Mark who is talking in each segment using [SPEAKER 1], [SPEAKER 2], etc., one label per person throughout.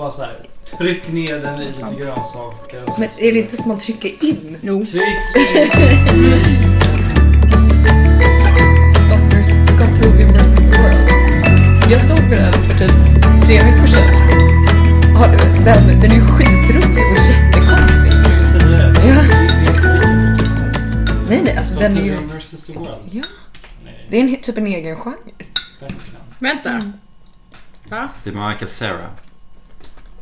[SPEAKER 1] Bara så här, tryck ner den i lite grönsaker. och så-
[SPEAKER 2] Men är det inte att man trycker in? Typ Jo.
[SPEAKER 1] Tryck in.
[SPEAKER 2] Scott Pilgrim vs. The World. Jag såg på den för typ tre veckor sedan. Ja, du- Den, den är ju skitrolig och jättekonstig.
[SPEAKER 1] Jag vill säga det. Det
[SPEAKER 2] Ja.
[SPEAKER 1] är inte riktigt.
[SPEAKER 2] Nej, nej, alltså den är ju...
[SPEAKER 1] Scott Pilgrim vs. the World.
[SPEAKER 2] Ja.
[SPEAKER 1] Nej,
[SPEAKER 2] Det är en, he- typ en egen genre.
[SPEAKER 1] verkligen.
[SPEAKER 3] Vänta,
[SPEAKER 4] Det är Michael Cera.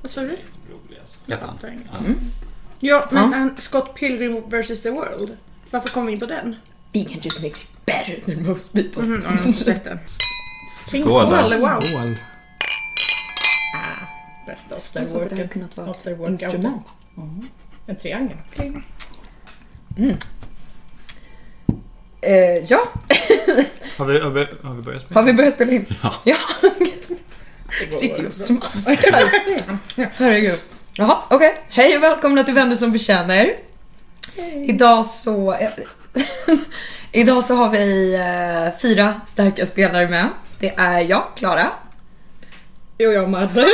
[SPEAKER 3] vad sa du?
[SPEAKER 1] Rolig alltså.
[SPEAKER 4] Vet han?
[SPEAKER 3] Fattar inget.
[SPEAKER 4] Ja.
[SPEAKER 3] Ja, men
[SPEAKER 2] Ja.
[SPEAKER 3] han- Scott Pilgrim vs the World. Varför kom vi in på den?
[SPEAKER 2] Vegan just makes you better than most people.
[SPEAKER 3] Mm, jag har inte sett den.
[SPEAKER 4] Skål! alltså.
[SPEAKER 3] wow. Ah,
[SPEAKER 5] Skål.
[SPEAKER 3] Bästa
[SPEAKER 2] Så det hade kunnat vara ett instrument.
[SPEAKER 3] En triangel.
[SPEAKER 2] Eh, ja,
[SPEAKER 5] Har vi, har, vi, har vi börjat spela?
[SPEAKER 2] har vi börjat spela in?
[SPEAKER 4] Ja.
[SPEAKER 2] ja. Sitter ju och smaskar. Herregud. Jaha, okej. Hej och välkomna till Vänner som bekänner. Idag så... eh, Idag så har vi eh, fyra starka spelare med. Det är jag, Klara. Och jag, Madde.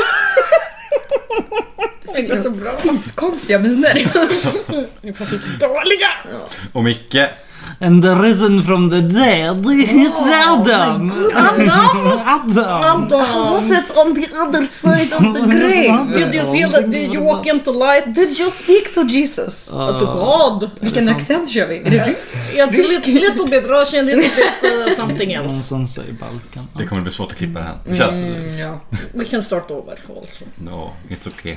[SPEAKER 2] Sitter så bra. Konstiga miner.
[SPEAKER 4] Och Micke.
[SPEAKER 5] And the reason from the dead it's Adam! Adam!
[SPEAKER 3] Ah,
[SPEAKER 2] Was it on the other side of the grave?
[SPEAKER 3] Did you see that the walk into light?
[SPEAKER 2] Did you speak to Jesus?
[SPEAKER 5] Ah.
[SPEAKER 3] To God?
[SPEAKER 2] Vilken accent kör vi? Är det Mm. rysk?
[SPEAKER 3] It's a little, little bit Russian, little bit uh, something else.
[SPEAKER 5] Någon säger Balkan.
[SPEAKER 4] Det kommer bli svårt att klippa det här. Det känns...
[SPEAKER 2] Mm, ja.
[SPEAKER 3] We can start over alltså. also.
[SPEAKER 4] No, it's okay.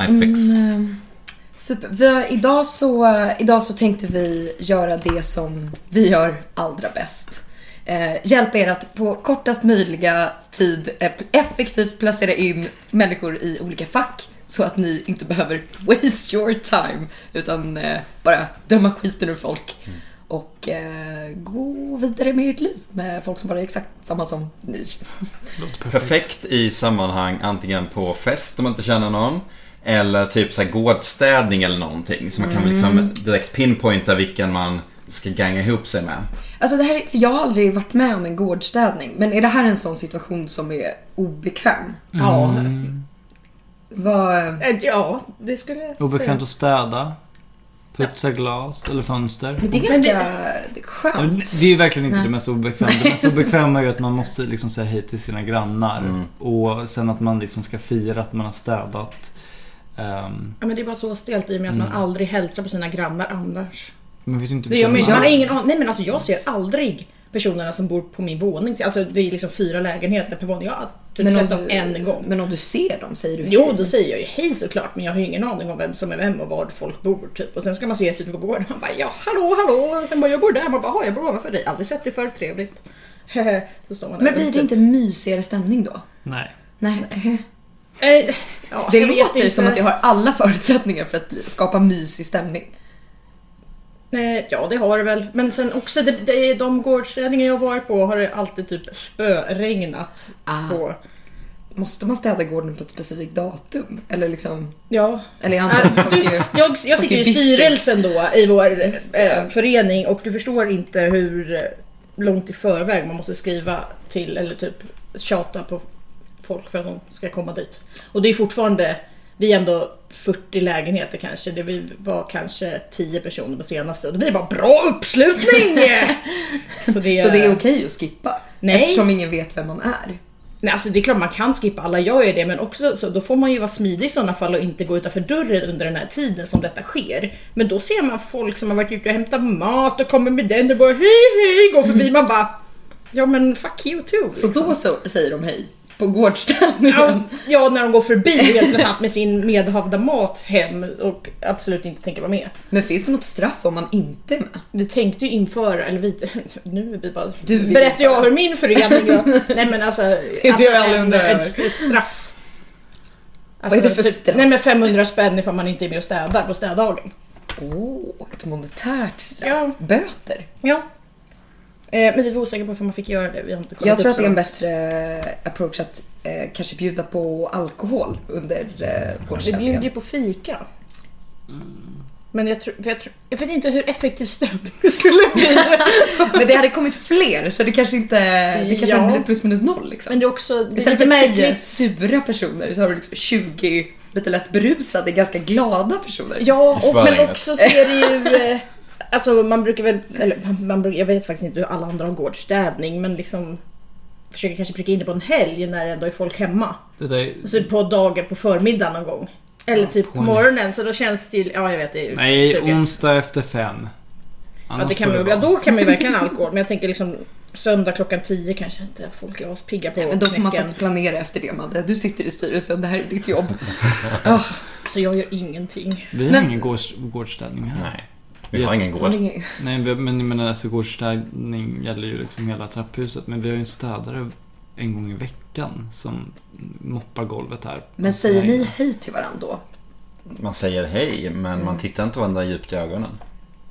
[SPEAKER 4] I fix.
[SPEAKER 2] Mm, eh, Super. Vi har, idag, så, eh, idag så tänkte vi göra det som vi gör allra bäst. Eh, hjälpa er att på kortast möjliga tid eh, effektivt placera in människor i olika fack så att ni inte behöver waste your time utan eh, bara döma skiten ur folk
[SPEAKER 4] Mm.
[SPEAKER 2] och eh, gå vidare med ert liv med folk som bara är exakt samma som ni.
[SPEAKER 4] Perfekt i sammanhang antingen på fest om man inte känner någon. Eller typ så här gårdsstädning eller någonting. Så man kan liksom direkt pinpointa vilken man ska ganga ihop sig med.
[SPEAKER 2] Alltså det här, är- för jag har aldrig varit med om en gårdsstädning, men är det här en sån situation som är obekväm?
[SPEAKER 5] Mm.
[SPEAKER 3] Ja.
[SPEAKER 2] Vad...
[SPEAKER 3] Eh, Ja, det skulle jag
[SPEAKER 5] Obekvämt att städa. Putsa glas eller fönster.
[SPEAKER 2] Men det är
[SPEAKER 3] Men det-
[SPEAKER 2] ganska det... är
[SPEAKER 5] Ja, men
[SPEAKER 2] skönt.
[SPEAKER 5] Det är ju verkligen inte
[SPEAKER 2] Nej.
[SPEAKER 5] det mest obekväma. Det mest obekväma är ju att man måste liksom säga hej till sina grannar.
[SPEAKER 4] Mm.
[SPEAKER 5] Och sen att man liksom ska fira att man har städat. Ehm,
[SPEAKER 3] Ja, men det är bara så stelt i och med att man aldrig hälsar på sina grannar annars.
[SPEAKER 5] man vet ju inte
[SPEAKER 3] Det gör man ju
[SPEAKER 5] vilka
[SPEAKER 3] inte. Man
[SPEAKER 5] de
[SPEAKER 2] Mm.
[SPEAKER 3] har
[SPEAKER 5] är.
[SPEAKER 3] ingen an- Nej men alltså jag ser aldrig personerna som bor på min våning. Alltså det är liksom fyra lägenheter per våning. Jag har typ sett dem en gång.
[SPEAKER 2] Men om du ser dem säger du
[SPEAKER 3] Jo,
[SPEAKER 2] hej.
[SPEAKER 3] då säger jag ju hej såklart, men jag har ju ingen aning om vem som är vem och var folk bor typ. Och sen ska man ses ute på gården och man bara ja, hallå, hallå, sen bara jag bor där, man bara "Jaha, jag bor ovanför dig, aldrig sett dig förr, trevligt. så står man där
[SPEAKER 2] Men blir det
[SPEAKER 3] ute.
[SPEAKER 2] inte mysigare stämning då?
[SPEAKER 5] Nej.
[SPEAKER 2] Nej.
[SPEAKER 3] Eh, ja,
[SPEAKER 2] Det
[SPEAKER 3] jag vet
[SPEAKER 2] låter
[SPEAKER 3] inte.
[SPEAKER 2] som att jag har alla förutsättningar för att bli, skapa mysig stämning.
[SPEAKER 3] Eh, ja, det har det väl. Men sen också, det, det, de gårdsstädningar jag har varit på har det alltid typ spöregnat
[SPEAKER 2] Ah.
[SPEAKER 3] på.
[SPEAKER 2] Måste man städa gården på ett specifikt datum? Eller liksom...
[SPEAKER 3] Ja.
[SPEAKER 2] Eller jag antar
[SPEAKER 3] Ah,
[SPEAKER 2] att folk
[SPEAKER 3] du,
[SPEAKER 2] är-
[SPEAKER 3] jag, jag
[SPEAKER 2] folk är
[SPEAKER 3] sitter ju i
[SPEAKER 2] busy.
[SPEAKER 3] styrelsen då i vår
[SPEAKER 2] det.
[SPEAKER 3] eh, förening och du förstår inte hur eh, långt i förväg man måste skriva till eller typ tjata på folk för att de ska komma dit. Och det är fortfarande, vi är ändå 40 lägenheter kanske, det vi var kanske 10 personer på senaste och vi är bara bra uppslutning! Så det,
[SPEAKER 2] Så det är okej att skippa?
[SPEAKER 3] Nej.
[SPEAKER 2] Eftersom ingen vet vem man är.
[SPEAKER 3] Nej, alltså det är klart man kan skippa alla, jag gör det, men också så då får man ju vara smidig i sådana fall och inte gå utanför dörren under den här tiden som detta sker. Men då ser man folk som har varit ute och hämtat mat och kommer med den och bara hej hej går förbi, man bara ja men fuck you too.
[SPEAKER 2] Så då så säger de hej på gårdsstädningen.
[SPEAKER 3] liksom. Ja, ja, när de går förbi helt platt med sin medhavda mat hem och absolut inte tänker vara med.
[SPEAKER 2] Men finns det något straff om man inte är med?
[SPEAKER 3] Vi tänkte ju införa, eller vi, nu är vi bara,
[SPEAKER 2] Du vill
[SPEAKER 3] berättar jag
[SPEAKER 2] införa.
[SPEAKER 3] hur min förening gör. Nej men alltså, alltså
[SPEAKER 2] jag aldrig undrar över.
[SPEAKER 3] ett, ett straff. Alltså, typ,
[SPEAKER 2] Vad är det för straff?
[SPEAKER 3] Nej men 500 spänn ifall man inte är med och städar på städdagen.
[SPEAKER 2] Åh, ett monetärt straff.
[SPEAKER 3] Ja.
[SPEAKER 2] Böter.
[SPEAKER 3] ja. Eh, men vi var osäkra på om man fick göra det. Vi har inte kollat
[SPEAKER 2] Jag tror
[SPEAKER 3] upp
[SPEAKER 2] att det är en
[SPEAKER 3] sånt.
[SPEAKER 2] bättre approach att eh, kanske bjuda på alkohol under eh,
[SPEAKER 3] Vi bjuder ju
[SPEAKER 2] gårdsstädningen.
[SPEAKER 3] på fika. Men jag, tror, för jag, tror, jag vet inte hur effektiv stödning skulle bli.
[SPEAKER 2] Men det hade kommit fler så det kanske inte... Det kanske
[SPEAKER 3] Ja.
[SPEAKER 2] hade blivit plus minus noll liksom.
[SPEAKER 3] Men det är också det är
[SPEAKER 2] Istället
[SPEAKER 3] lite
[SPEAKER 2] för 10
[SPEAKER 3] märkligt.
[SPEAKER 2] sura personer så har du liksom 20 lite lätt berusade, ganska glada personer.
[SPEAKER 3] Ja,
[SPEAKER 4] Det
[SPEAKER 3] och, men
[SPEAKER 4] svarar
[SPEAKER 3] också så är det ju... eh, Alltså man brukar väl... Eller man- man brukar, jag vet faktiskt inte hur alla andra har gårdsstädning men liksom... Försöker kanske pricka in det på en helg när det ändå är folk hemma.
[SPEAKER 5] Det där,
[SPEAKER 3] Och så på dagar på förmiddagen någon gång. Eller typ på
[SPEAKER 5] poäng.
[SPEAKER 3] morgonen så då känns det ju... Ja jag vet det är ju
[SPEAKER 5] nej,
[SPEAKER 3] 20.
[SPEAKER 5] onsdag efter fem.
[SPEAKER 3] Ja, det kan man, ju- ja, då kan man ju verkligen ha alkohol. Men jag tänker liksom söndag klockan 10 kanske inte folk är aspigga på
[SPEAKER 2] Men då får man
[SPEAKER 3] knäcken.
[SPEAKER 2] faktiskt planera efter det Madde. Du sitter i styrelsen, det här är ditt jobb.
[SPEAKER 3] Så jag gör ingenting.
[SPEAKER 5] Vi har
[SPEAKER 2] Men-
[SPEAKER 5] ingen gårds, gårdsstädning här.
[SPEAKER 4] Nej. Vi har ingen gård.
[SPEAKER 2] Ring-
[SPEAKER 5] Nej, vi- men jag menar alltså gårdsstädning gäller ju liksom hela trapphuset. Men vi har ju en städare en gång i veckan som moppar golvet här.
[SPEAKER 2] Men
[SPEAKER 4] Alltså,
[SPEAKER 2] säger ni hej till varandra då?
[SPEAKER 4] Man säger hej, men man tittar inte varandra djupt i ögonen.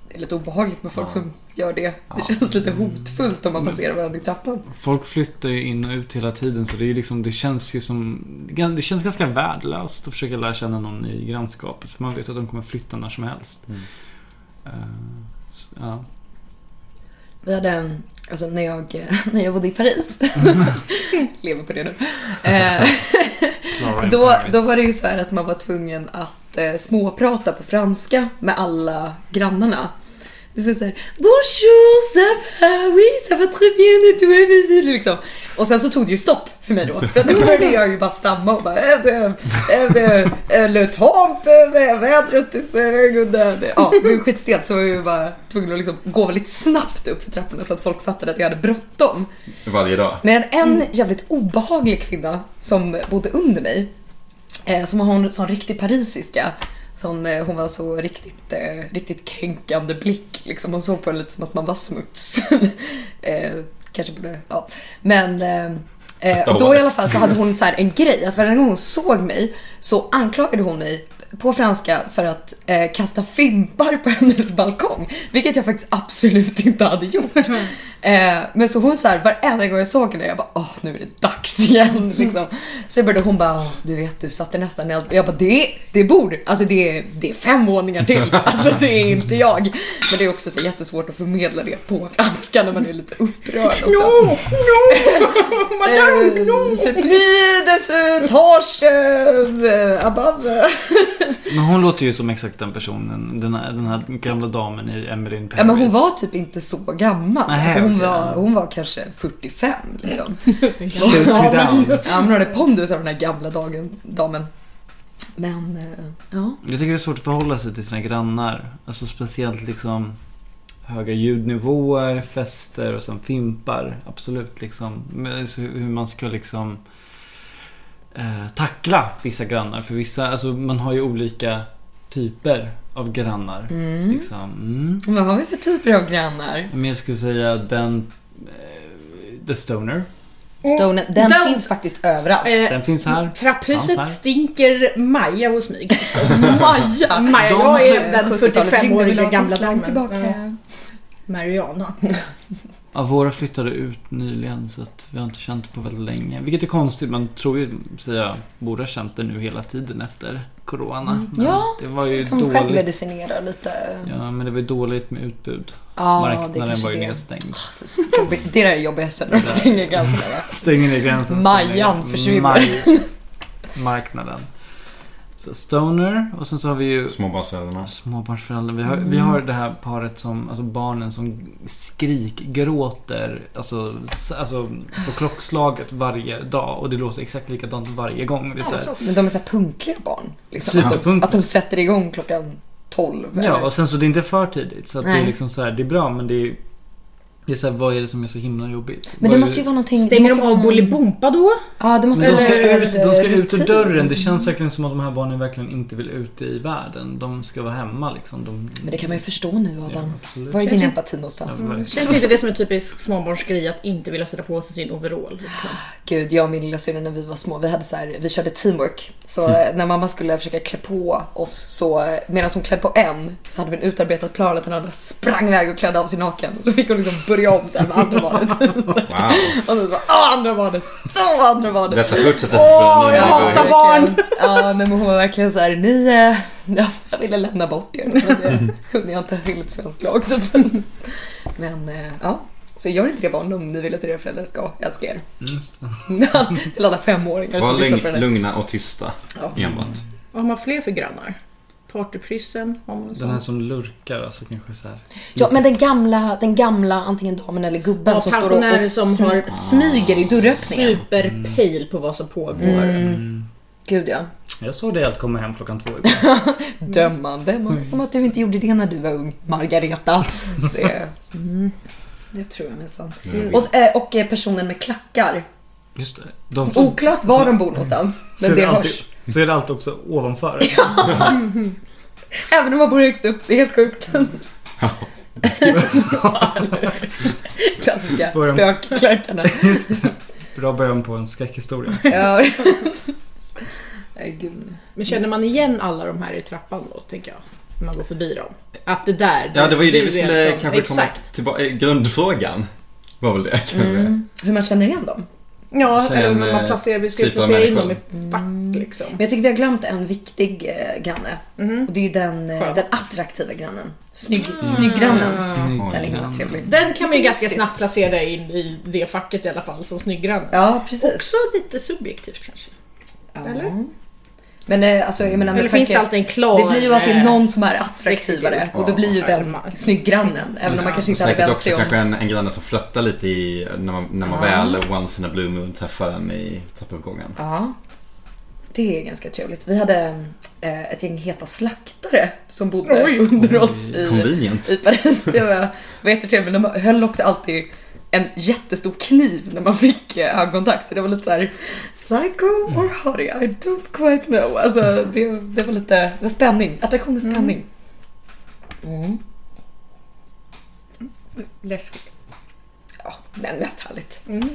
[SPEAKER 2] Det är lite obehagligt med folk
[SPEAKER 4] Ja.
[SPEAKER 2] som gör det.
[SPEAKER 4] Ja. Mm.
[SPEAKER 2] Det känns lite hotfullt om man passerar varandra i trappan.
[SPEAKER 5] Folk flyttar ju in och ut hela tiden så det, är ju liksom, det känns ju som... Det känns ganska värdelöst att försöka lära känna någon i grannskapet. För man vet att de kommer flytta när som helst.
[SPEAKER 4] Mm.
[SPEAKER 5] Eh, så, ja.
[SPEAKER 2] Vi hade en, alltså när jag, när jag bodde i Paris, lever på det nu. Eh, då, då var det ju så här att man var tvungen att eh, småprata på franska med alla grannarna. Det var såhär “Bonjour, ça va? Oui, ça va très bien, et toi, oui, oui", liksom. Och sen så tog det ju stopp för mig då. För att då började jag ju bara stamma och bara "Eh, det- eh, det- eh, “Le temps, eh, vädret är så här, Ja, det var skitstelt så var jag ju bara tvungen att liksom gå väldigt snabbt upp för trapporna så att folk fattade att jag hade bråttom.
[SPEAKER 4] Varje dag.
[SPEAKER 2] Men en jävligt obehaglig kvinna som bodde under mig, eh, som var en sån riktig parisiska, som, eh, hon var så riktigt, eh, riktigt kränkande blick. Liksom. Hon såg på en lite som att man var smuts. eh, kanske borde, ja. Men eh, eh, och då i alla fall så hade hon så här en grej, att varje gång hon såg mig så anklagade hon mig på franska för att eh, kasta fimpar på hennes balkong. Vilket jag faktiskt absolut inte hade gjort. Eh, men så hon så här, varenda gång jag såg henne, jag bara åh nu är det dags igen. Liksom. Så började hon bara, "Åh, du vet du satte nästan eld. Jag bara, det, det borde, alltså det, är- det är fem våningar till. Alltså det är inte jag. Men det är också så jättesvårt att förmedla det på franska när man är lite upprörd också. Euh, C'est plus de ce torche euh, above.
[SPEAKER 5] Men hon låter ju som exakt den personen. Den här, den här gamla damen i Emily in Paris.
[SPEAKER 2] Ja, men hon var typ inte så gammal.
[SPEAKER 5] Nej,
[SPEAKER 2] alltså, hon,
[SPEAKER 5] okej.
[SPEAKER 2] var, hon var kanske 45 liksom.
[SPEAKER 5] Shoot me down.
[SPEAKER 2] Ja, men hon hade pondus av den här gamla dagen, damen. Men eh, ja.
[SPEAKER 5] Jag tycker det är svårt att förhålla sig till sina grannar. Alltså speciellt liksom höga ljudnivåer, fester och sen fimpar. Absolut liksom. Men så hur man ska liksom eh, tackla vissa grannar. För vissa, alltså man har ju olika typer av grannar.
[SPEAKER 2] Mm.
[SPEAKER 5] Liksom. Mm.
[SPEAKER 2] Vad har vi för typer av grannar?
[SPEAKER 5] Men jag skulle säga den... Eh, the Stoner.
[SPEAKER 2] Stone, den
[SPEAKER 3] Mm. Don't-
[SPEAKER 2] finns faktiskt överallt.
[SPEAKER 3] Eh,
[SPEAKER 5] Den finns här.
[SPEAKER 3] Trapphuset
[SPEAKER 5] Dansar.
[SPEAKER 3] stinker Maja hos mig.
[SPEAKER 2] Maja!
[SPEAKER 3] Maja,
[SPEAKER 5] de
[SPEAKER 3] jag är
[SPEAKER 5] som-
[SPEAKER 3] den 45-åriga gamla damen. Ja.
[SPEAKER 5] Mm.
[SPEAKER 2] tillbaka.
[SPEAKER 3] Mariana.
[SPEAKER 5] Ja, våra flyttade ut nyligen så att vi har inte känt på väldigt länge. Vilket är konstigt, man tror ju sig jag borde ha känt det nu hela tiden efter Corona.
[SPEAKER 2] Mm.
[SPEAKER 5] Men
[SPEAKER 2] Ja,
[SPEAKER 5] det var ju
[SPEAKER 2] Som
[SPEAKER 5] dåligt.
[SPEAKER 2] självmedicinerar lite.
[SPEAKER 5] Ja, men det var ju dåligt med utbud.
[SPEAKER 2] Ja, det
[SPEAKER 5] Marknaden
[SPEAKER 2] kanske
[SPEAKER 5] var ju Mm.
[SPEAKER 2] det. Ah,
[SPEAKER 5] nedstängd.
[SPEAKER 2] Så- så jobbigt. Det där är det jobbigaste när de stänger gränserna.
[SPEAKER 5] Stänger ner gränsen.
[SPEAKER 2] Majan
[SPEAKER 5] stänger ner
[SPEAKER 2] försvinner.
[SPEAKER 5] maj- marknaden. Så Stoner och sen så har vi ju
[SPEAKER 4] Småbarnsföräldrarna.
[SPEAKER 5] Småbarnsföräldrar. Vi har, vi
[SPEAKER 2] Mm.
[SPEAKER 5] har det här paret som, alltså barnen som skrikgråter alltså, s- alltså på klockslaget varje dag och det låter exakt likadant varje gång. Det är så här,
[SPEAKER 2] Men de är så här punkliga barn. Liksom. Att, de,
[SPEAKER 5] Superpunkt-
[SPEAKER 2] att de sätter igång klockan 12.
[SPEAKER 5] ja,
[SPEAKER 2] eller-
[SPEAKER 5] och sen så det är inte för tidigt. Så att det
[SPEAKER 2] Nej.
[SPEAKER 5] är liksom så här, det är bra men det är det är så här, vad är det som är så himla jobbigt?
[SPEAKER 2] men det
[SPEAKER 5] Vad är-
[SPEAKER 2] måste ju vara någonting...
[SPEAKER 3] Stänger
[SPEAKER 2] det
[SPEAKER 3] de
[SPEAKER 2] måste
[SPEAKER 3] av
[SPEAKER 2] vara någon-
[SPEAKER 3] Bolibompa då?
[SPEAKER 2] Ja, det måste
[SPEAKER 5] Men de
[SPEAKER 2] vara
[SPEAKER 5] ska,
[SPEAKER 2] någon
[SPEAKER 5] ut, de ska ut ur
[SPEAKER 2] rutin.
[SPEAKER 5] dörren. Det känns verkligen som att de här barnen verkligen inte vill ut i världen. De ska vara hemma liksom. De,
[SPEAKER 2] Men det kan man ju förstå nu Adam.
[SPEAKER 5] absolut.
[SPEAKER 2] Var är din
[SPEAKER 3] Känns-
[SPEAKER 2] empati någonstans?
[SPEAKER 5] Ja, verkligen.
[SPEAKER 3] Känns inte det som en typisk småbarnsgrej att inte vilja sätta på sig sin overall? Liksom.
[SPEAKER 2] Gud, jag och min lilla syster när vi var små, vi, hade så här, vi körde teamwork. Så eh, när mamma skulle försöka klä på oss, så eh, medan hon klädde på en så hade vi en utarbetad plan att den andra sprang iväg och klädde av sig naken. Så fick hon liksom börja om så här med andra barnet.
[SPEAKER 4] Wow.
[SPEAKER 2] Och så bara, "Åh, andra barnet, åh, andra barnet.
[SPEAKER 4] Detta fortsätter för
[SPEAKER 3] jag
[SPEAKER 4] nu när vi
[SPEAKER 3] hatar
[SPEAKER 4] börjar.
[SPEAKER 3] barn.
[SPEAKER 2] Ja, nej, men hon var verkligen så här, ni... eh, Ja, Jag ville lämna bort er, men det kunde jag inte enligt svensk lag. Typ. Men eh, ja, så gör inte det barn om ni vill att era föräldrar ska älska er.
[SPEAKER 5] Mm.
[SPEAKER 2] Till alla femåringar
[SPEAKER 4] Var
[SPEAKER 2] som lyssnar på den
[SPEAKER 4] lugn,
[SPEAKER 2] här.
[SPEAKER 4] lugna och tysta
[SPEAKER 3] Ja.
[SPEAKER 4] enbart.
[SPEAKER 3] Vad har man fler för grannar? Partypryssen? Har man en
[SPEAKER 5] Den
[SPEAKER 3] sån?
[SPEAKER 5] här som lurkar alltså kanske så här.
[SPEAKER 2] Ja, men den gamla, den gamla antingen damen eller gubben
[SPEAKER 3] Ja,
[SPEAKER 2] som står och, och
[SPEAKER 3] pensionärer som har
[SPEAKER 2] smyger i dörröppningen.
[SPEAKER 4] Mm.
[SPEAKER 3] superpejl på vad som pågår.
[SPEAKER 2] Mm. Gud ja.
[SPEAKER 5] Mm. Jag såg dig att komma hem klockan två igår.
[SPEAKER 2] Dömande. Som att du inte gjorde det när du var ung, Margareta. Det, mm, det tror jag minsann.
[SPEAKER 5] Mm.
[SPEAKER 2] Och, eh, och eh, personen med klackar.
[SPEAKER 5] Just det. De
[SPEAKER 2] Som oklart var de bor någonstans, men det
[SPEAKER 5] alltid,
[SPEAKER 2] hörs.
[SPEAKER 5] Så är det alltid också ovanför.
[SPEAKER 2] Även om man bor högst upp, det är helt sjukt.
[SPEAKER 5] Mm.
[SPEAKER 2] Klassiska
[SPEAKER 5] Börjar-
[SPEAKER 2] spökkläckarna.
[SPEAKER 5] Bra början på en skräckhistoria.
[SPEAKER 2] Ja. Nej, gud.
[SPEAKER 3] Men känner man igen alla de här i trappan då, tänker jag? När man går förbi dem. Att det där,
[SPEAKER 4] Ja, det var ju det
[SPEAKER 3] du
[SPEAKER 4] vi
[SPEAKER 3] är
[SPEAKER 4] skulle
[SPEAKER 2] alltså.
[SPEAKER 3] en sån.
[SPEAKER 4] kanske komma
[SPEAKER 3] Exakt.
[SPEAKER 4] tillbaka Grundfrågan var väl det kanske.
[SPEAKER 2] Mm. Hur man känner igen dem.
[SPEAKER 3] Ja,
[SPEAKER 4] Sen,
[SPEAKER 3] eller när man
[SPEAKER 4] eh,
[SPEAKER 3] placerar, vi ska ju
[SPEAKER 4] typ av
[SPEAKER 3] placera in dem
[SPEAKER 4] människor.
[SPEAKER 3] i fack liksom.
[SPEAKER 2] Men jag tycker vi har glömt en viktig eh, granne. Och det är ju den, eh,
[SPEAKER 3] Mm-hmm. Skönt. Mm.
[SPEAKER 2] den attraktiva grannen. Snygg, Snygggrannen. Den är himla trevlig.
[SPEAKER 3] Den kan man ju
[SPEAKER 2] Lite
[SPEAKER 3] ganska
[SPEAKER 2] mystisk.
[SPEAKER 3] snabbt placera in i det facket i alla fall, som snyggranne.
[SPEAKER 2] Ja, precis.
[SPEAKER 3] Också lite subjektivt kanske.
[SPEAKER 2] Eller? Men eh, alltså, jag menar, med
[SPEAKER 3] Eller finns det
[SPEAKER 2] tanke-
[SPEAKER 3] alltid en klar...
[SPEAKER 2] det blir ju alltid
[SPEAKER 3] eh,
[SPEAKER 2] någon som är attraktivare och då blir ju den snygggrannen. Även om man kanske
[SPEAKER 4] Och
[SPEAKER 2] inte hade
[SPEAKER 4] säkert
[SPEAKER 2] vänt
[SPEAKER 4] också
[SPEAKER 2] sig om.
[SPEAKER 4] kanske en, en granne som flörtar lite i, när man, när man
[SPEAKER 2] Ja.
[SPEAKER 4] väl once in a blue moon träffar en i trappuppgången.
[SPEAKER 2] Ja. Det är ganska trevligt. Vi hade eh, ett gäng heta slaktare som bodde under oss i,
[SPEAKER 4] Convenient.
[SPEAKER 2] i Paris. Det var, var jättetrevligt. De höll också alltid en jättestor kniv när man fick eh, ögonkontakt. Så det var lite så här: psycho or hottie, I don't quite know. Alltså det, det var lite, det var spänning. Attraktion och spänning. Mm.
[SPEAKER 3] Läskigt.
[SPEAKER 2] Ja, men mest härligt.
[SPEAKER 3] Mm.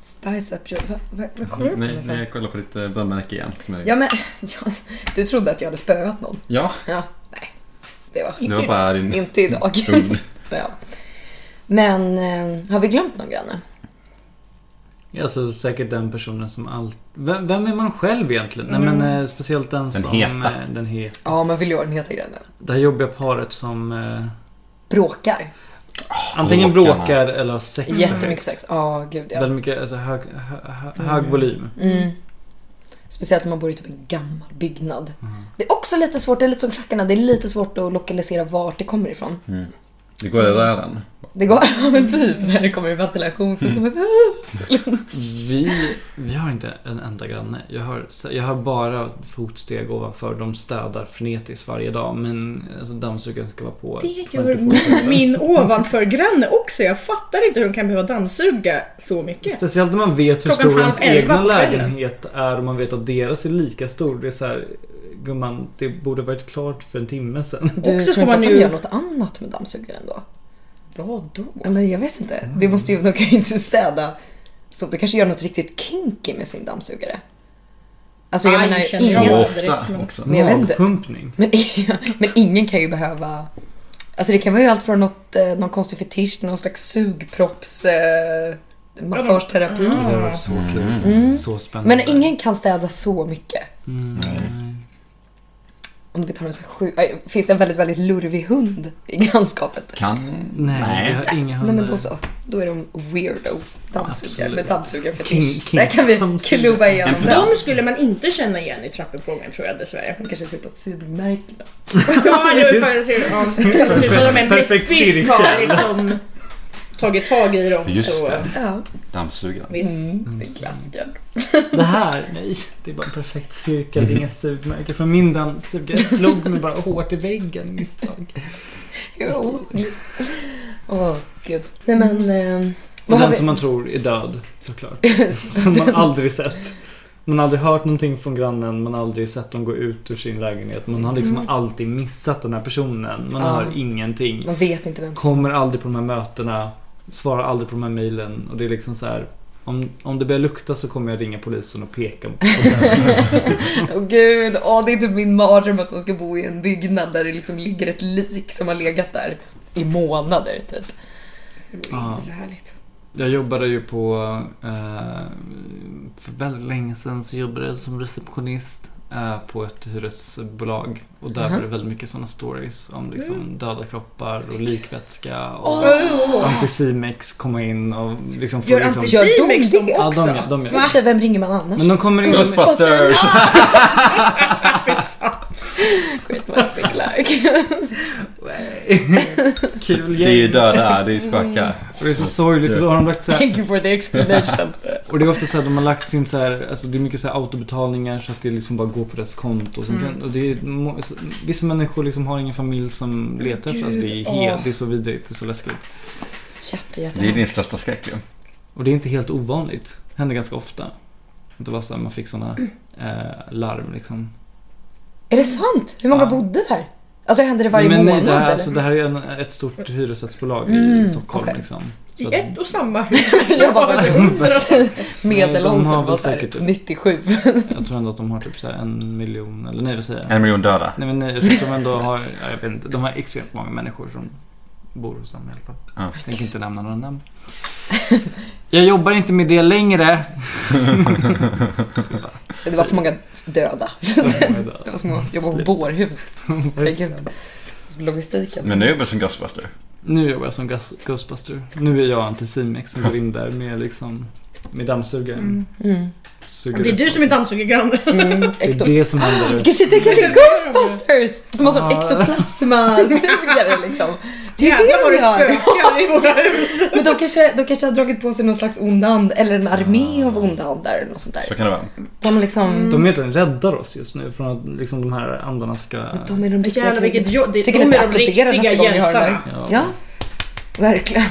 [SPEAKER 2] Spice up your... Vad, vad, vad kollar du på
[SPEAKER 4] Nej,
[SPEAKER 2] mig
[SPEAKER 4] nej,
[SPEAKER 2] för?
[SPEAKER 4] jag kollar på ditt eh, brännmärke igen. Men-
[SPEAKER 2] Ja men, ja, du trodde att jag hade spöat någon.
[SPEAKER 4] Ja,
[SPEAKER 2] Ja, nej. Det var
[SPEAKER 4] det var bara Mm. din
[SPEAKER 2] inte idag.
[SPEAKER 4] ugn.
[SPEAKER 2] ja. Men eh, har vi glömt någon granne?
[SPEAKER 5] Alltså säkert den personen som allt... Vem, vem är man själv egentligen?
[SPEAKER 2] Mm.
[SPEAKER 5] Nej men eh, speciellt den, som...
[SPEAKER 4] heta.
[SPEAKER 5] eh, Den heta.
[SPEAKER 2] Ja, man vill ju ha den heta grannen.
[SPEAKER 5] Det här jobbiga paret som eh,
[SPEAKER 2] Bråkar.
[SPEAKER 5] antingen
[SPEAKER 4] bråkarna.
[SPEAKER 5] bråkar eller har sex.
[SPEAKER 2] Jättemycket sex. Ja, gud ja.
[SPEAKER 5] Väldigt mycket alltså, hög, hö, hö, hög volym.
[SPEAKER 2] Mm. Speciellt om man bor i typ en gammal byggnad.
[SPEAKER 3] Mm.
[SPEAKER 2] Det är också lite svårt, det är lite som klackarna, det är lite svårt att lokalisera vart det kommer ifrån.
[SPEAKER 4] Mm. Det går i rören.
[SPEAKER 2] Det går,
[SPEAKER 3] Mm.
[SPEAKER 2] ja men typ så här, det kommer i
[SPEAKER 4] Mm.
[SPEAKER 2] ventilationssystemet.
[SPEAKER 5] Vi, vi har inte en enda granne. Jag hör, jag hör bara fotsteg ovanför. De städar frenetiskt varje dag. Men alltså, dammsugaren ska vara på.
[SPEAKER 3] Det
[SPEAKER 5] 24/7.
[SPEAKER 3] gör min ovanförgranne också. Jag fattar inte hur de kan behöva dammsuga så mycket.
[SPEAKER 5] Speciellt när man vet hur
[SPEAKER 3] Klockan
[SPEAKER 5] stor
[SPEAKER 3] halv
[SPEAKER 5] ens
[SPEAKER 3] elva
[SPEAKER 5] egna
[SPEAKER 3] på kvällen.
[SPEAKER 5] lägenhet är och man vet att deras är lika stor. Det är så här, gumman, det borde varit klart för en timme sedan.
[SPEAKER 2] Du tror
[SPEAKER 3] Också
[SPEAKER 2] inte
[SPEAKER 3] får man
[SPEAKER 2] att de
[SPEAKER 3] ju-
[SPEAKER 2] gör något annat med dammsugaren då?
[SPEAKER 3] Vadå?
[SPEAKER 2] Ja, men jag vet inte.
[SPEAKER 3] Mm.
[SPEAKER 2] Det måste ju, de kan ju inte städa. Så de kanske gör något riktigt kinky med sin dammsugare. Alltså jag
[SPEAKER 3] Aj,
[SPEAKER 2] menar,
[SPEAKER 3] känner jag.
[SPEAKER 2] ingen,
[SPEAKER 4] Så
[SPEAKER 3] Ja, direkt,
[SPEAKER 4] ofta
[SPEAKER 3] men-
[SPEAKER 4] också.
[SPEAKER 2] Men jag vet inte. Mm.
[SPEAKER 5] Magpumpning.
[SPEAKER 2] men, men ingen kan ju behöva... Alltså det kan vara ju allt från något, eh, någon konstig fetisch till någon slags sugpropps... Eh, massageterapi.
[SPEAKER 5] Det hade varit så kul. Så spännande.
[SPEAKER 2] Mm. Men ingen kan städa så mycket.
[SPEAKER 5] Mm.
[SPEAKER 2] Om du betalar en sån här sju... Aj, Finns det en väldigt, väldigt lurvig hund i grannskapet?
[SPEAKER 4] Kan...
[SPEAKER 5] Nej, Nej. jag har inga
[SPEAKER 2] Nej men
[SPEAKER 5] hundar.
[SPEAKER 2] då så. Då är de weirdos. Dammsugare
[SPEAKER 5] Absolut.
[SPEAKER 2] med
[SPEAKER 5] King-
[SPEAKER 2] dammsugarfetisch.
[SPEAKER 5] king-
[SPEAKER 2] Där kan vi
[SPEAKER 5] dammsugare.
[SPEAKER 2] klubba igenom den.
[SPEAKER 3] De skulle man inte känna igen i trappuppgången tror jag dessvärre.
[SPEAKER 2] Man kanske ska på frimärkena.
[SPEAKER 3] Ja, nu får jag se. Ja. Det ser ut som om en
[SPEAKER 5] Perfekt
[SPEAKER 3] bläckfisk har liksom tagit tag i dem.
[SPEAKER 4] Just
[SPEAKER 3] så.
[SPEAKER 4] det.
[SPEAKER 2] Ja,
[SPEAKER 4] Dammsugaren.
[SPEAKER 3] Visst.
[SPEAKER 2] mm, det är klassiker.
[SPEAKER 5] Det här, nej. Det är bara en perfekt cirkel. Det är inga sugmärken från min dammsugare. Jag slog mig bara hårt i väggen i misstag.
[SPEAKER 2] Jo. Åh, gud. Nej men... Eh,
[SPEAKER 5] Och
[SPEAKER 2] vad har
[SPEAKER 5] den
[SPEAKER 2] vi?
[SPEAKER 5] som man tror är död, såklart. Som man aldrig sett. Man har aldrig hört någonting från grannen, man har aldrig sett dem gå ut ur sin lägenhet. Man har liksom alltid missat den här personen. Man
[SPEAKER 2] Mm. Ja.
[SPEAKER 5] hör ingenting.
[SPEAKER 2] Man vet inte vem som...
[SPEAKER 5] Kommer aldrig på de här mötena. Svarar aldrig på de här mejlen. Och det är liksom så här. Om, om det börjar lukta så kommer jag ringa polisen och peka på den.
[SPEAKER 2] Åh gud, åh, det är typ min mardröm att man ska bo i en byggnad där det liksom ligger ett lik som har legat där i månader typ.
[SPEAKER 3] Det
[SPEAKER 5] Ja.
[SPEAKER 3] är inte så härligt.
[SPEAKER 5] Jag jobbade ju på, eh, för väldigt länge sedan så jobbade jag som receptionist. eh, på ett hyresbolag. Och där
[SPEAKER 2] Mhm.
[SPEAKER 5] var det väldigt mycket sådana stories om liksom, döda kroppar och likvätska. Och
[SPEAKER 3] Åh!
[SPEAKER 5] Anticimex komma in och liksom få
[SPEAKER 3] Gör
[SPEAKER 5] liksom...
[SPEAKER 3] anti-
[SPEAKER 2] Gör de
[SPEAKER 3] Simex
[SPEAKER 2] det
[SPEAKER 3] då?
[SPEAKER 5] Ja,
[SPEAKER 2] också?
[SPEAKER 5] de gör, de
[SPEAKER 2] I och för
[SPEAKER 5] gör.
[SPEAKER 2] sig, vem ringer man annars?
[SPEAKER 5] Men de kommer in...
[SPEAKER 4] Ghostbusters!
[SPEAKER 2] Skitmastig Clark.
[SPEAKER 5] Kul
[SPEAKER 4] Det är ju
[SPEAKER 5] gäng.
[SPEAKER 4] döda, det är spökar.
[SPEAKER 2] Mm.
[SPEAKER 5] Och det är så sorgligt för då har de lagt så här,
[SPEAKER 2] Thank you for the explanation.
[SPEAKER 5] Och det är ofta så här, de har lagt sin så här, alltså det är mycket så här autobetalningar så att det liksom bara går på deras konto. Och sen
[SPEAKER 2] Mm.
[SPEAKER 5] kan, och det är, må- så- vissa människor liksom har ingen familj som letar efter, alltså det är
[SPEAKER 3] Gud,
[SPEAKER 5] helt,
[SPEAKER 3] åh.
[SPEAKER 5] det är så vidrigt, det är så läskigt.
[SPEAKER 2] Jätte,
[SPEAKER 4] Det är din
[SPEAKER 2] jättehemskt.
[SPEAKER 4] största skräck ju.
[SPEAKER 5] Och det är inte helt ovanligt, händer ganska ofta. Att det var så här, man fick sådana eh, larm liksom.
[SPEAKER 2] Är det sant? Hur många
[SPEAKER 5] Ja.
[SPEAKER 2] bodde där? Alltså hände det varje
[SPEAKER 5] Nej, men nej,
[SPEAKER 2] månad?
[SPEAKER 5] det, här,
[SPEAKER 2] eller?
[SPEAKER 5] alltså, det här är en, ett stort hyresrättsbolag
[SPEAKER 2] Mm,
[SPEAKER 5] i Stockholm
[SPEAKER 2] okej.
[SPEAKER 5] liksom.
[SPEAKER 3] I
[SPEAKER 5] att-
[SPEAKER 3] ett och samma hus.
[SPEAKER 2] Jag bara, vad
[SPEAKER 5] Nej, de har
[SPEAKER 2] Medelåldern
[SPEAKER 5] väl
[SPEAKER 2] var så här
[SPEAKER 5] säkert-
[SPEAKER 2] 97.
[SPEAKER 5] Jag tror ändå att de har typ så här en miljon, eller nej vad säger jag?
[SPEAKER 4] En miljon döda.
[SPEAKER 5] Nej men nej, jag tror att de ändå har, ja, jag vet inte, de har extremt många människor som bor hos dem i alla fall.
[SPEAKER 4] Ja.
[SPEAKER 5] Jag tänker inte nämna några namn. Jag jobbar inte med det längre.
[SPEAKER 2] Det var för många döda.
[SPEAKER 5] Så jag är död.
[SPEAKER 2] Det var som att jobba på bårhus. Herregud. Alltså, Logistiken.
[SPEAKER 4] Men nu jobbar jag som Ghostbuster.
[SPEAKER 5] Nu jobbar jag som Ghos- Ghostbuster. Nu är jag Anticimex som går in där med liksom, med dammsugaren.
[SPEAKER 2] Mm.
[SPEAKER 5] Suger
[SPEAKER 3] Det är
[SPEAKER 5] upp
[SPEAKER 3] du som är dammsugargranne.
[SPEAKER 2] Mm.
[SPEAKER 5] Det är
[SPEAKER 2] Ekto-
[SPEAKER 5] det som händer.
[SPEAKER 2] Det kanske, det kanske är Ghostbusters! De har sån
[SPEAKER 5] Ja.
[SPEAKER 2] ektoplasmasugare liksom. Det är
[SPEAKER 3] Jävlar vad
[SPEAKER 2] det
[SPEAKER 3] det
[SPEAKER 2] de gör.
[SPEAKER 3] spökar i våra hus.
[SPEAKER 2] Men de kanske, de kanske har dragit på sig någon slags ond ande, eller en armé av onda andar eller något sånt
[SPEAKER 4] Så
[SPEAKER 2] där.
[SPEAKER 4] kan det vara.
[SPEAKER 2] De liksom...
[SPEAKER 5] De egentligen räddar oss just nu från att liksom, de här andarna ska...
[SPEAKER 2] De är de riktiga
[SPEAKER 3] Jävlar vilket jobb. Det,
[SPEAKER 2] Tycker
[SPEAKER 3] de
[SPEAKER 2] ni ska
[SPEAKER 3] är de
[SPEAKER 2] applådera
[SPEAKER 3] riktiga
[SPEAKER 2] nästa gång vi hör det
[SPEAKER 3] hjältarna.
[SPEAKER 2] här? Ja, verkligen.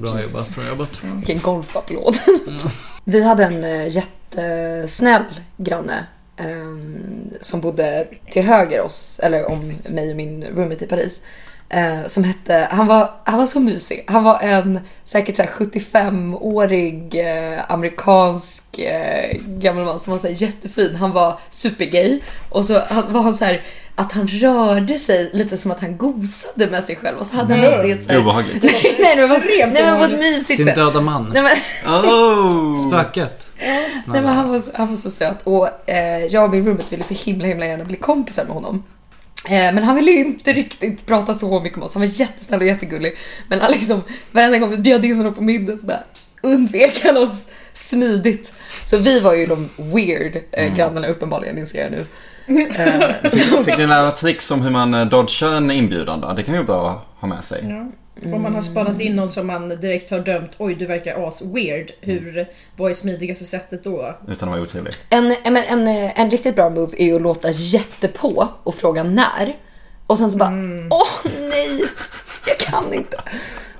[SPEAKER 5] Bra jobbat, bra jobbat.
[SPEAKER 2] Vilken golfapplåd. Vi hade en eh, jättesnäll granne ehm, som bodde till höger oss, eller om mig och min roommate i Paris. eh, Som hette, han var, han var så mysig. Han var en säkert så här 75-årig eh, amerikansk eh, gammal man som var så här jättefin. Han var supergay och så han- var han så här att han rörde sig lite som att han gosade med sig själv och så hade han alltid ett så här,
[SPEAKER 4] Obehagligt.
[SPEAKER 2] Nej, nej, det var, nej men på ett mysigt
[SPEAKER 5] Sin
[SPEAKER 2] sätt.
[SPEAKER 5] döda man.
[SPEAKER 2] Nej men,
[SPEAKER 4] Oh!
[SPEAKER 5] Spöket.
[SPEAKER 2] nej, men han, var, så- han var så söt och eh, jag och min roommate ville så himla himla gärna bli kompisar med honom. Eh, men han ville inte riktigt prata så mycket med oss. Han var jättesnäll och jättegullig. Men han liksom, varenda gång vi bjöd in honom på middag så där undvek han oss smidigt. Så vi var ju de weird eh, grannarna uppenbarligen inser jag nu. Eh,
[SPEAKER 4] Fick ni lära tricks om hur man eh, dodgar en inbjudan då? Det kan ju vara bra att ha med
[SPEAKER 3] Mm.
[SPEAKER 4] sig.
[SPEAKER 3] Om man har spanat in någon som man direkt har dömt, oj du verkar as-weird. Hur, vad är smidigaste sättet då?
[SPEAKER 4] Utan att vara otrevlig.
[SPEAKER 2] En, en, en, en riktigt bra move är ju att låta jättepå och fråga när. Och sen så bara, åh nej, jag kan inte.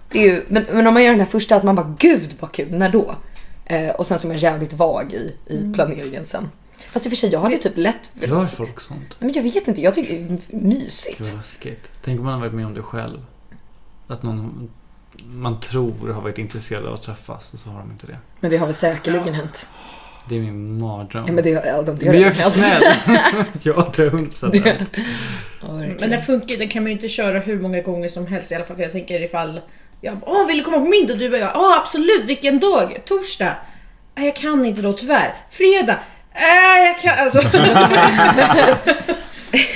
[SPEAKER 2] Det är ju, men, men om man gör den här första, att man bara, gud vad kul, när då? Eh, och sen så är man jävligt vag i, i planeringen sen. Fast i och för sig, jag har ju typ lätt...
[SPEAKER 5] Gör folk sånt?
[SPEAKER 2] Men jag vet inte, jag tycker det är mysigt.
[SPEAKER 5] Gud vad läskigt. Tänk om man har varit med om det själv. Att någon man tror har varit intresserad av att träffas och så har de inte det.
[SPEAKER 2] Men det har väl säkerligen hänt.
[SPEAKER 5] Det är min mardröm.
[SPEAKER 2] Ja, men det, ja, de, det har
[SPEAKER 5] Men jag är
[SPEAKER 2] redan
[SPEAKER 5] för
[SPEAKER 2] hänt.
[SPEAKER 5] snäll. ja, det är hundra procent rätt.
[SPEAKER 2] Ja, verkligen.
[SPEAKER 3] Men den funkar den kan man ju inte köra hur många gånger som helst i alla fall. För jag tänker ifall jag bara, åh vill du komma på middag? Och du bara, ja absolut, vilken dag? Torsdag? Nej jag kan inte då tyvärr. Fredag? Nej jag kan alltså.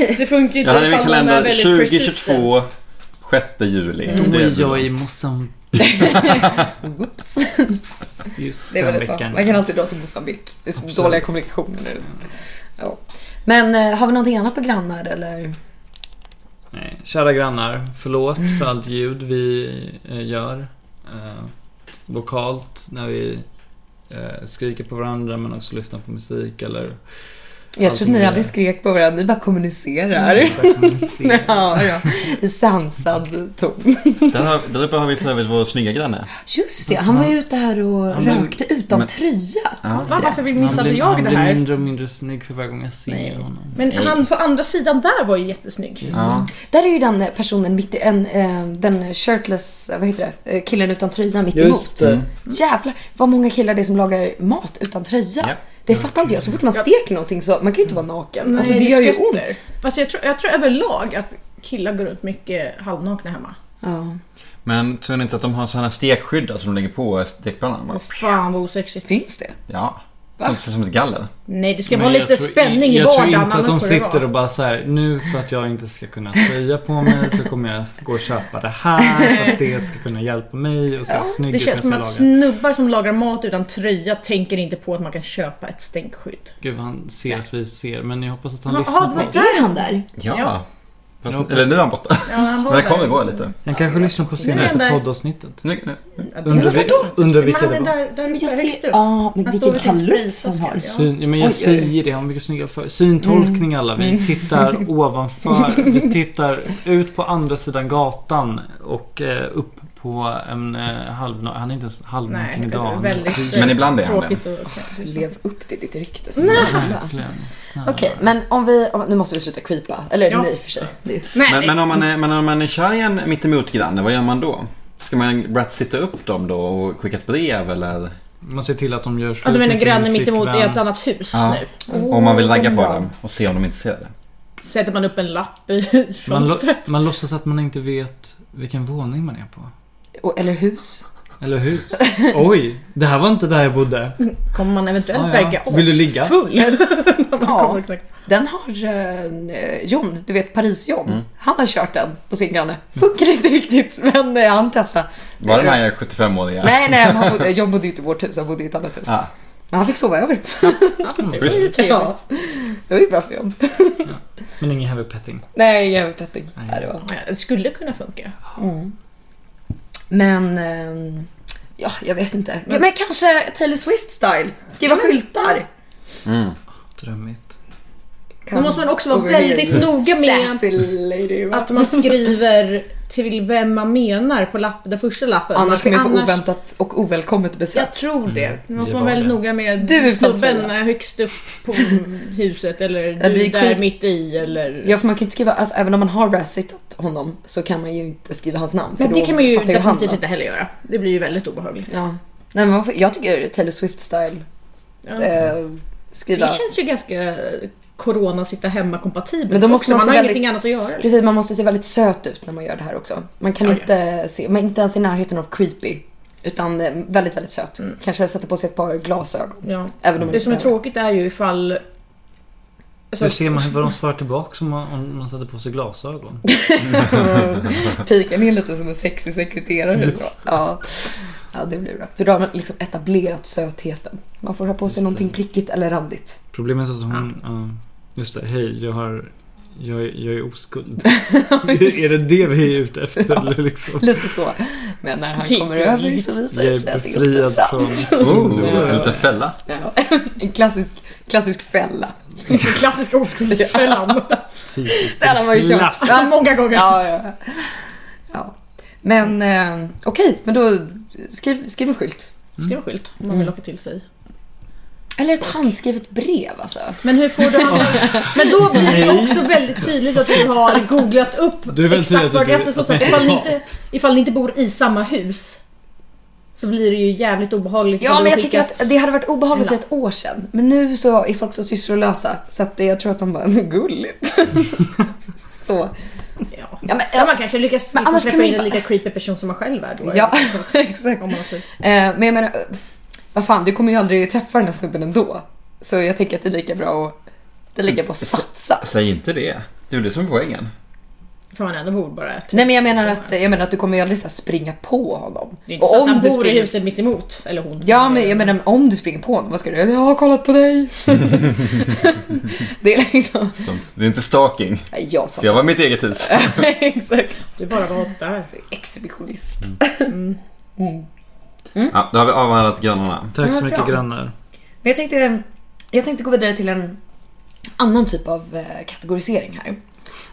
[SPEAKER 3] det funkar ju inte
[SPEAKER 4] Jag hade i min
[SPEAKER 3] ifall man är
[SPEAKER 4] kalender
[SPEAKER 3] väldigt persistent.
[SPEAKER 4] 2022, 6 juli.
[SPEAKER 5] Då
[SPEAKER 4] Det
[SPEAKER 5] är jag
[SPEAKER 4] bra.
[SPEAKER 5] i Mosambik
[SPEAKER 2] Oops.
[SPEAKER 5] just
[SPEAKER 2] Det är
[SPEAKER 5] den
[SPEAKER 2] väldigt bra.
[SPEAKER 5] veckan.
[SPEAKER 2] Man kan alltid dra till Mosambik. Det är så
[SPEAKER 5] Absolut.
[SPEAKER 2] dåliga kommunikationer. Ja. Men eh, har vi någonting annat på grannar eller?
[SPEAKER 5] Nej, kära grannar, förlåt för allt ljud vi eh, gör. Eh, lokalt när vi eh, skriker på varandra men också lyssnar på musik eller...
[SPEAKER 2] Jag
[SPEAKER 5] Allting
[SPEAKER 2] tror att ni
[SPEAKER 5] är-
[SPEAKER 2] aldrig skrek på varandra, ni bara kommunicerar.
[SPEAKER 5] Mm.
[SPEAKER 2] Ja, ja. I sansad ton.
[SPEAKER 4] Där, har, där uppe har vi för övrigt vår snygga granne.
[SPEAKER 2] Just det, han var ju ute här och
[SPEAKER 5] Ja, men-
[SPEAKER 2] rökte utan
[SPEAKER 4] men-
[SPEAKER 2] tröja.
[SPEAKER 4] Ja.
[SPEAKER 3] Va, varför vill
[SPEAKER 5] Han
[SPEAKER 3] missade
[SPEAKER 5] blir,
[SPEAKER 3] jag
[SPEAKER 5] han
[SPEAKER 3] det
[SPEAKER 5] blir
[SPEAKER 3] här?
[SPEAKER 5] mindre och mindre snygg för varje gång jag ser
[SPEAKER 3] Nej. Mm.
[SPEAKER 5] honom.
[SPEAKER 3] Men han på andra sidan där var ju jättesnygg.
[SPEAKER 4] Ja.
[SPEAKER 2] Där är ju den personen mitt i, en, eh, den shirtless, vad heter det, Eh, killen utan tröja mitt emot.
[SPEAKER 4] det.
[SPEAKER 5] Mm.
[SPEAKER 2] Jävlar vad många killar det är som lagar mat utan tröja.
[SPEAKER 4] Ja.
[SPEAKER 2] Det fattar inte jag. Så fort man steker någonting så, man kan ju inte vara naken. alltså det,
[SPEAKER 3] Nej,
[SPEAKER 2] gör ju
[SPEAKER 3] skvätter.
[SPEAKER 2] ont.
[SPEAKER 3] Fast jag, tror, jag tror överlag att killar går runt mycket halvnakna hemma.
[SPEAKER 2] Ja.
[SPEAKER 4] Men tror ni inte att de har sådana stekskyddar som de lägger på stekpannan?
[SPEAKER 3] Vad fan vad osexigt.
[SPEAKER 2] Finns det?
[SPEAKER 4] Ja.
[SPEAKER 2] Va?
[SPEAKER 4] Som, som ett galler.
[SPEAKER 3] Nej, det ska
[SPEAKER 5] Men
[SPEAKER 3] vara
[SPEAKER 5] jag
[SPEAKER 3] lite
[SPEAKER 5] tror-
[SPEAKER 3] spänning i
[SPEAKER 5] Jag tror
[SPEAKER 3] vardagen
[SPEAKER 5] inte att de
[SPEAKER 3] annars får det
[SPEAKER 5] sitter och
[SPEAKER 3] vara.
[SPEAKER 5] bara så här, nu för att jag inte ska kunna tröja på mig så kommer jag gå och köpa det här för att det ska kunna hjälpa mig och se
[SPEAKER 3] Ja,
[SPEAKER 5] snygg
[SPEAKER 3] det
[SPEAKER 5] ut när jag
[SPEAKER 3] känns som
[SPEAKER 5] ska
[SPEAKER 3] att
[SPEAKER 5] laga.
[SPEAKER 3] snubbar som lagar mat utan tröja tänker inte på att man kan köpa ett stänkskydd.
[SPEAKER 5] Gud vad han ser att vi ser, men jag hoppas att han
[SPEAKER 3] Jaha,
[SPEAKER 5] lyssnar
[SPEAKER 3] det
[SPEAKER 5] på
[SPEAKER 3] var
[SPEAKER 5] oss.
[SPEAKER 3] där.
[SPEAKER 2] Är han där?
[SPEAKER 4] Ja.
[SPEAKER 3] Ja.
[SPEAKER 4] Fast,
[SPEAKER 5] Jag hoppas-
[SPEAKER 4] eller nu är han borta.
[SPEAKER 3] Ja, han var
[SPEAKER 4] Men han
[SPEAKER 3] där.
[SPEAKER 4] kommer gå lite.
[SPEAKER 5] Han kanske lyssnar på
[SPEAKER 3] Nej,
[SPEAKER 5] senaste
[SPEAKER 3] nej.
[SPEAKER 5] poddavsnittet.
[SPEAKER 4] Nu, nu.
[SPEAKER 3] Ja, det-
[SPEAKER 5] Under,
[SPEAKER 3] Men
[SPEAKER 5] vi- under vilka
[SPEAKER 3] han
[SPEAKER 5] det
[SPEAKER 3] är
[SPEAKER 5] var.
[SPEAKER 3] där, där
[SPEAKER 2] Men
[SPEAKER 3] uppe,
[SPEAKER 2] jag
[SPEAKER 3] högst
[SPEAKER 2] ser...
[SPEAKER 3] upp.
[SPEAKER 2] Ja, men
[SPEAKER 3] Han står
[SPEAKER 2] vilken
[SPEAKER 3] vid sin
[SPEAKER 2] kalufs han
[SPEAKER 3] spritflaska.
[SPEAKER 2] har.
[SPEAKER 3] Ja.
[SPEAKER 5] Syn, ja, men jag
[SPEAKER 2] Oj, oj, oj.
[SPEAKER 5] säger det, han har mycket snygga för Syntolkning
[SPEAKER 3] Mm.
[SPEAKER 5] alla vi. Tittar ovanför. Vi tittar ut på andra sidan gatan och eh, upp på en eh, halv... Han är inte ens halv
[SPEAKER 3] Nej,
[SPEAKER 5] någonting idag. Han är
[SPEAKER 3] väldigt
[SPEAKER 4] Men ibland är han
[SPEAKER 3] tråkigt och
[SPEAKER 2] Ah, Lev upp till ditt rykte. snälla.
[SPEAKER 5] Verkligen. Snälla.
[SPEAKER 2] Okej, men om vi... om- Nu måste vi sluta creepa. Eller
[SPEAKER 3] Ja.
[SPEAKER 2] nej i och för sig. Det är-
[SPEAKER 3] Nej,
[SPEAKER 4] Men, men, om man är, men om man är kär i en mittemot granne, vad gör man då? Ska man rätt sitta upp dem då och skicka ett brev eller?
[SPEAKER 5] Man ser till att de gör slut
[SPEAKER 3] ja, du menar
[SPEAKER 5] med sin
[SPEAKER 3] grannen mittemot i
[SPEAKER 5] flickvän.
[SPEAKER 3] ett annat hus
[SPEAKER 4] Ja.
[SPEAKER 3] nu?
[SPEAKER 4] Om man vill ragga på
[SPEAKER 2] bra.
[SPEAKER 4] dem och se om de är intresserade.
[SPEAKER 3] Sätter man upp en lapp i
[SPEAKER 5] man, lo-
[SPEAKER 3] fönstret?
[SPEAKER 5] man låtsas att man inte vet vilken våning man är på.
[SPEAKER 2] Och, eller hus.
[SPEAKER 5] Eller hus. Oj, det här var inte där jag bodde.
[SPEAKER 3] Kommer man eventuellt
[SPEAKER 5] Ja, ja.
[SPEAKER 3] verka
[SPEAKER 5] Vill du ligga?
[SPEAKER 3] asfull? När man
[SPEAKER 2] Ja.
[SPEAKER 3] kommer och knackar.
[SPEAKER 2] Den har eh, John, du vet Paris-John.
[SPEAKER 4] Mm.
[SPEAKER 2] Han har kört den på sin granne. Funkar inte riktigt, men eh, han testade.
[SPEAKER 4] Var den här 75-åriga?
[SPEAKER 2] Nej, nej, han bodde, John bodde ju inte i vårt hus, han bodde i ett annat hus.
[SPEAKER 4] Ja.
[SPEAKER 2] Men han fick sova över.
[SPEAKER 4] Schysst.
[SPEAKER 3] Det är trevligt.
[SPEAKER 2] Ja. Det var ju bra för John.
[SPEAKER 5] Men ingen heavy petting.
[SPEAKER 2] Nej, jag vet inte.
[SPEAKER 5] Nej.
[SPEAKER 2] Nej, det var.
[SPEAKER 3] Ja, Det skulle kunna funka.
[SPEAKER 2] Men, ehm, ja, jag vet inte. Ja, men kanske Taylor Swift-style. Skriva skyltar.
[SPEAKER 4] Mm.
[SPEAKER 5] Drömmigt.
[SPEAKER 3] Då måste man också vara väldigt noga med
[SPEAKER 2] Sassy lady. va?
[SPEAKER 3] att man skriver till vem man menar på lapp, den första lappen. Man
[SPEAKER 2] Annars
[SPEAKER 3] ska-
[SPEAKER 2] kommer jag få oväntat och ovälkommet besök.
[SPEAKER 3] Jag tror det. Man
[SPEAKER 5] Mm.
[SPEAKER 3] måste
[SPEAKER 5] det
[SPEAKER 3] vara
[SPEAKER 5] var
[SPEAKER 3] väldigt
[SPEAKER 5] det.
[SPEAKER 3] noga med
[SPEAKER 2] Du är fan
[SPEAKER 3] snubben
[SPEAKER 2] tror
[SPEAKER 3] högst upp på huset eller
[SPEAKER 2] Det
[SPEAKER 3] du
[SPEAKER 2] blir
[SPEAKER 3] där
[SPEAKER 2] skit.
[SPEAKER 3] mitt i eller...
[SPEAKER 2] Ja, för man kan ju inte skriva, alltså, även om man har razzittat honom så kan man ju inte skriva hans namn. för
[SPEAKER 3] Men det
[SPEAKER 2] då
[SPEAKER 3] kan man ju
[SPEAKER 2] fattar han
[SPEAKER 3] definitivt
[SPEAKER 2] att-
[SPEAKER 3] inte heller göra. Det blir ju väldigt obehagligt.
[SPEAKER 2] Ja. Nej, men man får, jag tycker Taylor Swift-style.
[SPEAKER 3] Ja.
[SPEAKER 2] Eh, skriva...
[SPEAKER 3] Det känns ju ganska corona sitta hemma kompatibelt
[SPEAKER 2] Men då måste man
[SPEAKER 3] också. man
[SPEAKER 2] se
[SPEAKER 3] har
[SPEAKER 2] väldigt-
[SPEAKER 3] ingenting annat att göra. Liksom.
[SPEAKER 2] Precis, man måste se väldigt söt ut när man gör det här också. Man kan
[SPEAKER 3] Ja, ja.
[SPEAKER 2] inte se, man är inte ens i närheten av creepy. Utan eh, väldigt, väldigt söt. Kanske sätta på sig ett par glasögon.
[SPEAKER 3] liksom. Ja.
[SPEAKER 2] Även om
[SPEAKER 3] Det som är tråkigt är ju ifall... Alltså,
[SPEAKER 5] Hur ser man vad de svarar tillbaka om man, om man sätter på sig glasögon?
[SPEAKER 2] Pikan är lite som en sexig sekreterare. Så. Ja. ja, det blir bra. För då har man liksom etablerat sötheten. Man får ha på sig någonting prickigt eller randigt.
[SPEAKER 5] Problemet är att hon... ja, just det, hej, jag har... Jag, är- jag är oskuld. är det det vi är ute efter? Eller liksom?
[SPEAKER 2] Lite så. Men när han
[SPEAKER 3] Det är
[SPEAKER 2] kommer över
[SPEAKER 3] gulligt.
[SPEAKER 2] så visar
[SPEAKER 5] Jag
[SPEAKER 2] det sig
[SPEAKER 5] är
[SPEAKER 2] att det inte är
[SPEAKER 5] befriad
[SPEAKER 2] sant.
[SPEAKER 5] från...
[SPEAKER 4] Oh,
[SPEAKER 5] Ja.
[SPEAKER 4] en liten fälla.
[SPEAKER 2] Ja. En klassisk, klassisk fälla.
[SPEAKER 3] den klassiska oskuldsfällan.
[SPEAKER 5] Typiskt.
[SPEAKER 2] Den har man ju kört.
[SPEAKER 5] Klass.
[SPEAKER 2] Ja,
[SPEAKER 3] Många gånger.
[SPEAKER 2] Ja, ja. ja. Men eh, okej, men då skriv, skriv en skylt.
[SPEAKER 3] Skriv en skylt om man vill locka till sig.
[SPEAKER 2] Eller ett handskrivet brev alltså.
[SPEAKER 3] Men hur får du Men då blir det också väldigt tydligt att du har googlat upp
[SPEAKER 5] Du är väldigt tydlig att
[SPEAKER 3] exakt vart
[SPEAKER 5] du-
[SPEAKER 3] det är. Så
[SPEAKER 5] att du
[SPEAKER 3] att
[SPEAKER 5] är
[SPEAKER 3] ifall, ni
[SPEAKER 5] psykopat.
[SPEAKER 3] inte, ifall ni inte bor i samma hus så blir det ju jävligt obehagligt.
[SPEAKER 2] Ja,
[SPEAKER 3] om
[SPEAKER 2] men
[SPEAKER 3] du
[SPEAKER 2] jag tycker
[SPEAKER 3] skickat-
[SPEAKER 2] att det hade varit obehagligt för
[SPEAKER 3] en
[SPEAKER 2] ett år sedan. Men nu så är folk så sysslolösa så att det- jag tror att de bara, gulligt. så.
[SPEAKER 3] Ja.
[SPEAKER 2] Ja, men,
[SPEAKER 3] Ja, man kanske lyckas
[SPEAKER 2] Men
[SPEAKER 3] liksom
[SPEAKER 2] annars kan
[SPEAKER 3] träffa
[SPEAKER 2] man
[SPEAKER 3] in en
[SPEAKER 2] bara-
[SPEAKER 3] lika creepy person som man själv är. Då,
[SPEAKER 2] ja,
[SPEAKER 3] Eller något sånt.
[SPEAKER 2] exakt.
[SPEAKER 3] Om man typ- har tur.
[SPEAKER 2] Eh, men jag menar, eh, vad fan, du kommer ju aldrig träffa den här snubben ändå. Så jag tänker att det är lika bra att, det är lika bra att satsa.
[SPEAKER 4] Säg inte det. Det är väl det som är poängen.
[SPEAKER 3] För man ändå bor bara ett
[SPEAKER 2] Nej men jag menar
[SPEAKER 3] hus.
[SPEAKER 2] att, jag menar att du kommer ju aldrig så här springa på honom.
[SPEAKER 3] Det är inte så att han bor i
[SPEAKER 2] springer-
[SPEAKER 3] huset mitt emot Eller hon.
[SPEAKER 2] Ja men jag menar om du springer på honom, vad ska du göra? Jag har kollat på dig. det är liksom...
[SPEAKER 4] Som, det är inte stalking.
[SPEAKER 2] Nej, jag
[SPEAKER 4] För jag
[SPEAKER 2] satsar.
[SPEAKER 4] var i mitt eget hus.
[SPEAKER 2] Exakt.
[SPEAKER 3] Du bara var där.
[SPEAKER 2] Exhibitionist. Mm.
[SPEAKER 4] Ja, då har vi avhandlat grannarna.
[SPEAKER 5] Tack
[SPEAKER 2] Ja,
[SPEAKER 5] så mycket
[SPEAKER 2] bra.
[SPEAKER 5] grannar.
[SPEAKER 2] Men jag tänkte, eh, jag tänkte gå vidare till en annan typ av eh, kategorisering här.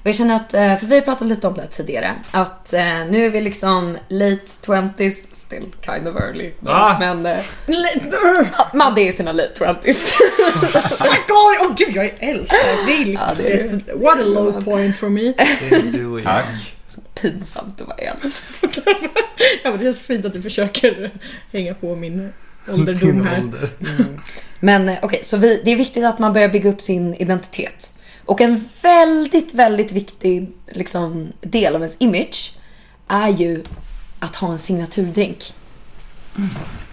[SPEAKER 2] Och jag känner att, eh, för vi har pratat lite om det här tidigare, att eh, nu är vi liksom late 20s, still kind of early.
[SPEAKER 5] Va?
[SPEAKER 2] Men eh, ja, Madde är i sina late 20s.
[SPEAKER 3] Fuck all! Åh gud, jag är äldst.
[SPEAKER 2] ja, det är
[SPEAKER 3] What a low point for me.
[SPEAKER 5] Det är du och jag.
[SPEAKER 4] Tack.
[SPEAKER 2] pinsamt att vara äldst.
[SPEAKER 3] Ja, men det känns fint att du försöker hänga på min
[SPEAKER 5] Din
[SPEAKER 3] ålderdom här.
[SPEAKER 5] ålder.
[SPEAKER 2] Men eh, okej, så vi, det är viktigt att man börjar bygga upp sin identitet. Och en väldigt, väldigt viktig liksom, del av ens image är ju att ha en signaturdrink.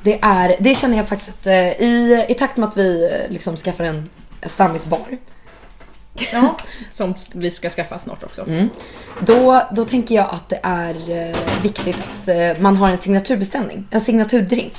[SPEAKER 2] Det, är, det känner jag faktiskt att eh, i, i takt med att vi eh, liksom skaffar en en stammisbar,
[SPEAKER 3] Ja, som vi ska skaffa snart också.
[SPEAKER 2] mm, då, då tänker jag att det är eh, viktigt att eh, man har en signaturbeställning. En signaturdrink.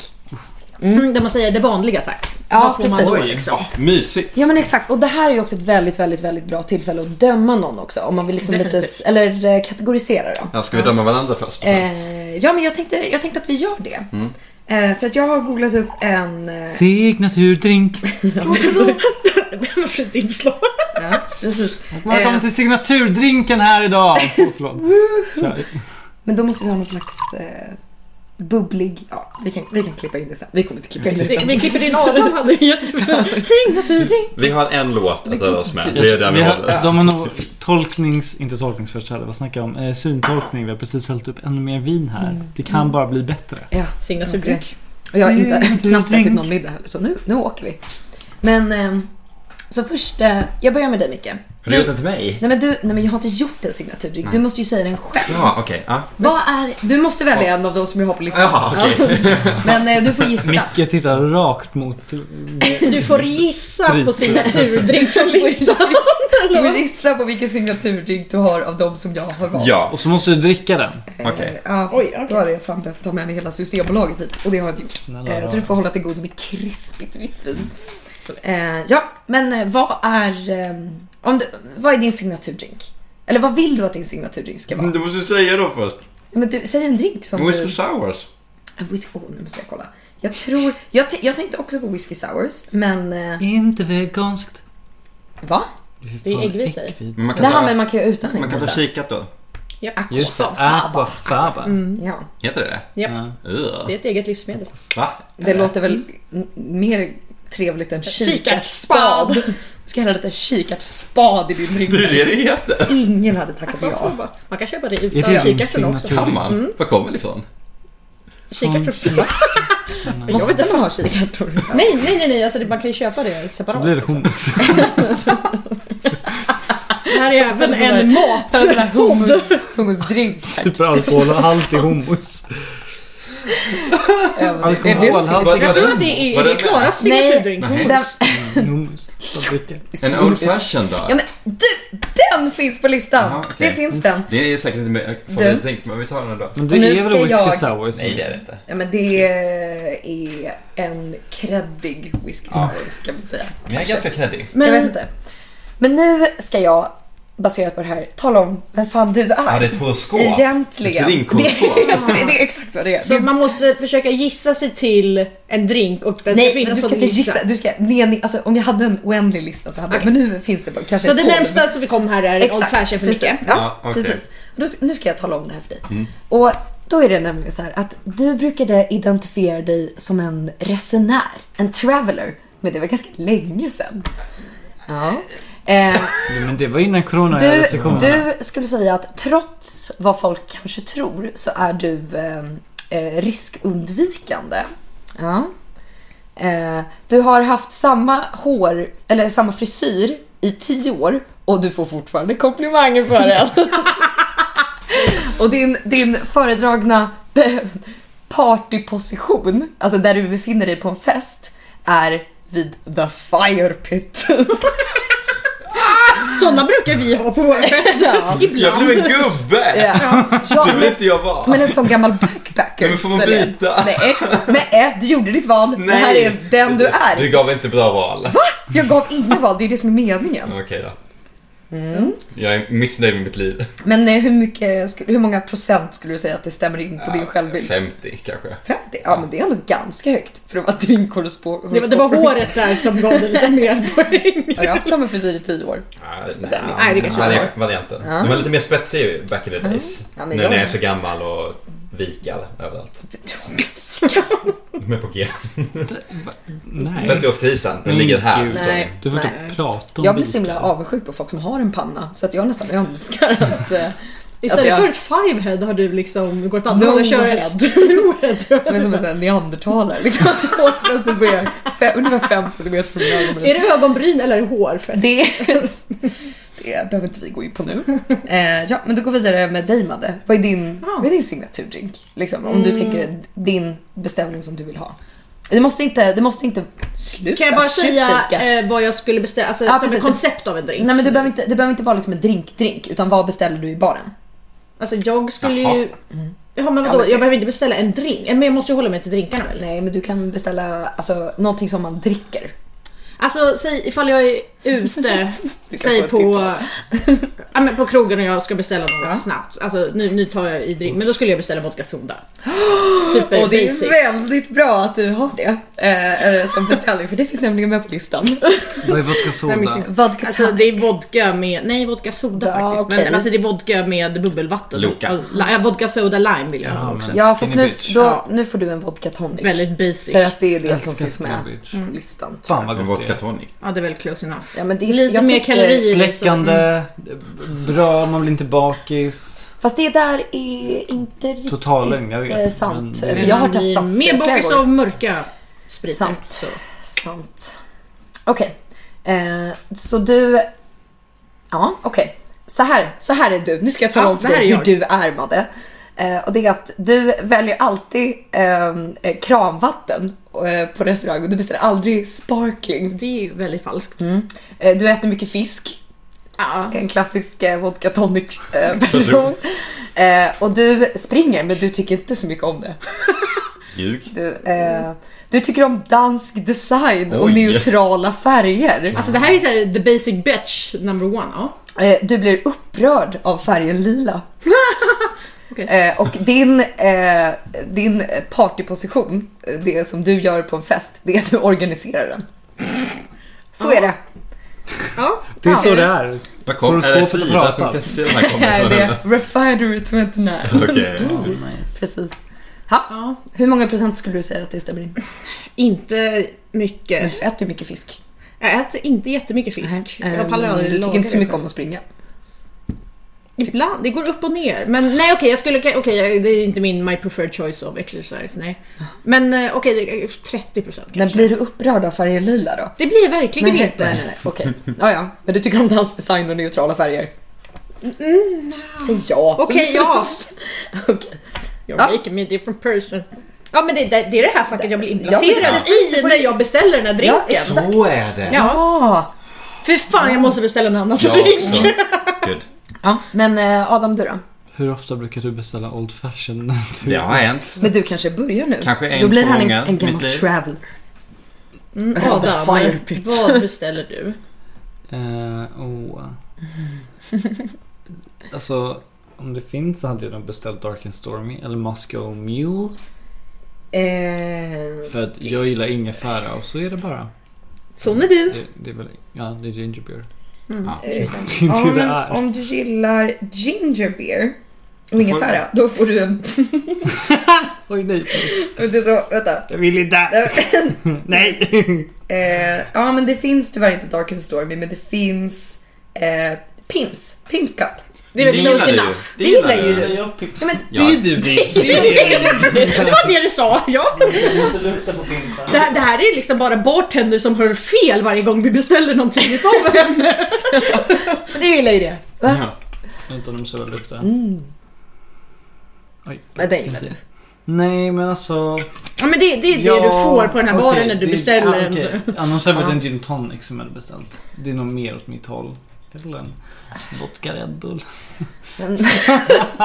[SPEAKER 3] Mm, där man säger det vanliga tack.
[SPEAKER 2] Ja,
[SPEAKER 3] Vad får man
[SPEAKER 2] precis.
[SPEAKER 3] då liksom?
[SPEAKER 4] Mysigt.
[SPEAKER 2] Ja men exakt, och det här är ju också ett väldigt, väldigt, väldigt bra tillfälle att döma någon också. Om man vill liksom lite,
[SPEAKER 3] Definitivt.
[SPEAKER 2] eller eh, kategorisera då.
[SPEAKER 4] Ja, ska vi döma varandra först? och främst?
[SPEAKER 2] Eh, ja men jag tänkte, jag tänkte att vi gör det.
[SPEAKER 3] Mm.
[SPEAKER 2] Eh, för att jag har googlat upp en... eh,
[SPEAKER 5] Signaturdrink.
[SPEAKER 3] Fint inslag.
[SPEAKER 2] ja, precis.
[SPEAKER 5] Välkommen
[SPEAKER 2] Eh.
[SPEAKER 5] till signaturdrinken här idag. Åh, förlåt. Kör.
[SPEAKER 2] Men då måste vi ha någon slags eh, bubblig... Ja, vi kan, vi kan klippa in det sen. Vi kommer inte klippa in det sen.
[SPEAKER 3] Vi klipper in Adam hade ju jättebra.
[SPEAKER 4] Vi har en låt att röra oss med. Det är den
[SPEAKER 5] Vi
[SPEAKER 4] vi
[SPEAKER 5] har-
[SPEAKER 4] håller.
[SPEAKER 5] De har nog tolknings... Inte tolkningsföreträde, vad snackar jag om? Eh, syntolkning. Vi har precis hällt upp ännu mer vin
[SPEAKER 3] Mm.
[SPEAKER 5] här. Det kan bara bli bättre.
[SPEAKER 2] Ja,
[SPEAKER 3] Signaturbruk.
[SPEAKER 2] och jag har inte,
[SPEAKER 5] Signaturbrink.
[SPEAKER 2] knappt ätit någon middag heller, så nu, nu åker vi. Men... Eh, så först, eh, jag börjar med dig Micke.
[SPEAKER 4] Har du gjort den till mig?
[SPEAKER 2] Nej men, du, nej men jag har inte gjort en signaturdrink, du måste ju säga den själv.
[SPEAKER 4] Ja, okej. Ah.
[SPEAKER 2] Vad är, du måste välja en av de som jag har på listan.
[SPEAKER 4] Jaha, okej.
[SPEAKER 2] Ja. Men eh, du får gissa.
[SPEAKER 5] Micke tittar rakt mot...
[SPEAKER 3] Du får gissa på
[SPEAKER 5] Sprit.
[SPEAKER 3] signaturdrinklistan.
[SPEAKER 2] Du får gissa på vilken signaturdrink du har av de som jag har valt.
[SPEAKER 4] Ja,
[SPEAKER 5] Och så måste du dricka den.
[SPEAKER 4] okej.
[SPEAKER 2] Eh, Ja,
[SPEAKER 3] Oj,
[SPEAKER 2] Oj,
[SPEAKER 3] okej.
[SPEAKER 2] Då hade jag fan behövt ta med mig hela Systembolaget hit och det har jag inte gjort.
[SPEAKER 5] Snälla
[SPEAKER 2] Eh,
[SPEAKER 5] rara.
[SPEAKER 2] så du får hålla till god med krispigt vitt vin. Eh, ja, men eh, vad är, ehm, om du, vad är din signaturdrink? Eller vad vill du att din signaturdrink ska vara?
[SPEAKER 4] Men Du måste ju säga då först.
[SPEAKER 2] Men du, säg en drink som
[SPEAKER 4] Whisky
[SPEAKER 2] du...
[SPEAKER 4] sours.
[SPEAKER 2] En Whisky, oh, nu måste jag kolla. Jag tror, jag, t- jag tänkte också på whisky sours, men... Eh,
[SPEAKER 5] Inte veganskt.
[SPEAKER 2] va?
[SPEAKER 3] Det är äggvita i.
[SPEAKER 4] Men man kan
[SPEAKER 2] Det här med
[SPEAKER 4] ta,
[SPEAKER 2] man kan ju utan
[SPEAKER 4] man kan ta kikat då.
[SPEAKER 5] Just det, Ah.
[SPEAKER 2] Aquafaba.
[SPEAKER 5] aquafaba.
[SPEAKER 2] Mm, ja.
[SPEAKER 4] Heter det
[SPEAKER 3] Ja.
[SPEAKER 5] Ja.
[SPEAKER 4] det? Ugh.
[SPEAKER 3] Det är ett eget livsmedel.
[SPEAKER 4] Va?
[SPEAKER 2] Det låter väl m- mer trevligt än
[SPEAKER 3] Kikartspad.
[SPEAKER 2] kikartspad. Du ska hälla lite kikartspad i din drink.
[SPEAKER 4] Det är ju det det heter.
[SPEAKER 2] Ingen hade tackat ja.
[SPEAKER 3] Man kan köpa det
[SPEAKER 5] Är det
[SPEAKER 3] utan
[SPEAKER 5] en
[SPEAKER 3] kikärten också.
[SPEAKER 5] signatur?
[SPEAKER 4] Kan man?
[SPEAKER 2] Mm.
[SPEAKER 4] Var kommer det ifrån?
[SPEAKER 3] Kikärtor.
[SPEAKER 5] Från-
[SPEAKER 2] Måste man ha kikärtor?
[SPEAKER 3] Nej, nej, nej, nej. Alltså, det- man kan ju köpa det
[SPEAKER 5] Då
[SPEAKER 3] separat.
[SPEAKER 5] blir det
[SPEAKER 3] liksom.
[SPEAKER 5] hummus.
[SPEAKER 3] Det här är även en mat.
[SPEAKER 2] Alltså, Hummus, hummusdrink.
[SPEAKER 5] Superalkoholhalt i hummus. Alkoholhalt i
[SPEAKER 3] Jag tror att det är,
[SPEAKER 4] Var
[SPEAKER 3] det är
[SPEAKER 4] den
[SPEAKER 3] Klaras
[SPEAKER 2] Nej.
[SPEAKER 3] signaturdrink.
[SPEAKER 4] Nej.
[SPEAKER 2] Den,
[SPEAKER 5] hummus. Att dricka.
[SPEAKER 4] En old fashion då?
[SPEAKER 2] Mm. ja, men, du, den finns på listan!
[SPEAKER 4] Jaha, okej.
[SPEAKER 2] Det finns den.
[SPEAKER 4] Det är säkert inte mer
[SPEAKER 2] Du.
[SPEAKER 4] folk tänkt men vi tar den då.
[SPEAKER 5] Men
[SPEAKER 2] Och nu
[SPEAKER 5] det är
[SPEAKER 2] ska
[SPEAKER 5] väl whisky
[SPEAKER 2] jag-
[SPEAKER 5] sour? som-
[SPEAKER 4] Nej det är det inte.
[SPEAKER 2] Ja, men det är en kreddig whisky sour kan man säga.
[SPEAKER 4] Men jag är ganska creddig.
[SPEAKER 2] jag vet
[SPEAKER 3] Men
[SPEAKER 2] inte. Men nu ska jag, baserat på det här, tala om vem fan du
[SPEAKER 4] Ja,
[SPEAKER 2] är.
[SPEAKER 4] det är ett horoskop.
[SPEAKER 2] Egentligen.
[SPEAKER 4] Drinkhoroskop.
[SPEAKER 2] Det, är- det är exakt vad det är.
[SPEAKER 3] så man måste försöka gissa sig till en drink och den ska
[SPEAKER 2] Nej, men
[SPEAKER 3] finnas
[SPEAKER 2] du ska
[SPEAKER 3] att
[SPEAKER 2] inte gissa. Du ska, nej, nej, alltså, om jag hade en oändlig lista så hade jag, men nu finns det bara kanske
[SPEAKER 3] Så det
[SPEAKER 2] 12.
[SPEAKER 3] närmsta som vi kom här är en Old
[SPEAKER 2] Exakt,
[SPEAKER 3] Fashion för
[SPEAKER 2] precis.
[SPEAKER 3] Micke.
[SPEAKER 2] Ja,
[SPEAKER 4] Ja, okej. Mm.
[SPEAKER 2] precis. Och Då, nu ska jag tala om det här för dig. Och då är det nämligen så här att du brukade identifiera dig som en resenär, en traveler. Men det var ganska länge sedan. Ja. Eh,
[SPEAKER 5] Men det var innan
[SPEAKER 2] du,
[SPEAKER 5] coronarestriktionerna.
[SPEAKER 2] du skulle säga att trots vad folk kanske tror så är du eh, eh, riskundvikande. Ja. Eh, du har haft samma hår, eller samma frisyr i tio år och du får fortfarande komplimanger för den. och din, din föredragna be- partyposition, alltså där du befinner dig på en fest, är vid the fire pit.
[SPEAKER 3] Sådana brukar vi ha på våra fester.
[SPEAKER 4] Jag blev en gubbe!
[SPEAKER 2] Ja. Ja,
[SPEAKER 4] Det
[SPEAKER 2] men-
[SPEAKER 4] vill inte jag vara.
[SPEAKER 2] Men en sån gammal backpacker.
[SPEAKER 4] Ja, men får man
[SPEAKER 2] så är det.
[SPEAKER 4] byta?
[SPEAKER 2] Nej, nej, du gjorde ditt val. Det här är den du är.
[SPEAKER 4] Du gav inte bra val.
[SPEAKER 2] Jag gav inga val, det är det som är meningen.
[SPEAKER 4] Okej då.
[SPEAKER 3] Mm.
[SPEAKER 4] Jag är missnöjd med mitt liv.
[SPEAKER 2] Men eh, hur, mycket, skulle- hur många procent skulle du säga att det stämmer in på din självbild?
[SPEAKER 4] 50 kanske.
[SPEAKER 2] 50? Ja, men det är ändå ganska högt för att vara drinkhoroskop.
[SPEAKER 3] Det var, det var håret där som gav det lite mer poäng.
[SPEAKER 2] Har du haft samma frisyr i tio år?
[SPEAKER 4] Ja,
[SPEAKER 3] nej, det kanske
[SPEAKER 4] vari-
[SPEAKER 3] var.
[SPEAKER 4] Varianten.
[SPEAKER 2] Ja.
[SPEAKER 4] Den var lite mer spetsig back in the days.
[SPEAKER 2] Ja, men
[SPEAKER 4] nu
[SPEAKER 2] jag-
[SPEAKER 4] när jag är så gammal och vikal överallt. De är på G.
[SPEAKER 5] Nej.
[SPEAKER 4] 30-årskrisen, den
[SPEAKER 5] Nej,
[SPEAKER 4] ligger här.
[SPEAKER 5] gud.
[SPEAKER 4] förstår du.
[SPEAKER 2] Nej.
[SPEAKER 5] Du får
[SPEAKER 2] Nej.
[SPEAKER 5] inte prata om
[SPEAKER 2] Jag blir
[SPEAKER 5] det.
[SPEAKER 2] så himla avundsjuk på folk som har en panna så att jag nästan önskar att... eh,
[SPEAKER 3] Istället
[SPEAKER 2] jag-
[SPEAKER 3] för ett fivehead har du liksom gått andra
[SPEAKER 2] No
[SPEAKER 3] hållet och kör ett
[SPEAKER 2] head.
[SPEAKER 3] two-head.
[SPEAKER 2] Men som en sån här neandertalare liksom. Att hårfästet börjar fe- ungefär 5 centimeter från ögonbrynet.
[SPEAKER 3] Är det ögonbryn eller hår?
[SPEAKER 2] Det, det eh, behöver inte vi gå in på nu. Eh, ja, men du går vi vidare med dig Madde. Vad är din,
[SPEAKER 3] Ja.
[SPEAKER 2] vad är din signaturdrink? Liksom, om du tänker din beställning som du vill ha. Det måste inte, det måste inte sluta
[SPEAKER 3] Kan jag bara säga
[SPEAKER 2] tjuvkika.
[SPEAKER 3] eh, vad jag skulle beställa, alltså
[SPEAKER 2] Ja,
[SPEAKER 3] som
[SPEAKER 2] precis.
[SPEAKER 3] ett koncept av en drink?
[SPEAKER 2] Nej men det behöver inte, det behöver inte vara liksom en drinkdrink utan vad beställer du i baren?
[SPEAKER 3] Alltså jag skulle
[SPEAKER 4] Jaha.
[SPEAKER 3] ju... Jaha men vadå,
[SPEAKER 2] Ja, men det-
[SPEAKER 3] jag behöver inte beställa en drink. Men jag måste ju hålla mig till drinkarna väl?
[SPEAKER 2] Nej men du kan beställa alltså, någonting som man dricker.
[SPEAKER 3] Alltså säg ifall jag är ute,
[SPEAKER 2] Du kan
[SPEAKER 3] säg
[SPEAKER 2] få ett tips
[SPEAKER 3] på, ja, men på krogen och jag ska beställa något
[SPEAKER 2] Ja.
[SPEAKER 3] snabbt. Alltså nu, nu tar jag i drink, men då skulle jag beställa vodka soda. Super
[SPEAKER 2] Och det
[SPEAKER 3] basic.
[SPEAKER 2] är väldigt bra att du har det eh, eh, som beställning för det finns nämligen med på listan.
[SPEAKER 5] Vad är vodka soda?
[SPEAKER 2] Vodka
[SPEAKER 3] Alltså det är vodka med, nej vodka soda
[SPEAKER 2] Ja,
[SPEAKER 3] faktiskt.
[SPEAKER 2] okej.
[SPEAKER 3] Men alltså det är vodka med bubbelvatten.
[SPEAKER 4] Loka.
[SPEAKER 3] Alltså, li- ja, vodka soda lime vill jag
[SPEAKER 5] Jaha,
[SPEAKER 3] ha
[SPEAKER 5] men-
[SPEAKER 3] också.
[SPEAKER 2] Ja fast
[SPEAKER 4] Skinny
[SPEAKER 2] nu,
[SPEAKER 4] bitch.
[SPEAKER 2] då,
[SPEAKER 3] Ja.
[SPEAKER 2] nu får du en vodka tonic.
[SPEAKER 3] Väldigt basic.
[SPEAKER 2] för att det är det som
[SPEAKER 5] Älskar
[SPEAKER 2] finns med Mm.
[SPEAKER 5] Scandwich.
[SPEAKER 2] på listan. tror
[SPEAKER 5] Fan
[SPEAKER 2] jag.
[SPEAKER 5] vad
[SPEAKER 4] En
[SPEAKER 5] gott det
[SPEAKER 4] vodka
[SPEAKER 5] är.
[SPEAKER 4] tonic.
[SPEAKER 3] Ja det är väl close enough.
[SPEAKER 2] Ja, men det är
[SPEAKER 3] Lite
[SPEAKER 2] jag
[SPEAKER 3] mer
[SPEAKER 2] tycker-
[SPEAKER 3] kalorier.
[SPEAKER 5] Släckande, bra, man blir inte bakis.
[SPEAKER 2] Fast det där är inte riktigt
[SPEAKER 5] Totalögn, jag vet.
[SPEAKER 2] eh, sant.
[SPEAKER 5] Men det-
[SPEAKER 2] Jag har
[SPEAKER 3] Men vi är
[SPEAKER 2] testat
[SPEAKER 3] Mer
[SPEAKER 2] flera
[SPEAKER 3] bakis
[SPEAKER 2] gånger.
[SPEAKER 3] av mörka spriter.
[SPEAKER 2] Sant.
[SPEAKER 3] Så.
[SPEAKER 2] Sant. Okej. Eh, så du... Ja, okej. Så, här, så här är du. Nu ska jag tala
[SPEAKER 3] Ja,
[SPEAKER 2] om för
[SPEAKER 3] det här
[SPEAKER 2] dig
[SPEAKER 3] är
[SPEAKER 2] hur
[SPEAKER 3] jag.
[SPEAKER 2] du är Madde. Eh, och det är att du väljer alltid ehm, eh, kranvatten eh, på restaurang och du beställer aldrig sparkling.
[SPEAKER 3] Det är ju väldigt falskt.
[SPEAKER 2] Eh, du äter mycket fisk.
[SPEAKER 3] Ja.
[SPEAKER 2] En klassisk eh, vodka tonic eh, person. eh, och du springer men du tycker inte så mycket om det.
[SPEAKER 4] Ljug.
[SPEAKER 2] Du, eh, du tycker om dansk design och
[SPEAKER 4] Oj.
[SPEAKER 2] neutrala färger.
[SPEAKER 3] Alltså det här är så här, the basic bitch number one. Ja.
[SPEAKER 2] Eh, Du blir upprörd av färgen lila.
[SPEAKER 3] Okej.
[SPEAKER 2] Eh, Och din, eh, din partyposition, eh, det som du gör på en fest, det är att du organiserar den. Så är det.
[SPEAKER 3] ja.
[SPEAKER 5] Det är så det
[SPEAKER 2] Mm.
[SPEAKER 5] är.
[SPEAKER 4] Vad kom? Äh, Är det
[SPEAKER 5] Horoskopet pratar.
[SPEAKER 4] Frida.se den här kommer
[SPEAKER 2] Här är
[SPEAKER 4] ifrån?
[SPEAKER 2] det Refinery29.
[SPEAKER 4] Okej.
[SPEAKER 2] Precis. Ha,
[SPEAKER 3] ja.
[SPEAKER 2] hur många procent skulle du säga att det stämmer in?
[SPEAKER 3] Inte mycket.
[SPEAKER 2] Men du äter ju mycket fisk.
[SPEAKER 3] Jag äter inte jättemycket Eh. fisk. jag pallar
[SPEAKER 2] Ehm,
[SPEAKER 3] aldrig
[SPEAKER 2] Du tycker
[SPEAKER 3] laga
[SPEAKER 2] inte så
[SPEAKER 3] det.
[SPEAKER 2] mycket om att springa.
[SPEAKER 3] Ibland, det går upp och ner. Men nej okej, jag skulle, okej det är inte min my preferred choice of exercise, nej. Men eh, okej, det är 30 procent kanske.
[SPEAKER 2] Men blir du upprörd av färgen lila då?
[SPEAKER 3] Det blir jag verkligen inte.
[SPEAKER 2] Nej, nej, nej. Okej. Ja, ja. Men du tycker om dansdesign och neutrala färger?
[SPEAKER 3] Mm.
[SPEAKER 2] Säg ja.
[SPEAKER 3] Okej, ja.
[SPEAKER 2] Okej.
[SPEAKER 3] You're making me a different person. Ja men det, det, det är det här facket jag blir
[SPEAKER 2] Ja,
[SPEAKER 3] inplacerad
[SPEAKER 2] precis.
[SPEAKER 3] i när jag beställer den här drinken.
[SPEAKER 2] Ja, exakt.
[SPEAKER 4] Så är det.
[SPEAKER 3] Ja.
[SPEAKER 2] Ja.
[SPEAKER 3] För fan jag måste beställa en annan
[SPEAKER 4] Jag
[SPEAKER 3] drink.
[SPEAKER 4] också. Gud.
[SPEAKER 2] ja. Men eh, Adam, du då?
[SPEAKER 5] Hur ofta brukar du beställa Old Fashion? Typ.
[SPEAKER 4] Det har hänt.
[SPEAKER 2] Men du kanske börjar nu?
[SPEAKER 4] Kanske en
[SPEAKER 2] Då blir
[SPEAKER 4] för
[SPEAKER 2] han en,
[SPEAKER 4] många,
[SPEAKER 2] en gammal
[SPEAKER 4] mitt liv.
[SPEAKER 2] traveler.
[SPEAKER 3] Mm,
[SPEAKER 2] Röda
[SPEAKER 3] Adam,
[SPEAKER 2] fire pit.
[SPEAKER 3] vad beställer du?
[SPEAKER 5] Eh, oh. Alltså, om det finns så hade jag nog beställt Dark and Stormy eller Moscow Mule.
[SPEAKER 2] Eh,
[SPEAKER 5] För att jag gillar ingefära och så är det bara.
[SPEAKER 3] Sån är du.
[SPEAKER 5] Det, det är väl, ja, det är ginger beer.
[SPEAKER 2] eh,
[SPEAKER 5] Det är inte
[SPEAKER 2] ja,
[SPEAKER 5] det
[SPEAKER 2] men
[SPEAKER 5] är.
[SPEAKER 2] om du gillar ginger beer och ingefära, då får du en...
[SPEAKER 5] Oj nej,
[SPEAKER 2] Det är så, vänta.
[SPEAKER 5] jag vill inte. nej.
[SPEAKER 2] Eh, ja, men det finns tyvärr inte Dark and Stormy, men det finns eh, Pims. Pims Cup.
[SPEAKER 3] Det är väl close
[SPEAKER 4] du.
[SPEAKER 3] enough.
[SPEAKER 2] Det gillar ju du.
[SPEAKER 5] Jag pipsar.
[SPEAKER 2] Ja, men,
[SPEAKER 4] Ja.
[SPEAKER 5] du det. Det är du.
[SPEAKER 3] Det var det du sa, ja.
[SPEAKER 1] Du måste lukta på pimpar.
[SPEAKER 3] Det här, det här är liksom bara bartender som hör fel varje gång vi beställer någonting utav henne. Du gillar ju det.
[SPEAKER 4] Ja.
[SPEAKER 5] Vänta nu måste jag väl lukta.
[SPEAKER 3] Mm.
[SPEAKER 2] Mm.
[SPEAKER 5] Oj.
[SPEAKER 2] men den gillar du.
[SPEAKER 5] Nej men alltså.
[SPEAKER 3] Ja men det, det är det
[SPEAKER 5] ja,
[SPEAKER 3] du får på den här baren
[SPEAKER 5] okej,
[SPEAKER 3] när du
[SPEAKER 5] det-
[SPEAKER 3] beställer
[SPEAKER 5] ja,
[SPEAKER 3] en.
[SPEAKER 5] okej. Annars hade det varit
[SPEAKER 2] Ja.
[SPEAKER 5] en gin tonic som jag hade beställt. Det är nog mer åt mitt håll. Eller en vodka Red Bull.
[SPEAKER 2] Men,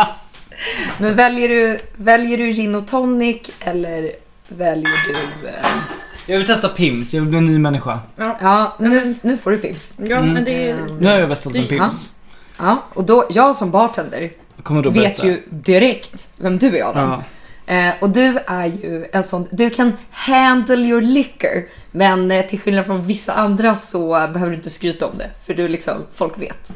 [SPEAKER 2] men väljer, du, väljer du gin och tonic eller väljer du... Eh,
[SPEAKER 5] Jag vill testa Pims, jag vill bli en ny människa.
[SPEAKER 2] ja, nu, nu får du pips.
[SPEAKER 3] Ja
[SPEAKER 5] Mm.
[SPEAKER 3] men det
[SPEAKER 2] Mm.
[SPEAKER 5] Nu har jag beställt en
[SPEAKER 3] Ja.
[SPEAKER 5] Pims.
[SPEAKER 2] Ja, och då, jag som bartender
[SPEAKER 5] Kommer då
[SPEAKER 2] vet
[SPEAKER 5] berätta.
[SPEAKER 2] ju direkt vem du är Adam.
[SPEAKER 5] Ja.
[SPEAKER 2] Eh, och du är ju en sån, du kan handle your liquor. Men eh, till skillnad från vissa andra så eh, behöver du inte skryta om det. För du liksom, folk vet.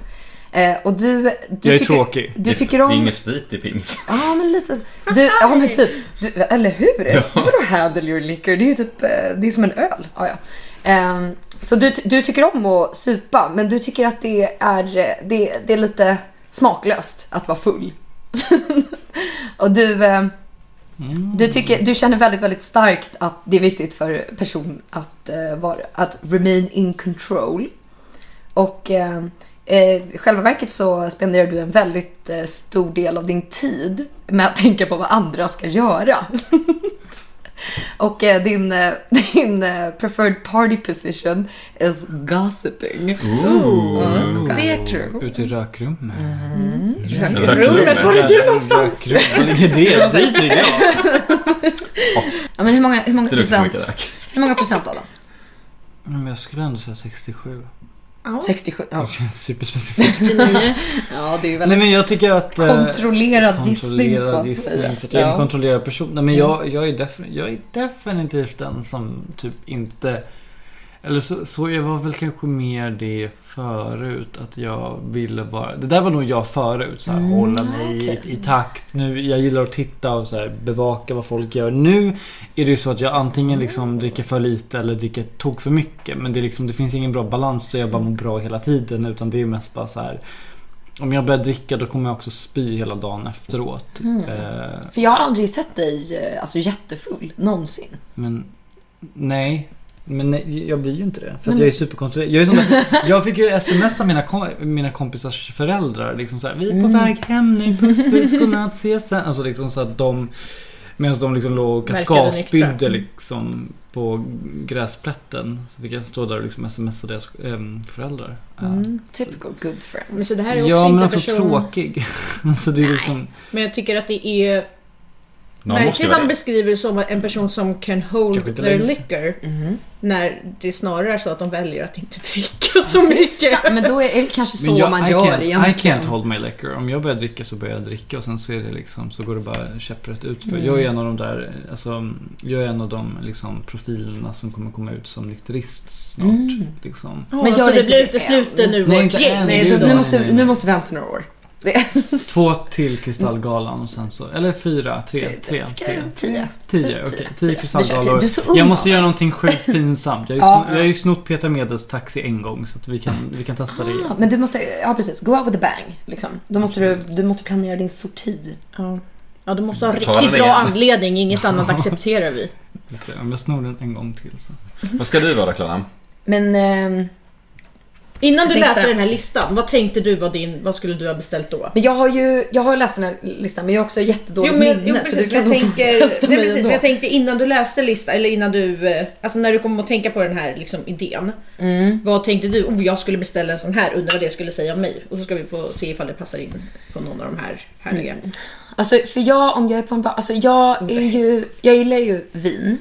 [SPEAKER 2] Eh, och du, du
[SPEAKER 5] Jag är
[SPEAKER 2] tycker,
[SPEAKER 5] tråkig.
[SPEAKER 2] Du
[SPEAKER 4] Det-
[SPEAKER 2] tycker om...
[SPEAKER 4] Det är ingen sprit i Pims.
[SPEAKER 2] Ja, men lite så. Du, ja men typ. Du, eller hur? Vadå handle your liquor? Det är ju typ, eh, det är som en öl. Ja, ja. Ehm, så du, ty- du tycker om att supa, men du tycker att det är, eh, det, det är lite smaklöst att vara full. Och du, eh, du, tycker, du känner väldigt, väldigt starkt att det är viktigt för person att, eh, vara, att remain in control. Och eh, eh, i själva verket så spenderar du en väldigt eh, stor del av din tid med att tänka på vad andra ska göra. Och eh, din, eh, din eh, preferred party position is gossiping.
[SPEAKER 4] Mm. Ooh.
[SPEAKER 3] Oh,
[SPEAKER 2] Det är true.
[SPEAKER 5] Ute i rökrummet.
[SPEAKER 3] Mm.
[SPEAKER 5] Mm.
[SPEAKER 3] Rummet, var är du någonstans?
[SPEAKER 5] Rökrummet, ligger det? Dit vill jag.
[SPEAKER 2] Ja, men hur många, hur många
[SPEAKER 4] Det luktar
[SPEAKER 2] procent?
[SPEAKER 4] mycket rök.
[SPEAKER 2] Hur många procent av dem?
[SPEAKER 5] Men jag skulle ändå säga 67.
[SPEAKER 3] Ja,
[SPEAKER 2] 67. Ja,
[SPEAKER 5] Superspecifikt.
[SPEAKER 3] 69.
[SPEAKER 2] ja det är
[SPEAKER 5] Nej
[SPEAKER 2] ju väldigt
[SPEAKER 5] men jag tycker att... eh,
[SPEAKER 2] kontrollerad gissning så
[SPEAKER 5] Kontrollerad
[SPEAKER 2] att
[SPEAKER 5] gissning.
[SPEAKER 2] säga.
[SPEAKER 5] För att jag är en
[SPEAKER 2] Ja. Mm.
[SPEAKER 5] kontrollerad person. Nej, men jag, jag, är defin- jag är definitivt den som typ inte... Eller så, så jag var väl kanske mer det förut. Att jag ville vara... Det där var nog jag förut. Så här,
[SPEAKER 2] Mm,
[SPEAKER 5] hålla mig i-
[SPEAKER 2] okej.
[SPEAKER 5] i, takt. Nu, jag gillar att titta och så här, bevaka vad folk gör. Nu är det ju så att jag antingen liksom dricker för lite eller dricker tok för mycket. Men det, är liksom, det finns ingen bra balans så jag bara mår bra hela tiden. Utan det är mest bara så här. Om jag börjar dricka då kommer jag också spy hela dagen efteråt.
[SPEAKER 2] Mm.
[SPEAKER 5] Eh,
[SPEAKER 2] För jag har aldrig sett dig eh, alltså, jättefull, någonsin.
[SPEAKER 5] men nej. Men nej, jag blir ju inte det. För
[SPEAKER 2] Men-
[SPEAKER 5] att jag är superkontrollerad. Jag, är sån där, jag fick ju sms av mina, kom, mina kompisars föräldrar. Liksom så här, vi är på
[SPEAKER 3] Mm.
[SPEAKER 5] väg hem nu, puss puss, godnatt, ses sen. Alltså liksom så att de Medan de liksom låg och
[SPEAKER 3] Verkade
[SPEAKER 5] kaskaspydde
[SPEAKER 3] nyktra.
[SPEAKER 5] liksom på gräsplätten. Så fick jag stå där och liksom smsa deras ehm, föräldrar. Ja.
[SPEAKER 2] Typical Typ good friend.
[SPEAKER 3] Men så Mm. det här är också
[SPEAKER 5] Mm. Ja
[SPEAKER 3] inte
[SPEAKER 5] men
[SPEAKER 3] en
[SPEAKER 5] också
[SPEAKER 3] person...
[SPEAKER 5] tråkig. alltså det är liksom...
[SPEAKER 3] Men jag tycker att det är
[SPEAKER 4] Någon måste
[SPEAKER 3] märkligt
[SPEAKER 4] ju
[SPEAKER 3] att han
[SPEAKER 4] vara det.
[SPEAKER 3] beskriver det som en person som can
[SPEAKER 5] Kanske
[SPEAKER 3] hold
[SPEAKER 5] inte
[SPEAKER 3] their
[SPEAKER 5] längre.
[SPEAKER 3] liquor.
[SPEAKER 2] Mhm.
[SPEAKER 3] När det snarare är så att de väljer att inte dricka så
[SPEAKER 2] Det är
[SPEAKER 3] mycket.
[SPEAKER 2] sant, Typ Men då är det kanske så
[SPEAKER 5] Men jag,
[SPEAKER 2] man
[SPEAKER 5] I
[SPEAKER 2] gör
[SPEAKER 5] can't, I
[SPEAKER 2] egentligen.
[SPEAKER 5] can't hold my liquor. Om jag börjar dricka så börjar jag dricka och sen så är det liksom så går det bara käpprätt ut för. Jag
[SPEAKER 2] Mm.
[SPEAKER 5] är en av de där, alltså, jag är en av de liksom, profilerna som kommer komma ut som nykterist snart.
[SPEAKER 2] Mm.
[SPEAKER 5] Liksom.
[SPEAKER 3] Ja,
[SPEAKER 2] Men jag
[SPEAKER 3] så
[SPEAKER 2] är
[SPEAKER 3] det
[SPEAKER 2] inte
[SPEAKER 3] blir
[SPEAKER 2] det än.
[SPEAKER 3] utesluten nu
[SPEAKER 5] Nej,
[SPEAKER 3] vårt
[SPEAKER 5] inte
[SPEAKER 3] gäng.
[SPEAKER 5] än.
[SPEAKER 2] Nej,
[SPEAKER 5] Det är
[SPEAKER 2] du,
[SPEAKER 5] ju
[SPEAKER 2] nu,
[SPEAKER 5] då-
[SPEAKER 2] måste,
[SPEAKER 5] nej, nej.
[SPEAKER 2] nu måste vi vänta några år. Det är
[SPEAKER 5] Två till Kristallgalan och sen så, eller fyra, tre,
[SPEAKER 2] typ,
[SPEAKER 5] tre, tre.
[SPEAKER 2] Tio.
[SPEAKER 5] Tio, okej. Tio
[SPEAKER 2] Men Du
[SPEAKER 5] Kristallgalor.
[SPEAKER 2] är så ung.
[SPEAKER 5] Jag måste
[SPEAKER 2] va?
[SPEAKER 5] göra någonting sjukt pinsamt. Jag har ju
[SPEAKER 2] Ja.
[SPEAKER 5] snott- jag har ju snott Peter Medels taxi en gång så att vi kan, vi kan testa det
[SPEAKER 2] Ah,
[SPEAKER 5] igen.
[SPEAKER 2] men du måste, ja precis, go out with a bang. Liksom. Då måste du, du måste planera din sorti.
[SPEAKER 3] Ja. Ja, du måste ha
[SPEAKER 4] Betala
[SPEAKER 3] riktigt
[SPEAKER 4] den
[SPEAKER 3] bra
[SPEAKER 4] igen.
[SPEAKER 3] anledning. Inget annat accepterar vi.
[SPEAKER 5] Just det, Om jag snor den en gång till så.
[SPEAKER 4] Vad ska du vara Klara?
[SPEAKER 2] Men ehm,
[SPEAKER 3] Innan du
[SPEAKER 2] tänkte så
[SPEAKER 3] läste
[SPEAKER 2] här-
[SPEAKER 3] den här listan, vad tänkte du var din... Vad skulle du ha beställt då?
[SPEAKER 2] Men jag har ju jag har läst den här listan men jag har också jättedåligt minne så du kan
[SPEAKER 3] jag
[SPEAKER 2] nog
[SPEAKER 3] tänker,
[SPEAKER 2] testa
[SPEAKER 3] nej,
[SPEAKER 2] mig
[SPEAKER 3] precis,
[SPEAKER 2] ändå.
[SPEAKER 3] men jag tänkte innan du läste listan, eller innan du, eh, alltså när du kom att tänka på den här liksom, idén.
[SPEAKER 2] Mm.
[SPEAKER 3] Vad tänkte du? Oh, jag skulle beställa en sån här, undrar vad det skulle säga om mig. Och så ska vi få se ifall det passar in på någon av de här härliga.
[SPEAKER 2] Alltså för jag om jag är på en bar, alltså jag är ju, jag gillar ju vin.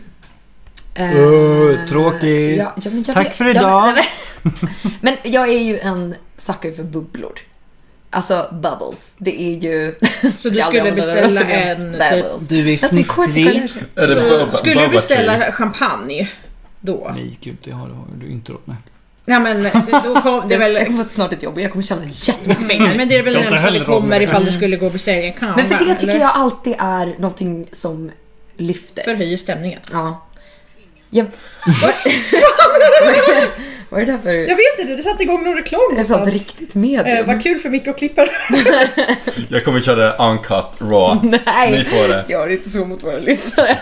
[SPEAKER 2] Eh,
[SPEAKER 5] Uh, tråkigt.
[SPEAKER 2] ja, ja, men jag
[SPEAKER 5] Tack
[SPEAKER 2] vet-
[SPEAKER 5] för
[SPEAKER 2] jag-
[SPEAKER 5] idag.
[SPEAKER 2] nej, men- men jag är ju en sucker för bubblor. Alltså bubbles, det är ju...
[SPEAKER 3] Så du
[SPEAKER 2] Jag
[SPEAKER 3] skulle
[SPEAKER 2] använder det
[SPEAKER 3] beställa
[SPEAKER 2] som
[SPEAKER 3] en... Typ,
[SPEAKER 2] bubbles.
[SPEAKER 5] Du är
[SPEAKER 2] That's a quick
[SPEAKER 5] fnittrig.
[SPEAKER 2] connection.
[SPEAKER 4] Är det
[SPEAKER 3] så
[SPEAKER 4] bubba-
[SPEAKER 3] skulle du
[SPEAKER 4] bubba tea?
[SPEAKER 3] beställa champagne då?
[SPEAKER 5] Nej gud, det har, det har du inte råd med.
[SPEAKER 3] Ja men eh, då kom det är väl...
[SPEAKER 2] Jag kommer få snart ett jobb och jag kommer tjäna jättemycket
[SPEAKER 3] pengar,
[SPEAKER 2] pengar.
[SPEAKER 3] Men det är väl
[SPEAKER 5] Jag har inte
[SPEAKER 3] närmast det
[SPEAKER 5] heller råd med
[SPEAKER 3] kommer
[SPEAKER 5] det.
[SPEAKER 3] ifall du skulle gå och beställa en kamera.
[SPEAKER 2] Men för det tycker jag alltid är någonting som lyfter.
[SPEAKER 3] Förhöjer stämningen.
[SPEAKER 2] Ja. Jag... Vad är det där för...
[SPEAKER 3] Jag vet inte, det satte igång någon reklam
[SPEAKER 2] Ett sånt
[SPEAKER 3] någonstans.
[SPEAKER 2] riktigt medium.
[SPEAKER 3] Eh, vad kul för mikroklippare.
[SPEAKER 4] Jag kommer köra uncut raw.
[SPEAKER 2] Nej,
[SPEAKER 4] Ni får det.
[SPEAKER 2] gör inte så mot våra lyssnare.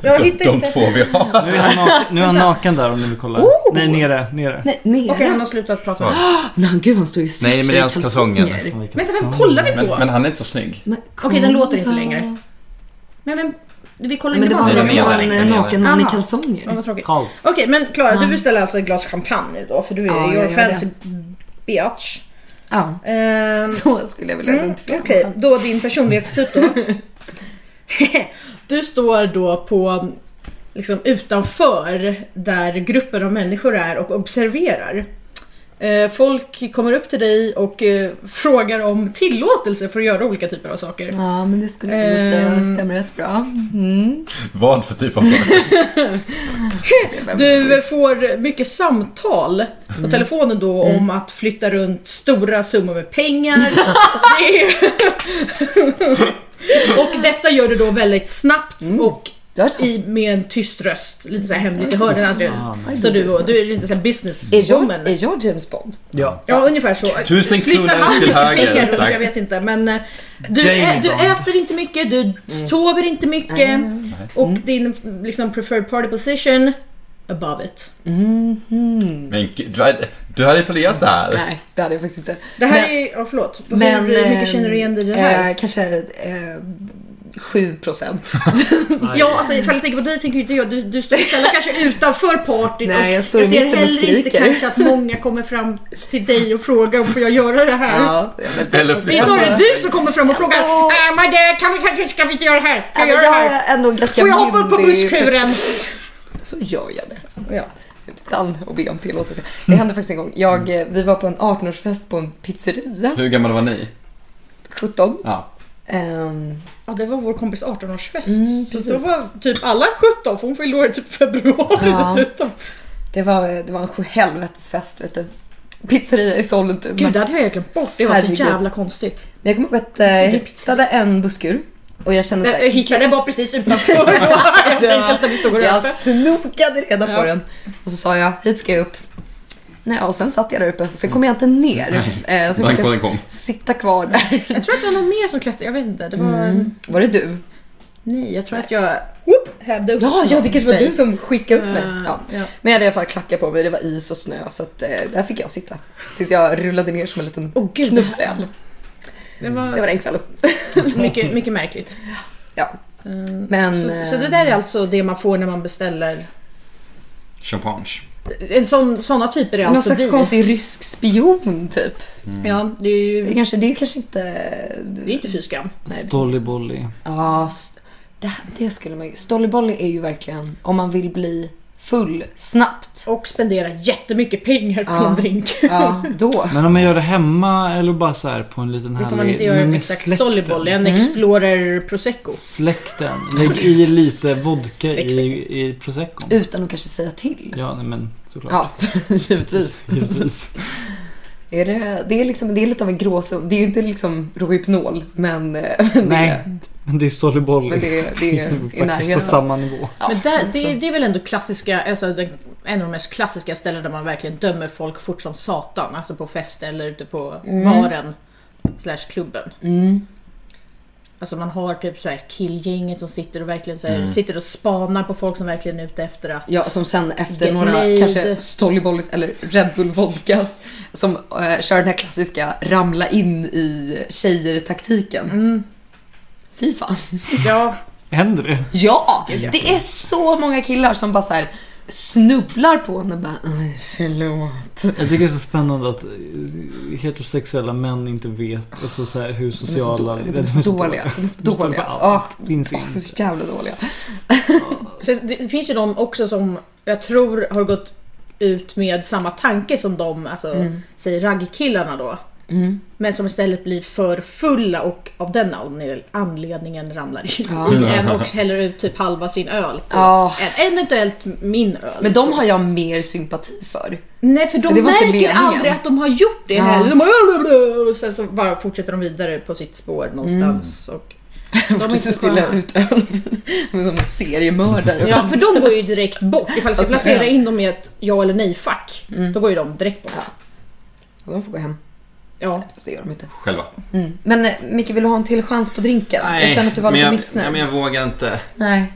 [SPEAKER 3] Jag
[SPEAKER 4] De,
[SPEAKER 3] hittar
[SPEAKER 4] de
[SPEAKER 3] inte.
[SPEAKER 4] två vi har.
[SPEAKER 5] Nu är han, nak- nu är han naken där om ni vill kolla.
[SPEAKER 2] Oh!
[SPEAKER 5] Nej, nere. nere.
[SPEAKER 2] Nej, nere.
[SPEAKER 3] Okej, han har slutat prata.
[SPEAKER 4] Ja.
[SPEAKER 2] Men gud, han står ju och
[SPEAKER 4] Nej, men det är
[SPEAKER 2] i
[SPEAKER 4] hans kalsonger.
[SPEAKER 5] Vilka
[SPEAKER 3] Vänta, vem
[SPEAKER 5] sound.
[SPEAKER 3] kollar vi på?
[SPEAKER 4] Men, men han är inte så snygg.
[SPEAKER 2] Men
[SPEAKER 3] Okej, den
[SPEAKER 2] kolla.
[SPEAKER 3] låter inte längre. Men vem... Vi kollar
[SPEAKER 2] Men
[SPEAKER 3] inte
[SPEAKER 2] det
[SPEAKER 3] på
[SPEAKER 2] var
[SPEAKER 4] Den
[SPEAKER 2] en
[SPEAKER 4] är nere,
[SPEAKER 2] man-
[SPEAKER 4] den är
[SPEAKER 2] en naken man i
[SPEAKER 3] Aha. Ja,
[SPEAKER 2] kalsonger.
[SPEAKER 3] vad tråkigt.
[SPEAKER 5] Karls.
[SPEAKER 3] Okej, men Klara, du beställer alltså ett glas champagne nu då för du är
[SPEAKER 2] Ja, jag gör
[SPEAKER 3] your
[SPEAKER 2] det.
[SPEAKER 3] fancy bitch.
[SPEAKER 2] Ja,
[SPEAKER 3] Ehm,
[SPEAKER 2] så skulle jag vilja
[SPEAKER 3] Mm, Okej,
[SPEAKER 2] identifiera mig.
[SPEAKER 3] då din personlighetstyp då. du står då på liksom utanför där gruppen av människor är och observerar. Eh, Folk kommer upp till dig och eh, frågar om tillåtelse för att göra olika typer av saker.
[SPEAKER 2] Ja, men det skulle nog
[SPEAKER 3] Ehm.
[SPEAKER 2] stämma stämmer rätt bra. Mm.
[SPEAKER 4] Vad för typ av saker?
[SPEAKER 3] Du får mycket samtal på telefonen då om att flytta runt stora summor med pengar. Det är- och detta gör du då väldigt snabbt och
[SPEAKER 2] Ja, ja.
[SPEAKER 3] i, med en tyst röst, lite så här hemligt i hörnen.
[SPEAKER 2] Ah,
[SPEAKER 3] Andrea.
[SPEAKER 5] Fan.
[SPEAKER 3] Står du och du är lite så här
[SPEAKER 2] Är jag,
[SPEAKER 3] businesswoman.
[SPEAKER 2] är jag James Bond?
[SPEAKER 5] Ja.
[SPEAKER 3] Ja, ungefär så.
[SPEAKER 4] Tusen
[SPEAKER 3] Flyttar
[SPEAKER 4] kronor
[SPEAKER 3] han
[SPEAKER 4] till
[SPEAKER 3] lite
[SPEAKER 4] höger,
[SPEAKER 3] pengar runt?
[SPEAKER 4] tack.
[SPEAKER 3] Jag vet inte. Men eh, du,
[SPEAKER 5] Jamie
[SPEAKER 3] ä, du
[SPEAKER 5] Bond.
[SPEAKER 3] äter inte mycket,
[SPEAKER 2] Mm.
[SPEAKER 4] Mm.
[SPEAKER 3] du sover inte mycket och din liksom, preferred party position above it.
[SPEAKER 2] Mhm.
[SPEAKER 4] Men gud, du hade, du hade pluggat det här.
[SPEAKER 2] Nej, det hade jag faktiskt inte.
[SPEAKER 3] Det här
[SPEAKER 2] Men-
[SPEAKER 3] är, ja förlåt.
[SPEAKER 2] Men,
[SPEAKER 3] Hur
[SPEAKER 2] ehm,
[SPEAKER 3] mycket känner du igen dig i det här?
[SPEAKER 2] Eh, kanske eh, 7 procent.
[SPEAKER 3] Ja, alltså ifall jag tänker på dig tänker ju inte jag, du, du står ju sällan kanske utanför partyt och
[SPEAKER 2] Nej, jag står i
[SPEAKER 3] jag ser
[SPEAKER 2] mitten och
[SPEAKER 3] heller inte
[SPEAKER 2] skriker.
[SPEAKER 3] kanske att många kommer fram till dig och frågar om får jag göra det här?
[SPEAKER 2] Ja, jag vet inte.
[SPEAKER 4] Eller
[SPEAKER 3] Det är
[SPEAKER 4] fler.
[SPEAKER 2] Alltså,
[SPEAKER 3] snarare du som kommer fram och frågar
[SPEAKER 2] Ja.
[SPEAKER 3] "Äh, my dear, kan vi, kan, ska vi inte göra det här?
[SPEAKER 2] Ja,
[SPEAKER 3] Kan vi
[SPEAKER 2] men
[SPEAKER 3] göra det
[SPEAKER 2] jag
[SPEAKER 3] här?
[SPEAKER 2] är ändå ganska
[SPEAKER 3] Får jag hoppa upp på
[SPEAKER 2] myndig
[SPEAKER 3] busskuren?
[SPEAKER 2] Så gör jag det.
[SPEAKER 3] Ja.
[SPEAKER 2] Utan att be om tillåtelse. Det hände faktiskt en gång. Jag, eh, vi var på en 18-årsfest på en pizzeria.
[SPEAKER 4] Hur gammal var ni?
[SPEAKER 2] 17.
[SPEAKER 4] Ja.
[SPEAKER 2] Ehm,
[SPEAKER 3] Ja, det var vår kompis 18-årsfest.
[SPEAKER 2] Mm,
[SPEAKER 3] så då
[SPEAKER 2] precis.
[SPEAKER 3] var typ alla 17, för hon fyllde år i typ februari
[SPEAKER 2] Ja.
[SPEAKER 3] dessutom.
[SPEAKER 2] det, var, det var en sjuhelvetesfest vet du. Pizzeria i Sollentuna.
[SPEAKER 3] Gud, det hade jag egentligen bort. Det var
[SPEAKER 2] Herregud.
[SPEAKER 3] så jävla konstigt.
[SPEAKER 2] Men jag kommer ihåg att eh, jag hittade en busskur. Och jag kände såhär,
[SPEAKER 3] Hitler den var precis utanför. Helt enkelt när vi stod och
[SPEAKER 2] jag
[SPEAKER 3] rökte.
[SPEAKER 2] snokade reda på
[SPEAKER 3] Ja.
[SPEAKER 2] den. Och så sa jag, hit ska jag upp. Nej, och sen satt jag där uppe. Och sen kom jag inte ner. Eh,
[SPEAKER 3] Alltså,
[SPEAKER 2] så fick jag
[SPEAKER 4] Brandkåren kom.
[SPEAKER 2] sitta kvar där.
[SPEAKER 3] Jag tror att det var någon mer som klättrade. Jag vet inte. Det var...
[SPEAKER 2] Var det du?
[SPEAKER 3] Nej, jag tror Mm. att jag... Whoop, hävde upp
[SPEAKER 2] Ja, ja det kanske var
[SPEAKER 3] dig.
[SPEAKER 2] du som skickade upp mig.
[SPEAKER 3] Eh,
[SPEAKER 2] Ja.
[SPEAKER 3] ja.
[SPEAKER 2] Men jag hade i alla fall klackar på mig, det var is och snö så att, eh, där fick jag sitta. Tills jag rullade ner som en liten
[SPEAKER 3] Åh, gud, det här-
[SPEAKER 2] knubbsäl.
[SPEAKER 3] Det
[SPEAKER 2] Det var
[SPEAKER 3] var
[SPEAKER 2] den kvällen.
[SPEAKER 3] mycket, mycket märkligt.
[SPEAKER 2] Ja.
[SPEAKER 3] Eh,
[SPEAKER 2] Men,
[SPEAKER 3] så, så det där är alltså det man får när man beställer...
[SPEAKER 4] Champagne.
[SPEAKER 3] En sån, såna typer är
[SPEAKER 2] Någon
[SPEAKER 3] alltså
[SPEAKER 2] slags
[SPEAKER 3] vi.
[SPEAKER 2] konstig rysk spion typ.
[SPEAKER 4] Mm.
[SPEAKER 3] Ja, det är
[SPEAKER 2] Det är
[SPEAKER 3] ju...
[SPEAKER 2] kanske, det är kanske inte...
[SPEAKER 3] Mm. Det är inte fy skam.
[SPEAKER 5] Stollybolly.
[SPEAKER 2] Ja, st- det, det skulle man ju... Stollybolly är ju verkligen om man vill bli full snabbt.
[SPEAKER 3] Och spendera jättemycket pengar på
[SPEAKER 2] Ja.
[SPEAKER 3] en drink.
[SPEAKER 2] Ja, då.
[SPEAKER 5] Men om man gör det hemma eller bara så här på en liten
[SPEAKER 3] Det
[SPEAKER 5] härlig...
[SPEAKER 3] får man inte
[SPEAKER 5] men
[SPEAKER 3] göra
[SPEAKER 5] med
[SPEAKER 3] exakt
[SPEAKER 5] släkten.
[SPEAKER 3] Stollyboll, en Explorer Prosecco.
[SPEAKER 5] Släkten. Lägg i lite vodka
[SPEAKER 3] Exakt.
[SPEAKER 5] i, i proseccon.
[SPEAKER 2] Utan att kanske säga till.
[SPEAKER 5] Ja, nej, men såklart.
[SPEAKER 2] Ja, givetvis.
[SPEAKER 5] Givetvis.
[SPEAKER 2] Är det, det, är liksom, det är lite av en gråzon. Det är ju inte liksom Rohypnol, men, eh, men,
[SPEAKER 5] nej,
[SPEAKER 2] det,
[SPEAKER 5] men det är Stollybolly.
[SPEAKER 2] men det, är- det är i
[SPEAKER 5] faktiskt på
[SPEAKER 2] närheten.
[SPEAKER 5] samma nivå.
[SPEAKER 2] Ja,
[SPEAKER 3] Men där, det, det är väl ändå klassiska, alltså den, en av de mest klassiska ställen där man verkligen dömer folk fort som satan. Alltså på fest eller ute på baren slash klubben.
[SPEAKER 2] Mm.
[SPEAKER 3] Alltså man har typ så här killgänget som sitter och verkligen så här, sitter och spanar på folk som verkligen är ute efter att...
[SPEAKER 2] Ja, som sen efter
[SPEAKER 3] Get
[SPEAKER 2] några
[SPEAKER 3] laid.
[SPEAKER 2] kanske Stollybollys eller Red Bull Vodkas som eh, kör den här klassiska ramla in i tjejer-taktiken.
[SPEAKER 3] Mm.
[SPEAKER 2] Fy fan.
[SPEAKER 3] Ja,
[SPEAKER 5] Händer det?
[SPEAKER 2] Ja!
[SPEAKER 3] ja.
[SPEAKER 2] Det är så många killar som bara så här snubblar på en och bara "Aj, förlåt.
[SPEAKER 5] Jag tycker det är så spännande att eh, heterosexuella män inte vet alltså, så här, hur
[SPEAKER 2] De är så
[SPEAKER 5] sociala...
[SPEAKER 2] dåliga. De är så dåliga. De är så dåliga.
[SPEAKER 5] på
[SPEAKER 2] Åh,
[SPEAKER 5] allt. Finns
[SPEAKER 2] åh, så
[SPEAKER 5] inte.
[SPEAKER 2] jävla dåliga.
[SPEAKER 3] Så det finns ju de också som jag tror har gått ut med samma tanke som de, alltså
[SPEAKER 2] Mm.
[SPEAKER 3] säg raggkillarna då. Men som istället blir för fulla och av den anle- anledningen ramlar i
[SPEAKER 2] Ja.
[SPEAKER 3] i en och häller ut typ halva sin öl på
[SPEAKER 2] Ja.
[SPEAKER 3] en, eventuellt min öl.
[SPEAKER 2] Men de har jag mer sympati för.
[SPEAKER 3] Nej för de
[SPEAKER 2] Det var inte
[SPEAKER 3] märker
[SPEAKER 2] meningen.
[SPEAKER 3] aldrig att de har gjort det
[SPEAKER 2] Ja.
[SPEAKER 3] heller. De bara, och sen så bara fortsätter de vidare på sitt
[SPEAKER 2] Mm.
[SPEAKER 3] spår någonstans. Och
[SPEAKER 2] De måste
[SPEAKER 3] inte
[SPEAKER 2] spilla
[SPEAKER 3] sköna.
[SPEAKER 2] ut öl. De är som en seriemördare.
[SPEAKER 3] Ja, för de går ju direkt bort. Ifall jag ska
[SPEAKER 2] Fast med
[SPEAKER 3] placera
[SPEAKER 2] öl.
[SPEAKER 3] in dem i ett ja eller nej-fack,
[SPEAKER 2] Mm.
[SPEAKER 3] då går ju de direkt bort.
[SPEAKER 2] Ja. De får gå hem.
[SPEAKER 3] Ja.
[SPEAKER 2] Fast det gör de inte.
[SPEAKER 4] Själva.
[SPEAKER 2] Mm. Men eh, Micke, vill du ha en till chans på drinken? jag känner att du var
[SPEAKER 4] men
[SPEAKER 2] lite
[SPEAKER 4] jag-
[SPEAKER 2] missnöjd.
[SPEAKER 4] Ja, men jag vågar inte.
[SPEAKER 2] Nej.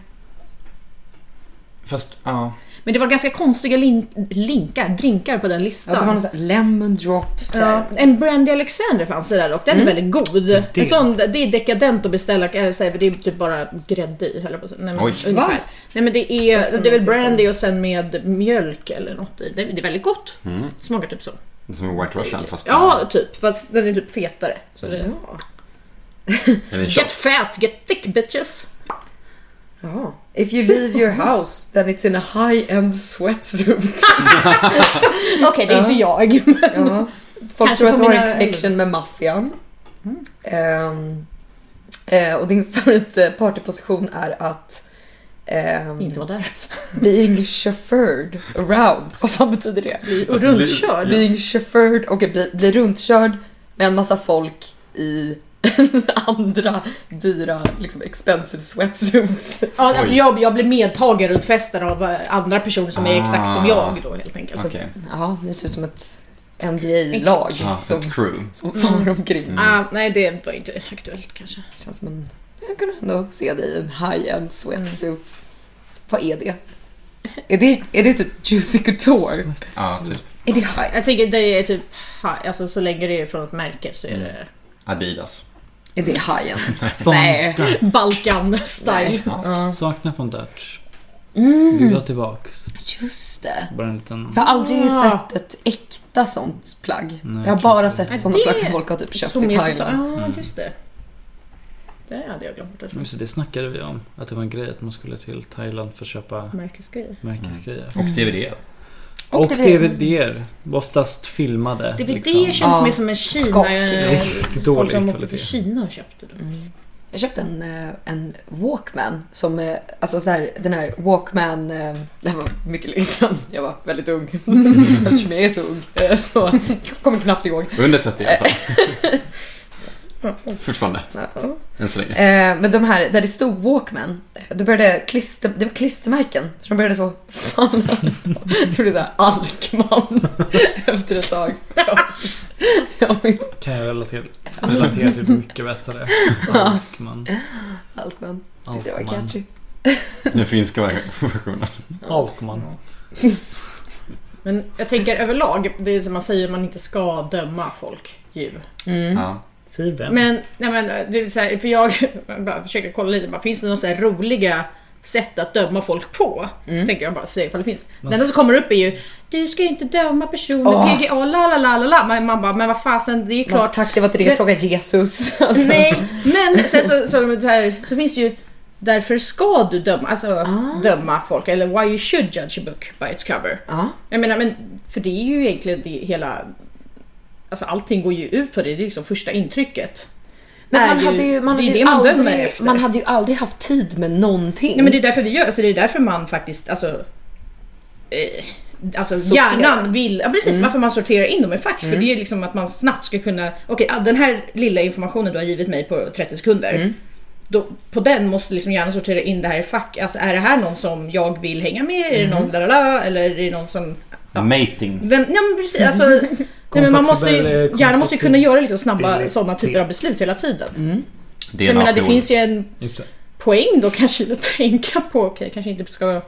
[SPEAKER 4] Fast, ja.
[SPEAKER 3] Men det var ganska konstiga lin- linkar, drinkar på den
[SPEAKER 2] Ja, det
[SPEAKER 3] listan.
[SPEAKER 2] var någon sån här lemon drop där.
[SPEAKER 3] Ja, en Brandy Alexander fanns det där och den
[SPEAKER 2] Mm.
[SPEAKER 3] är väldigt god. En sån, det är dekadent att beställa, kan jag säga, för det är typ bara grädde i höll jag på att säga. Nej, men,
[SPEAKER 4] Oj.
[SPEAKER 3] ungefär.
[SPEAKER 2] Va?
[SPEAKER 3] Nej men det
[SPEAKER 2] Och
[SPEAKER 3] är,
[SPEAKER 2] sen
[SPEAKER 3] det är väl
[SPEAKER 2] lite sån-
[SPEAKER 3] brandy och sen med mjölk eller något i. Det det är väldigt gott. Smakar typ så.
[SPEAKER 4] Mm. Som en White Russian fast
[SPEAKER 3] Ja, typ. Fast den är typ fetare. Så det,
[SPEAKER 4] Är det en
[SPEAKER 3] get
[SPEAKER 4] shot?
[SPEAKER 3] fat, get thick bitches!
[SPEAKER 2] Ja. If you leave your house then it's in a high-end sweatsuit.
[SPEAKER 3] Okej, det är inte jag. men-
[SPEAKER 2] ja. Folk
[SPEAKER 3] Kanske
[SPEAKER 2] tror att
[SPEAKER 3] på
[SPEAKER 2] du har
[SPEAKER 3] mina
[SPEAKER 2] en connection med maffian. Mm. Ehm, eh, och din favoritpartyposition är att ehm,
[SPEAKER 3] Inte var där.
[SPEAKER 2] being chauffeured around. Vad fan betyder det?
[SPEAKER 3] Och rundkörd.
[SPEAKER 2] Being chaufförd och bli, bli runtkörd med en massa folk i andra dyra liksom expensive sweatsuits.
[SPEAKER 3] Ja, alltså
[SPEAKER 4] Oj.
[SPEAKER 3] jag, jag blir medtagen runt festen av eh, andra personer som är exakt som
[SPEAKER 4] Ah.
[SPEAKER 3] jag då helt enkelt.
[SPEAKER 4] Okej.
[SPEAKER 2] Ja, ni ser ut som ett NBA-lag
[SPEAKER 4] Ja,
[SPEAKER 2] som,
[SPEAKER 4] ett crew.
[SPEAKER 2] som far omkring.
[SPEAKER 3] Ah, nej, det var inte aktuellt kanske.
[SPEAKER 2] Känns som en, jag kunde ändå se dig i en high-end sweatsuit. Vad är det? Är det, är det typ Juicy Couture?
[SPEAKER 4] Ja, typ
[SPEAKER 2] Är det high?
[SPEAKER 3] Jag tänker det är typ, high, alltså så länge det är från ett märke så är det
[SPEAKER 4] Adidas.
[SPEAKER 2] Är det hajen?
[SPEAKER 5] Von
[SPEAKER 2] Nej.
[SPEAKER 5] Dutch.
[SPEAKER 3] Balkan-style.
[SPEAKER 2] Ja.
[SPEAKER 5] Saknar von Dutch. Vill
[SPEAKER 2] Mm,
[SPEAKER 5] ha tillbaks.
[SPEAKER 2] just det.
[SPEAKER 5] Bara en liten...
[SPEAKER 2] Jag har aldrig
[SPEAKER 3] Ah.
[SPEAKER 2] sett ett äkta sånt plagg.
[SPEAKER 5] Nej,
[SPEAKER 2] jag har bara
[SPEAKER 5] inte.
[SPEAKER 2] sett
[SPEAKER 3] Nej,
[SPEAKER 2] såna
[SPEAKER 3] det-
[SPEAKER 2] plagg som folk har typ köpt
[SPEAKER 3] Som
[SPEAKER 2] i
[SPEAKER 3] är så-
[SPEAKER 2] Thailand.
[SPEAKER 3] Ja, just det. Det hade jag glömt. bort.
[SPEAKER 5] Men Så det snackade vi om. Att det var en grej att man skulle till Thailand för att köpa
[SPEAKER 3] Märkesgrejer.
[SPEAKER 5] märkesgrejer.
[SPEAKER 3] Mm.
[SPEAKER 4] Och DVD.
[SPEAKER 2] Och
[SPEAKER 5] Och,
[SPEAKER 2] DVD.
[SPEAKER 5] DVDer. Oftast filmade.
[SPEAKER 3] DVD
[SPEAKER 5] liksom.
[SPEAKER 2] känns
[SPEAKER 3] känns
[SPEAKER 2] Ja. mer
[SPEAKER 3] mer som en
[SPEAKER 2] Kina-
[SPEAKER 3] Kina...
[SPEAKER 2] Skakig.
[SPEAKER 5] Riktigt
[SPEAKER 3] Folk
[SPEAKER 5] dålig
[SPEAKER 3] som åkte
[SPEAKER 5] kvalitet.
[SPEAKER 3] till Kina och köpte dem.
[SPEAKER 2] Mm. Jag köpte en, eh, en Walkman. Som, eh, alltså så här, den här Walkman, eh, det här var mycket länge sedan. Jag var väldigt ung. Eftersom jag är så ung eh, så jag kommer knappt ihåg.
[SPEAKER 4] Under 30 i alla fall. Fortfarande, än så länge.
[SPEAKER 2] Eh, men de här där det stod Walkman, eh, då började klister, det var klistermärken. Så de började så falla. Så blev det så här Alkman efter ett tag. Jag minns
[SPEAKER 5] Kan jag relatera, relatera till mycket bättre. Alkman.
[SPEAKER 2] Alkman. Tyckte det var
[SPEAKER 5] Alkman.
[SPEAKER 2] catchy.
[SPEAKER 4] Den finska versionen.
[SPEAKER 5] Alkman.
[SPEAKER 3] Men jag tänker överlag, det är som man säger, man inte ska döma folk. Ju.
[SPEAKER 2] Mm.
[SPEAKER 4] Ja.
[SPEAKER 5] Säg vem.
[SPEAKER 3] Men, nej men det är så här, för jag bara försöker kolla lite, bara, finns det några så här roliga sätt att döma folk på?
[SPEAKER 2] Mm.
[SPEAKER 3] Tänker jag bara se ifall det finns. Det enda som kommer upp är ju Du ska inte döma personer,
[SPEAKER 2] Åh.
[SPEAKER 3] PGA, la la la la la. Man, man bara, men vad fasen, det är
[SPEAKER 2] Man,
[SPEAKER 3] klart.
[SPEAKER 2] tack, det var inte det jag frågade Jesus. Alltså.
[SPEAKER 3] Nej, men sen så, så, de så, här, så finns det ju Därför ska du döma, alltså
[SPEAKER 2] Ah.
[SPEAKER 3] döma folk, eller why you should judge a book by its cover.
[SPEAKER 2] Ja.
[SPEAKER 3] Jag menar, men för det är ju egentligen det hela... Alltså allting går ju ut på det, det är liksom första intrycket.
[SPEAKER 2] Men
[SPEAKER 3] Är
[SPEAKER 2] man hade ju, man hade
[SPEAKER 3] det är
[SPEAKER 2] ju
[SPEAKER 3] det man
[SPEAKER 2] aldrig,
[SPEAKER 3] dömer efter.
[SPEAKER 2] Man hade ju aldrig haft tid med någonting.
[SPEAKER 3] Nej men det är därför vi gör, alltså det är därför man faktiskt, alltså... Eh, alltså
[SPEAKER 2] Sortera.
[SPEAKER 3] hjärnan vill, ja
[SPEAKER 5] Mm.
[SPEAKER 3] precis, varför man sorterar in dem i fack. För det är liksom att man snabbt ska kunna, okej ah, den här lilla informationen du har givit mig på 30 sekunder.
[SPEAKER 5] Mm.
[SPEAKER 3] Då, på den måste liksom hjärnan sortera in det här i fack. Alltså är det här någon som jag vill hänga med? Är det
[SPEAKER 5] Mm.
[SPEAKER 3] någon la la la? Eller är det någon som... Ja.
[SPEAKER 4] Mating.
[SPEAKER 3] Vem, ja men precis, alltså, nej, men man måste ju,
[SPEAKER 5] Mm. Kompatibel-
[SPEAKER 3] hjärnan måste ju kunna göra lite snabba
[SPEAKER 5] kompatibilitet.
[SPEAKER 3] sådana typer av beslut hela tiden.
[SPEAKER 4] Det
[SPEAKER 3] Så jag menar det
[SPEAKER 4] nakenord.
[SPEAKER 3] finns ju en
[SPEAKER 5] Just det.
[SPEAKER 3] poäng då kanske i att tänka på, okej kanske inte ska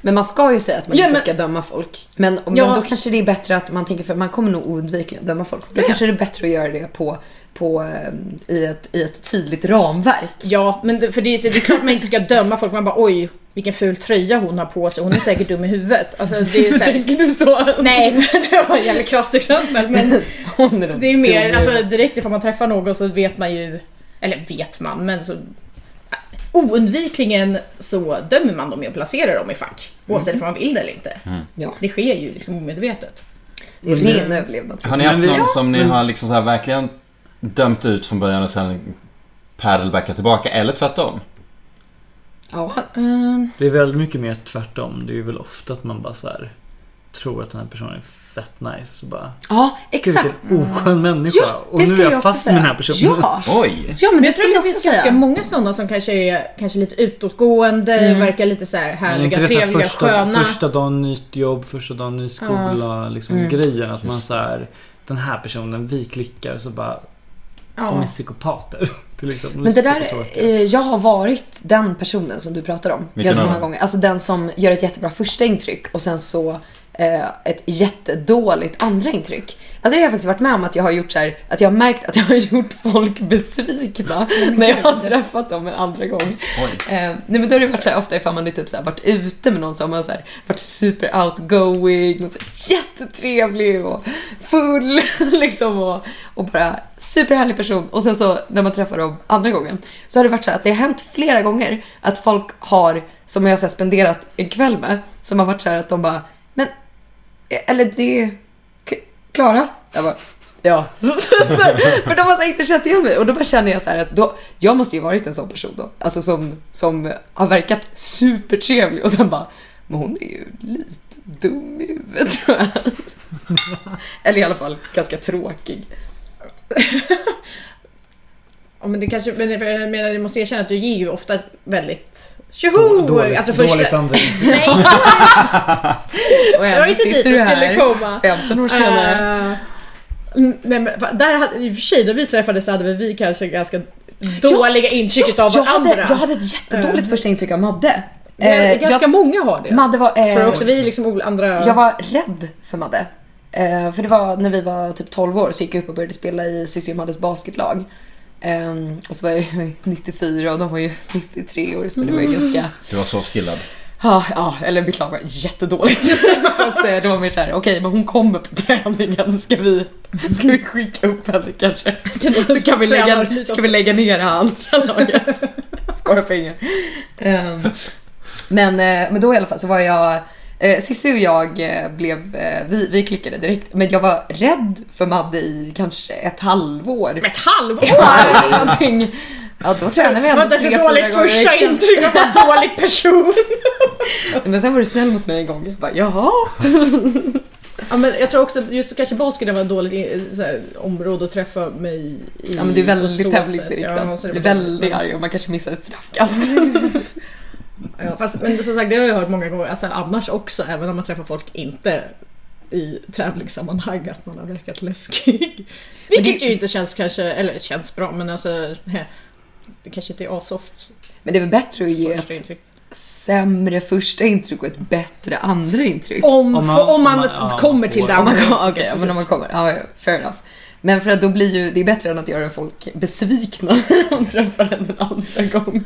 [SPEAKER 2] Men man ska ju säga att man
[SPEAKER 3] Ja,
[SPEAKER 2] inte
[SPEAKER 3] men-
[SPEAKER 2] ska döma folk. Men, om-
[SPEAKER 3] Ja.
[SPEAKER 2] men då kanske det är bättre att man tänker, för man kommer nog oundvikligen döma folk. Då kanske det är bättre att göra det på, på, eh, i, ett, i ett tydligt ramverk.
[SPEAKER 3] Ja, men det, för det är, så, det är klart man inte ska döma folk. Man bara oj, vilken ful tröja hon har på sig. Hon är säkert dum i huvudet. Alltså, det är så här,
[SPEAKER 2] Tänker du så?
[SPEAKER 3] nej, men det var ett jävligt krasst exempel. Men
[SPEAKER 2] Hon är nog
[SPEAKER 3] det är mer,
[SPEAKER 2] dum.
[SPEAKER 3] alltså direkt ifall man träffar någon så vet man ju, eller vet man, men så oundvikligen så dömer man dem ju och placerar dem i fack. Oavsett om man vill det eller inte.
[SPEAKER 5] Mm.
[SPEAKER 2] Ja,
[SPEAKER 3] Det sker ju liksom omedvetet.
[SPEAKER 2] det är ren överlevnad.
[SPEAKER 4] Har ni
[SPEAKER 5] Men
[SPEAKER 4] haft
[SPEAKER 5] vi-
[SPEAKER 4] någon som ni har liksom så här verkligen dömt ut från början och sen pärlbackat tillbaka? Eller tvärtom?
[SPEAKER 2] Ja.
[SPEAKER 3] Ehm,
[SPEAKER 5] Det är väldigt mycket mer tvärtom. Det är ju väl ofta att man bara så här tror att den här personen är fett nice. Så bara,
[SPEAKER 2] ja,
[SPEAKER 5] Gud,
[SPEAKER 2] exakt. Mm.
[SPEAKER 5] vilken oskön människa.
[SPEAKER 2] Ja,
[SPEAKER 5] och
[SPEAKER 2] det
[SPEAKER 5] nu
[SPEAKER 2] skulle
[SPEAKER 5] är
[SPEAKER 2] jag
[SPEAKER 5] jag
[SPEAKER 2] också
[SPEAKER 5] fast
[SPEAKER 2] säga.
[SPEAKER 5] med den här personen.
[SPEAKER 2] Ja,
[SPEAKER 4] Oj!
[SPEAKER 2] ja men
[SPEAKER 3] Men
[SPEAKER 2] det
[SPEAKER 3] jag tror
[SPEAKER 2] skulle jag
[SPEAKER 3] att det
[SPEAKER 2] också
[SPEAKER 3] finns ganska
[SPEAKER 2] säga.
[SPEAKER 3] många sådana som kanske är kanske lite utåtgående,
[SPEAKER 2] Mm.
[SPEAKER 3] verkar lite så här
[SPEAKER 5] Men inte
[SPEAKER 3] härliga,
[SPEAKER 5] det så här
[SPEAKER 3] trevliga,
[SPEAKER 5] första,
[SPEAKER 3] sköna.
[SPEAKER 5] Första dagen nytt jobb, första dagen ny skola. Liksom
[SPEAKER 2] Mm.
[SPEAKER 5] grejen att man så här, den här personen, vi klickar så bara, de är
[SPEAKER 3] Ja.
[SPEAKER 5] psykopater. Det är liksom, de är
[SPEAKER 2] Men det där,
[SPEAKER 5] psykotorkar.
[SPEAKER 2] eh, jag har varit den personen som du pratar om
[SPEAKER 4] Vilken
[SPEAKER 2] ganska
[SPEAKER 4] av
[SPEAKER 2] många
[SPEAKER 4] dem?
[SPEAKER 2] gånger. Alltså den som gör ett jättebra första intryck och sen så eh, ett jättedåligt andra intryck. Alltså jag har faktiskt varit med om att jag har gjort så här, att jag har märkt att jag har gjort folk besvikna när jag har träffat dem en andra gång.
[SPEAKER 4] Oj.
[SPEAKER 2] Eh, nej men då har det varit så här, ofta ifall man är typ så här, varit ute med någon som har så här, varit super outgoing och så här, jättetrevlig och full liksom och, och bara superhärlig person och sen så när man träffar dem andra gången så har det varit så här att det har hänt flera gånger att folk har, som jag har så här, spenderat en kväll med, som har varit så här att de bara men, eller det, K- Klara? Jag bara, Ja. Så- För de har så här inte känt igen mig och då bara känner jag så här att då, jag måste ju varit en sån person då. Alltså som, som har verkat supertrevlig och sen bara, men hon är ju lite dum i huvudet tror jag. Eller i alla fall ganska tråkig.
[SPEAKER 3] Ja, men det kanske, men jag menar, du måste erkänna att du ger ju ofta ett väldigt tjoho!
[SPEAKER 5] Då-
[SPEAKER 2] Oh,
[SPEAKER 5] dåligt,
[SPEAKER 3] alltså första...
[SPEAKER 5] dåligt andra intryck.
[SPEAKER 3] Nej,
[SPEAKER 2] Och
[SPEAKER 3] det var
[SPEAKER 2] ändå
[SPEAKER 3] inte dit
[SPEAKER 2] sitter du
[SPEAKER 3] jag skulle
[SPEAKER 2] här
[SPEAKER 3] komma.
[SPEAKER 2] 15 år senare.
[SPEAKER 3] Eh, mm, nej, men, va- där hade, I och för sig, när vi träffades så hade väl vi kanske ganska dåliga intrycket av
[SPEAKER 2] jag, hade,
[SPEAKER 3] varandra.
[SPEAKER 2] jag hade ett jättedåligt
[SPEAKER 3] Eh.
[SPEAKER 2] första intryck av Madde.
[SPEAKER 3] Det är,
[SPEAKER 2] Eh,
[SPEAKER 3] ganska
[SPEAKER 2] jag-
[SPEAKER 3] många har det.
[SPEAKER 2] Madde var... eh,
[SPEAKER 3] Tror jag också. Vi är liksom ol- andra...
[SPEAKER 2] Jag var rädd för Madde. Eh, för det var när vi var typ 12 år så gick jag upp och började spela i Cissi och Maddes basketlag. Eh, och så var jag ju 94 och de var ju 93 år så det var ju ganska...
[SPEAKER 4] Du var så skillad.
[SPEAKER 2] Ja, ja eller mitt lag var jättedåligt. så att, eh, det var mer såhär, okej men hon kommer på träningen, ska vi, ska vi skicka upp henne kanske? Så kan vi lägga, ska vi lägga ner det här andra laget? Spara pengar. Ehm, Men, eh, men då i alla fall så var jag, eh, Cissi och jag eh, blev, eh, vi, vi klickade direkt. Men jag var rädd för Madde i kanske ett halvår.
[SPEAKER 3] Ett halvår!
[SPEAKER 2] Eller någonting. Ja då tränade vi ändå
[SPEAKER 3] Vänta,
[SPEAKER 2] tre,
[SPEAKER 3] så
[SPEAKER 2] fyra gånger i
[SPEAKER 3] dåligt första
[SPEAKER 2] veckan.
[SPEAKER 3] intryck av en dålig person.
[SPEAKER 2] Men sen var du snäll mot mig en gång. Jag bara, jaha.
[SPEAKER 3] Ja, men jag tror också just kanske basketen var ett dåligt i- så här, område att träffa mig i.
[SPEAKER 2] Ja men du är
[SPEAKER 3] på Mm, så
[SPEAKER 2] väldigt
[SPEAKER 3] sätt.
[SPEAKER 2] tävlingsinriktad.
[SPEAKER 3] Ja, så det Mm.
[SPEAKER 2] blir
[SPEAKER 3] var-
[SPEAKER 2] väldigt arg och man kanske missar ett straffkast.
[SPEAKER 3] Ja, fast, men som sagt, det har jag hört många gånger alltså, annars också, även om man träffar folk inte i tävlingssammanhang, att man har verkat läskig. Vilket ju inte känns kanske, eller känns bra, men alltså heh, det kanske inte är asoft
[SPEAKER 2] Men det är väl bättre att ge
[SPEAKER 3] första
[SPEAKER 2] ett
[SPEAKER 3] intryck.
[SPEAKER 2] sämre första intryck och ett bättre andra intryck.
[SPEAKER 3] Om,
[SPEAKER 5] Om man-
[SPEAKER 3] få- om man,
[SPEAKER 5] om man- ja,
[SPEAKER 3] kommer
[SPEAKER 5] man
[SPEAKER 3] till
[SPEAKER 5] får-
[SPEAKER 3] det
[SPEAKER 2] Om man
[SPEAKER 3] andra
[SPEAKER 2] kommer,
[SPEAKER 3] intrycket,
[SPEAKER 2] okej, ja, men om man
[SPEAKER 3] precis.
[SPEAKER 2] kommer. Ja, ja, fair enough. Men för att då blir ju, det är bättre än att göra folk besvikna när de träffar en en andra gång.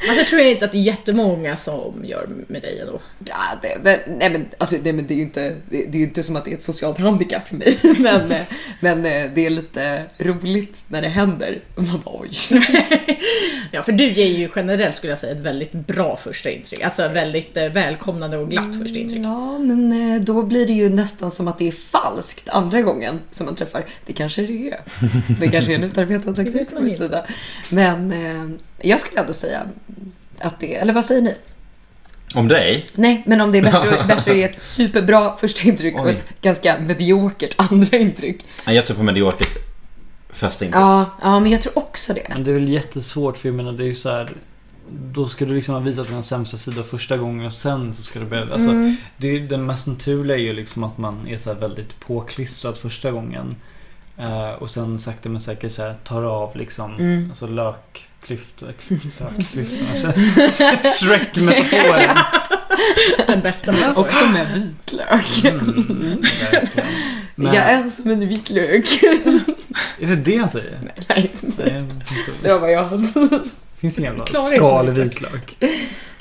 [SPEAKER 3] Alltså jag tror inte att det är jättemånga som gör med dig ändå.
[SPEAKER 2] Ja, det, men, nej, men, alltså, nej, men det är ju inte, det, det är ju inte som att det är ett socialt handikapp för mig. Men, eh, men eh, det är lite roligt när det händer. Man bara oj.
[SPEAKER 3] Ja, för du ger ju generellt skulle jag säga ett väldigt bra första intryck. Alltså väldigt eh, välkomnande och glatt första
[SPEAKER 2] Mm.
[SPEAKER 3] intryck.
[SPEAKER 2] Ja, men eh, då blir det ju nästan som att det är falskt andra gången som man träffar. Det kanske det är. Det kanske är en utarbetad taktik
[SPEAKER 3] man
[SPEAKER 2] från min
[SPEAKER 3] inte.
[SPEAKER 2] sida. Men eh, jag skulle ändå säga att det, eller vad säger ni?
[SPEAKER 4] Om dig?
[SPEAKER 2] Nej, men om det är bättre, bättre att ge ett superbra första intryck och
[SPEAKER 4] Oj.
[SPEAKER 2] ett ganska mediokert andra intryck.
[SPEAKER 4] Nej, Jag typ tror på mediokert första intryck.
[SPEAKER 2] Ja, ja, men jag tror också det.
[SPEAKER 5] Men det är väl jättesvårt för jag menar det är ju så här. Då ska du liksom ha visat den sämsta sidan första gången och sen så ska du börja... Alltså,
[SPEAKER 2] Mm.
[SPEAKER 5] det, är- den mest naturliga är ju liksom att man är så här väldigt påklistrad första gången. Eh, och sen sakta men säkert så här, tar av liksom
[SPEAKER 2] Mm.
[SPEAKER 5] alltså lökklyftor. Lökklyftorna. Shrek-metaforen.
[SPEAKER 3] Den bästa man får.
[SPEAKER 2] Också med vitlök.
[SPEAKER 5] Mm, verkligen. Men,
[SPEAKER 2] Jag är som en vitlök.
[SPEAKER 5] Är det det han säger?
[SPEAKER 2] Nej,
[SPEAKER 5] Nej, jag vet inte.
[SPEAKER 2] det var vad jag hade.
[SPEAKER 5] Finns ingen jävla
[SPEAKER 3] Klara är som
[SPEAKER 5] skal i
[SPEAKER 3] vitlök.
[SPEAKER 5] vitlök?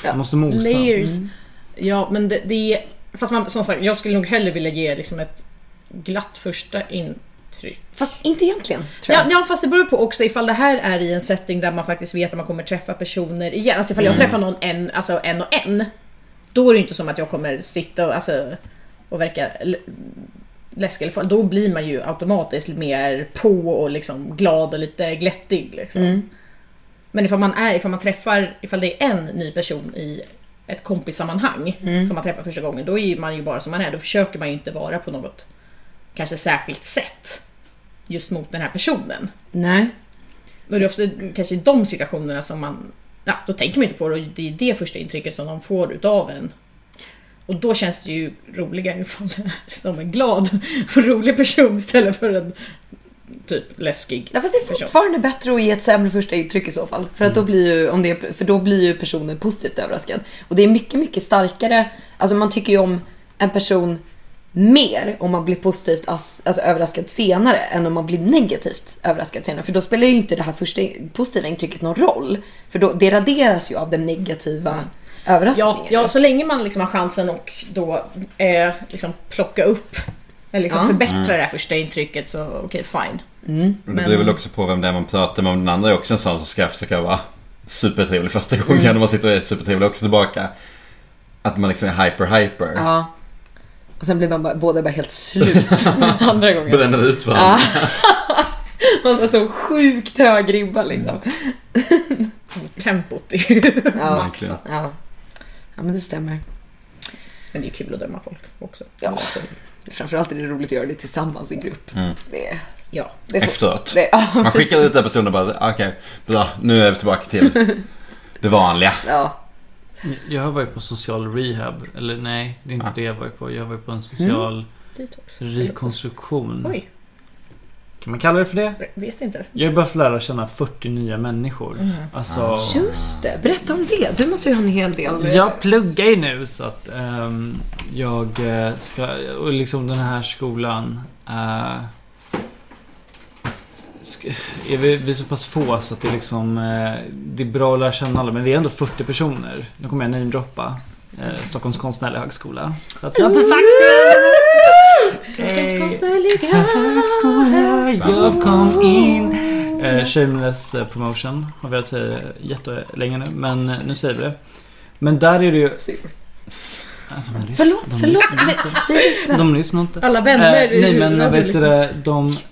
[SPEAKER 2] Ja.
[SPEAKER 5] Man måste mosa.
[SPEAKER 3] Layers.
[SPEAKER 2] Mm.
[SPEAKER 3] Ja, men det, det är... Fast man, som sagt, jag skulle nog hellre vilja ge liksom ett glatt första intryck.
[SPEAKER 2] Fast inte egentligen, tror jag.
[SPEAKER 3] Ja, ja, fast det beror på också ifall det här är i en setting där man faktiskt vet att man kommer träffa personer igen. Alltså ifall jag
[SPEAKER 2] Mm.
[SPEAKER 3] träffar någon en, alltså en och en. Då är det ju inte som att jag kommer sitta och, alltså, och verka l- läskig. eller farlig. Då blir man ju automatiskt mer på och liksom glad och lite glättig. Liksom.
[SPEAKER 2] Mm,
[SPEAKER 3] Men ifall man, är, ifall man träffar, ifall det är en ny person i ett kompissammanhang
[SPEAKER 2] mm.
[SPEAKER 3] som man träffar första gången, då är ju man ju bara som man är. Då försöker man ju inte vara på något kanske särskilt sätt just mot den här personen.
[SPEAKER 2] Nej.
[SPEAKER 3] Och det är ofta kanske i de situationerna som man, ja, då tänker man inte på det och det är det första intrycket som de får utav en. Och då känns det ju roligare ifall det är som en glad och rolig person istället för en typ läskig
[SPEAKER 2] Ja, fast det är
[SPEAKER 3] person. Mm.
[SPEAKER 2] fortfarande bättre att ge ett sämre första intryck i så fall. För, att då, blir ju, om det är, för då blir ju personen positivt överraskad. Och det är mycket, mycket starkare. Alltså man tycker ju om en person mer om man blir positivt as, alltså överraskad senare än om man blir negativt överraskad senare. För då spelar ju inte det här första positiva intrycket någon roll. För då, det raderas ju av den negativa
[SPEAKER 3] Ja,
[SPEAKER 2] överraskningen.
[SPEAKER 3] Mm. ja, så länge man liksom har chansen och då eh, liksom plocka upp eller liksom
[SPEAKER 2] Ja. Mm.
[SPEAKER 3] förbättra det här första intrycket så okej, fine.
[SPEAKER 4] Det
[SPEAKER 3] Men-
[SPEAKER 4] beror väl också på vem det är man pratar med. Om den andra är också en sån som ska försöka vara supertrevlig första gången
[SPEAKER 3] Mm.
[SPEAKER 4] och man sitter och är supertrevlig också tillbaka. Att man liksom är hyper-hyper.
[SPEAKER 2] Ja. Och sen blir man bara, båda bara helt slut andra gången.
[SPEAKER 4] Bränner ut varandra.
[SPEAKER 2] Ja. Man sa så sjukt hög ribba liksom.
[SPEAKER 5] Mm.
[SPEAKER 3] Tempot är ju...
[SPEAKER 2] Ja.
[SPEAKER 4] Verkligen.
[SPEAKER 2] Ja. ja, men det stämmer.
[SPEAKER 3] Men det är kul att döma folk också.
[SPEAKER 2] Ja. Framförallt är det roligt att göra det tillsammans i grupp.
[SPEAKER 4] Mm.
[SPEAKER 2] Det,
[SPEAKER 3] Ja.
[SPEAKER 2] det får-
[SPEAKER 4] Efteråt.
[SPEAKER 2] Det, ja,
[SPEAKER 4] Man skickar ut den personen och bara okej, bra, nu är vi tillbaka till det vanliga.
[SPEAKER 2] ja.
[SPEAKER 5] Jag var ju på social rehab, eller nej, det är inte
[SPEAKER 4] Ah.
[SPEAKER 3] Mm.
[SPEAKER 5] det jag var på. Jag var ju på en social
[SPEAKER 3] Detox.
[SPEAKER 5] rekonstruktion.
[SPEAKER 3] Oj.
[SPEAKER 5] Kan man kalla det för det?
[SPEAKER 3] Jag vet inte.
[SPEAKER 5] Jag har behövt lära känna 40 nya människor.
[SPEAKER 2] Mm.
[SPEAKER 5] Alltså...
[SPEAKER 2] Just det, berätta om det. Du måste ju ha en hel del.
[SPEAKER 5] Jag pluggar ju nu så att ehm, jag eh, ska, och liksom den här skolan eh, sk- är vi, vi är så pass få så att det är liksom eh, Det är bra att lära känna alla men vi är ändå 40 personer. Nu kommer jag namedroppa eh, Stockholms konstnärliga högskola. Så att jag har inte sagt det!
[SPEAKER 2] Konstnärliga.
[SPEAKER 5] Högskola, jag kom in.
[SPEAKER 2] Mm.
[SPEAKER 5] Eh, shameless eh, promotion har vi velat säga jättelänge nu, men eh, nu säger vi det. Men där är det ju... Alltså, de lys-
[SPEAKER 2] Förlåt,
[SPEAKER 5] de
[SPEAKER 2] förlåt.
[SPEAKER 5] lyssnar inte.
[SPEAKER 2] Vi lyssnar.
[SPEAKER 5] De lyssnar inte.
[SPEAKER 3] Alla
[SPEAKER 5] Eh,
[SPEAKER 3] vänner i
[SPEAKER 5] nej men
[SPEAKER 3] radio
[SPEAKER 5] vet du
[SPEAKER 3] lyssnar.
[SPEAKER 5] det, de...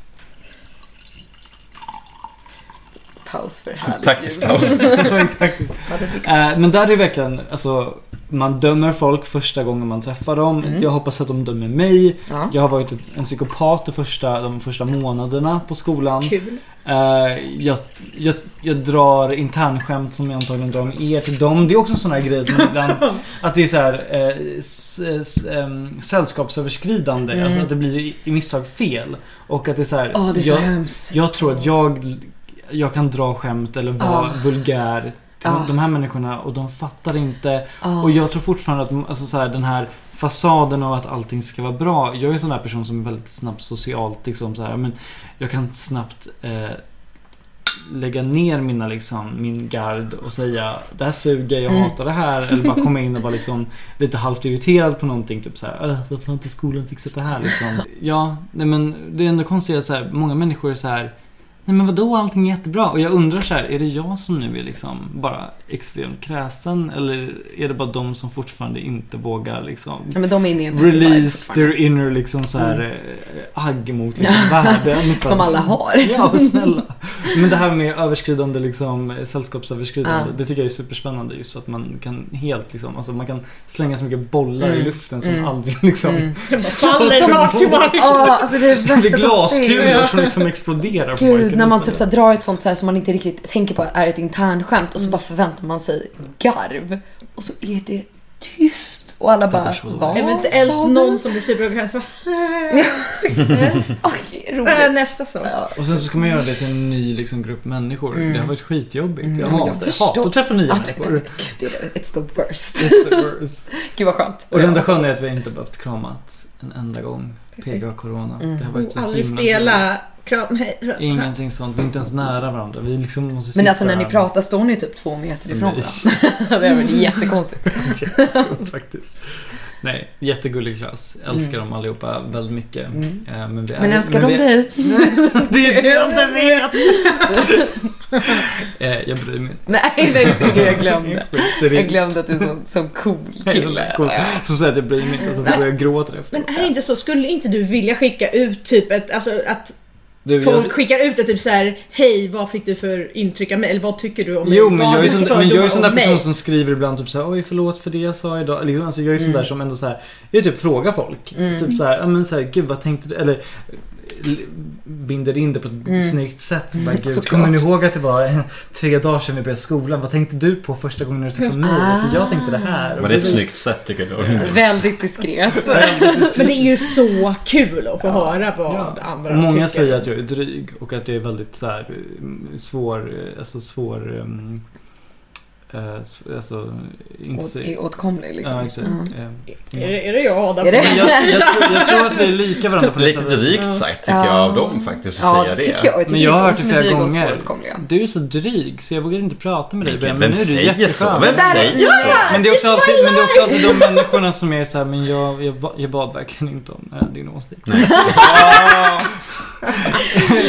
[SPEAKER 2] Paus för härligt
[SPEAKER 4] Taktisk
[SPEAKER 2] ljud.
[SPEAKER 4] paus.
[SPEAKER 2] Ja, det tycker
[SPEAKER 5] Eh, men där är det verkligen, alltså man dömer folk första gången man träffar dem.
[SPEAKER 2] Mm.
[SPEAKER 5] Jag hoppas att de dömer mig.
[SPEAKER 2] jag. Ja.
[SPEAKER 5] Jag har varit ett- en psykopat de första, de första månaderna på skolan.
[SPEAKER 3] Kul.
[SPEAKER 5] Eh, jag, jag, jag drar internskämt som jag antagligen drar med er till dem. Det är också en sån här grej som ibland, att det är så här, eh, s, s, ehm, sällskapsöverskridande.
[SPEAKER 2] Mm.
[SPEAKER 5] Alltså att det blir i, i misstag fel. Och att det är så här,
[SPEAKER 2] Åh, det är så
[SPEAKER 5] jag,
[SPEAKER 2] hemskt.
[SPEAKER 5] jag tror att jag, jag kan dra skämt eller vara
[SPEAKER 2] Ah.
[SPEAKER 5] vulgär till
[SPEAKER 2] Ah.
[SPEAKER 5] de här människorna och de fattar inte.
[SPEAKER 2] Ja.
[SPEAKER 5] Och jag tror fortfarande att alltså, så här, den här fasaden av att allting ska vara bra. Jag är en sån där person som är väldigt snabbt socialt liksom så här, men jag kan snabbt eh, lägga ner mina liksom, min gard och säga det här suger, jag
[SPEAKER 2] Mm.
[SPEAKER 5] hatar det här. Eller bara komma in och vara liksom lite halvt irriterad på någonting. Typ så här, "Äh, varför har inte skolan fixat det här liksom? Ja, nej men det är ändå konstigt att så här, många människor är så här Nej men vadå allting är jättebra? Och jag undrar så här, är det jag som nu är liksom bara extremt kräsen? Eller är det bara de som fortfarande inte vågar liksom
[SPEAKER 2] Ja, men de är inne i en vibe
[SPEAKER 5] Release
[SPEAKER 2] fortfarande. Mm.
[SPEAKER 5] their inner liksom så här eh, agg mot liksom världen. för
[SPEAKER 2] Som
[SPEAKER 5] att-
[SPEAKER 2] alla har.
[SPEAKER 5] Ja, snälla. Men det här med överskridande liksom, sällskapsöverskridande.
[SPEAKER 2] Ja.
[SPEAKER 5] Det tycker jag är superspännande just för att man kan helt liksom, alltså man kan slänga så mycket bollar i
[SPEAKER 2] Mm.
[SPEAKER 5] luften som
[SPEAKER 2] Mm.
[SPEAKER 5] aldrig liksom
[SPEAKER 2] Mm.
[SPEAKER 3] Faller rakt till marken.
[SPEAKER 2] Ja, alltså det är
[SPEAKER 5] Det
[SPEAKER 2] värsta
[SPEAKER 5] är
[SPEAKER 2] som finns.
[SPEAKER 5] glaskulor som liksom exploderar på
[SPEAKER 2] Gud,
[SPEAKER 5] marken
[SPEAKER 2] när man typ
[SPEAKER 5] istället.
[SPEAKER 2] så här drar ett sånt så här som man inte riktigt tänker på är ett internskämt och så bara förväntar man sig garv. Och så är det tyst och alla bara
[SPEAKER 5] är så
[SPEAKER 2] Vad
[SPEAKER 3] Eventuellt
[SPEAKER 2] sa du?"
[SPEAKER 3] någon som blir superarg som bara...
[SPEAKER 2] Oj,
[SPEAKER 3] Äh,
[SPEAKER 2] roligt.
[SPEAKER 3] nästa sak.
[SPEAKER 2] Ja.
[SPEAKER 5] Och sen så ska man göra det till en ny liksom, grupp människor.
[SPEAKER 2] Mm.
[SPEAKER 5] Det har varit skitjobbigt. Jag,
[SPEAKER 2] Ja, men jag
[SPEAKER 5] hatar,
[SPEAKER 2] förstår.
[SPEAKER 5] hatar att träffa nya
[SPEAKER 2] Att,
[SPEAKER 5] människor.
[SPEAKER 2] det är, it's the worst.
[SPEAKER 5] It's the worst.
[SPEAKER 2] Gud vad skönt.
[SPEAKER 5] Och det enda sköna är att vi inte behövt kramat en enda gång. PGA Corona.
[SPEAKER 2] Mm.
[SPEAKER 5] Det har varit så
[SPEAKER 3] Oh, aldrig
[SPEAKER 5] himla
[SPEAKER 3] stela. Kram, hej.
[SPEAKER 5] kul. Ingenting sånt. Vi är inte ens nära varandra. Vi liksom måste
[SPEAKER 2] Men
[SPEAKER 5] sitta
[SPEAKER 2] alltså när ni
[SPEAKER 5] här.
[SPEAKER 2] pratar står ni typ två meter ifrån
[SPEAKER 5] Nej.
[SPEAKER 2] varandra. Det är väl jättekonstigt.
[SPEAKER 5] Jättesvårt faktiskt. Nej, jättegullig klass. Älskar dem allihopa väldigt mycket.
[SPEAKER 2] Mm.
[SPEAKER 5] Eh, Men, vi är,
[SPEAKER 2] Men älskar de
[SPEAKER 5] vi-
[SPEAKER 2] dig?
[SPEAKER 5] Det är det jag inte vet! Eh, jag bryr mig inte.
[SPEAKER 2] Nej, nej, det är det jag glömde.
[SPEAKER 5] Jag skiter i
[SPEAKER 2] Jag glömde att du är sån sån cool kille.
[SPEAKER 5] Cool. Som säger att jag bryr mig inte och sen så börjar jag gråta
[SPEAKER 3] Men
[SPEAKER 5] efteråt.
[SPEAKER 3] är det inte så, skulle inte du vilja skicka ut typ ett, alltså att
[SPEAKER 5] Du, jag-
[SPEAKER 3] folk skickar ut ett typ så här, hej vad fick du för intryck av mig? Eller vad tycker du om mig?
[SPEAKER 5] Jo men
[SPEAKER 3] Vad
[SPEAKER 5] jag
[SPEAKER 3] har
[SPEAKER 5] är
[SPEAKER 3] du
[SPEAKER 5] sån,
[SPEAKER 3] för
[SPEAKER 5] men jag är
[SPEAKER 3] fördomar
[SPEAKER 5] sån där
[SPEAKER 3] om
[SPEAKER 5] person
[SPEAKER 3] mig?
[SPEAKER 5] som skriver ibland typ såhär Oj förlåt för det jag sa idag. Liksom, alltså, jag är sån
[SPEAKER 3] Mm.
[SPEAKER 5] där som ändå såhär Jag typ frågar folk.
[SPEAKER 2] Mm.
[SPEAKER 5] Typ såhär, ja men såhär gud vad tänkte du? Eller l- binder in det på ett
[SPEAKER 2] Mm.
[SPEAKER 5] snyggt sätt. Så bara,
[SPEAKER 2] Mm,
[SPEAKER 5] gud,
[SPEAKER 2] såklart.
[SPEAKER 5] kommer ni ihåg att det var tre dagar sedan vi började skolan? Vad tänkte du på första gången du träffade mig? För
[SPEAKER 3] Ah.
[SPEAKER 5] jag tänkte det här.
[SPEAKER 4] Men det är ett snyggt sätt tycker du.
[SPEAKER 2] Väldigt diskret.
[SPEAKER 3] Men det är ju så kul att få höra vad
[SPEAKER 5] Ja.
[SPEAKER 3] andra
[SPEAKER 5] Och många
[SPEAKER 3] tycker.
[SPEAKER 5] säger att jag är dryg och att jag är väldigt så här, mm, svår, eh, alltså svår, um, eh, s- alltså inte
[SPEAKER 2] Åt,
[SPEAKER 5] så...
[SPEAKER 2] är åtkomlig liksom.
[SPEAKER 5] Ja, exakt.
[SPEAKER 2] Mm.
[SPEAKER 5] Eh,
[SPEAKER 3] Är det, är det jag och Adam?
[SPEAKER 2] Är det?
[SPEAKER 5] Men jag, jag, tror, jag tror att vi är lika varandra på det
[SPEAKER 4] Lite
[SPEAKER 5] sättet.
[SPEAKER 4] drygt sagt tycker jag av dem faktiskt att
[SPEAKER 2] Ja,
[SPEAKER 4] säga
[SPEAKER 2] det
[SPEAKER 4] det.
[SPEAKER 2] tycker jag. Jag tycker
[SPEAKER 5] Men jag har
[SPEAKER 2] inte om
[SPEAKER 5] hört
[SPEAKER 2] som
[SPEAKER 5] det
[SPEAKER 2] är
[SPEAKER 5] flera
[SPEAKER 2] dryg och
[SPEAKER 5] gånger.
[SPEAKER 2] svåråtkomliga.
[SPEAKER 5] Du är så dryg så jag vågar inte prata med dig.
[SPEAKER 4] Men gud,
[SPEAKER 5] Men,
[SPEAKER 4] vem
[SPEAKER 5] nu är du
[SPEAKER 4] säger så?
[SPEAKER 5] jätteskön.
[SPEAKER 4] Vem
[SPEAKER 2] Där-
[SPEAKER 4] säger
[SPEAKER 2] ja,
[SPEAKER 4] så?
[SPEAKER 2] ja.
[SPEAKER 5] Men det, är också alltid, men det är också alltid de människorna som är så här, men jag, jag, ba- jag bad verkligen inte om eh, din åsikt.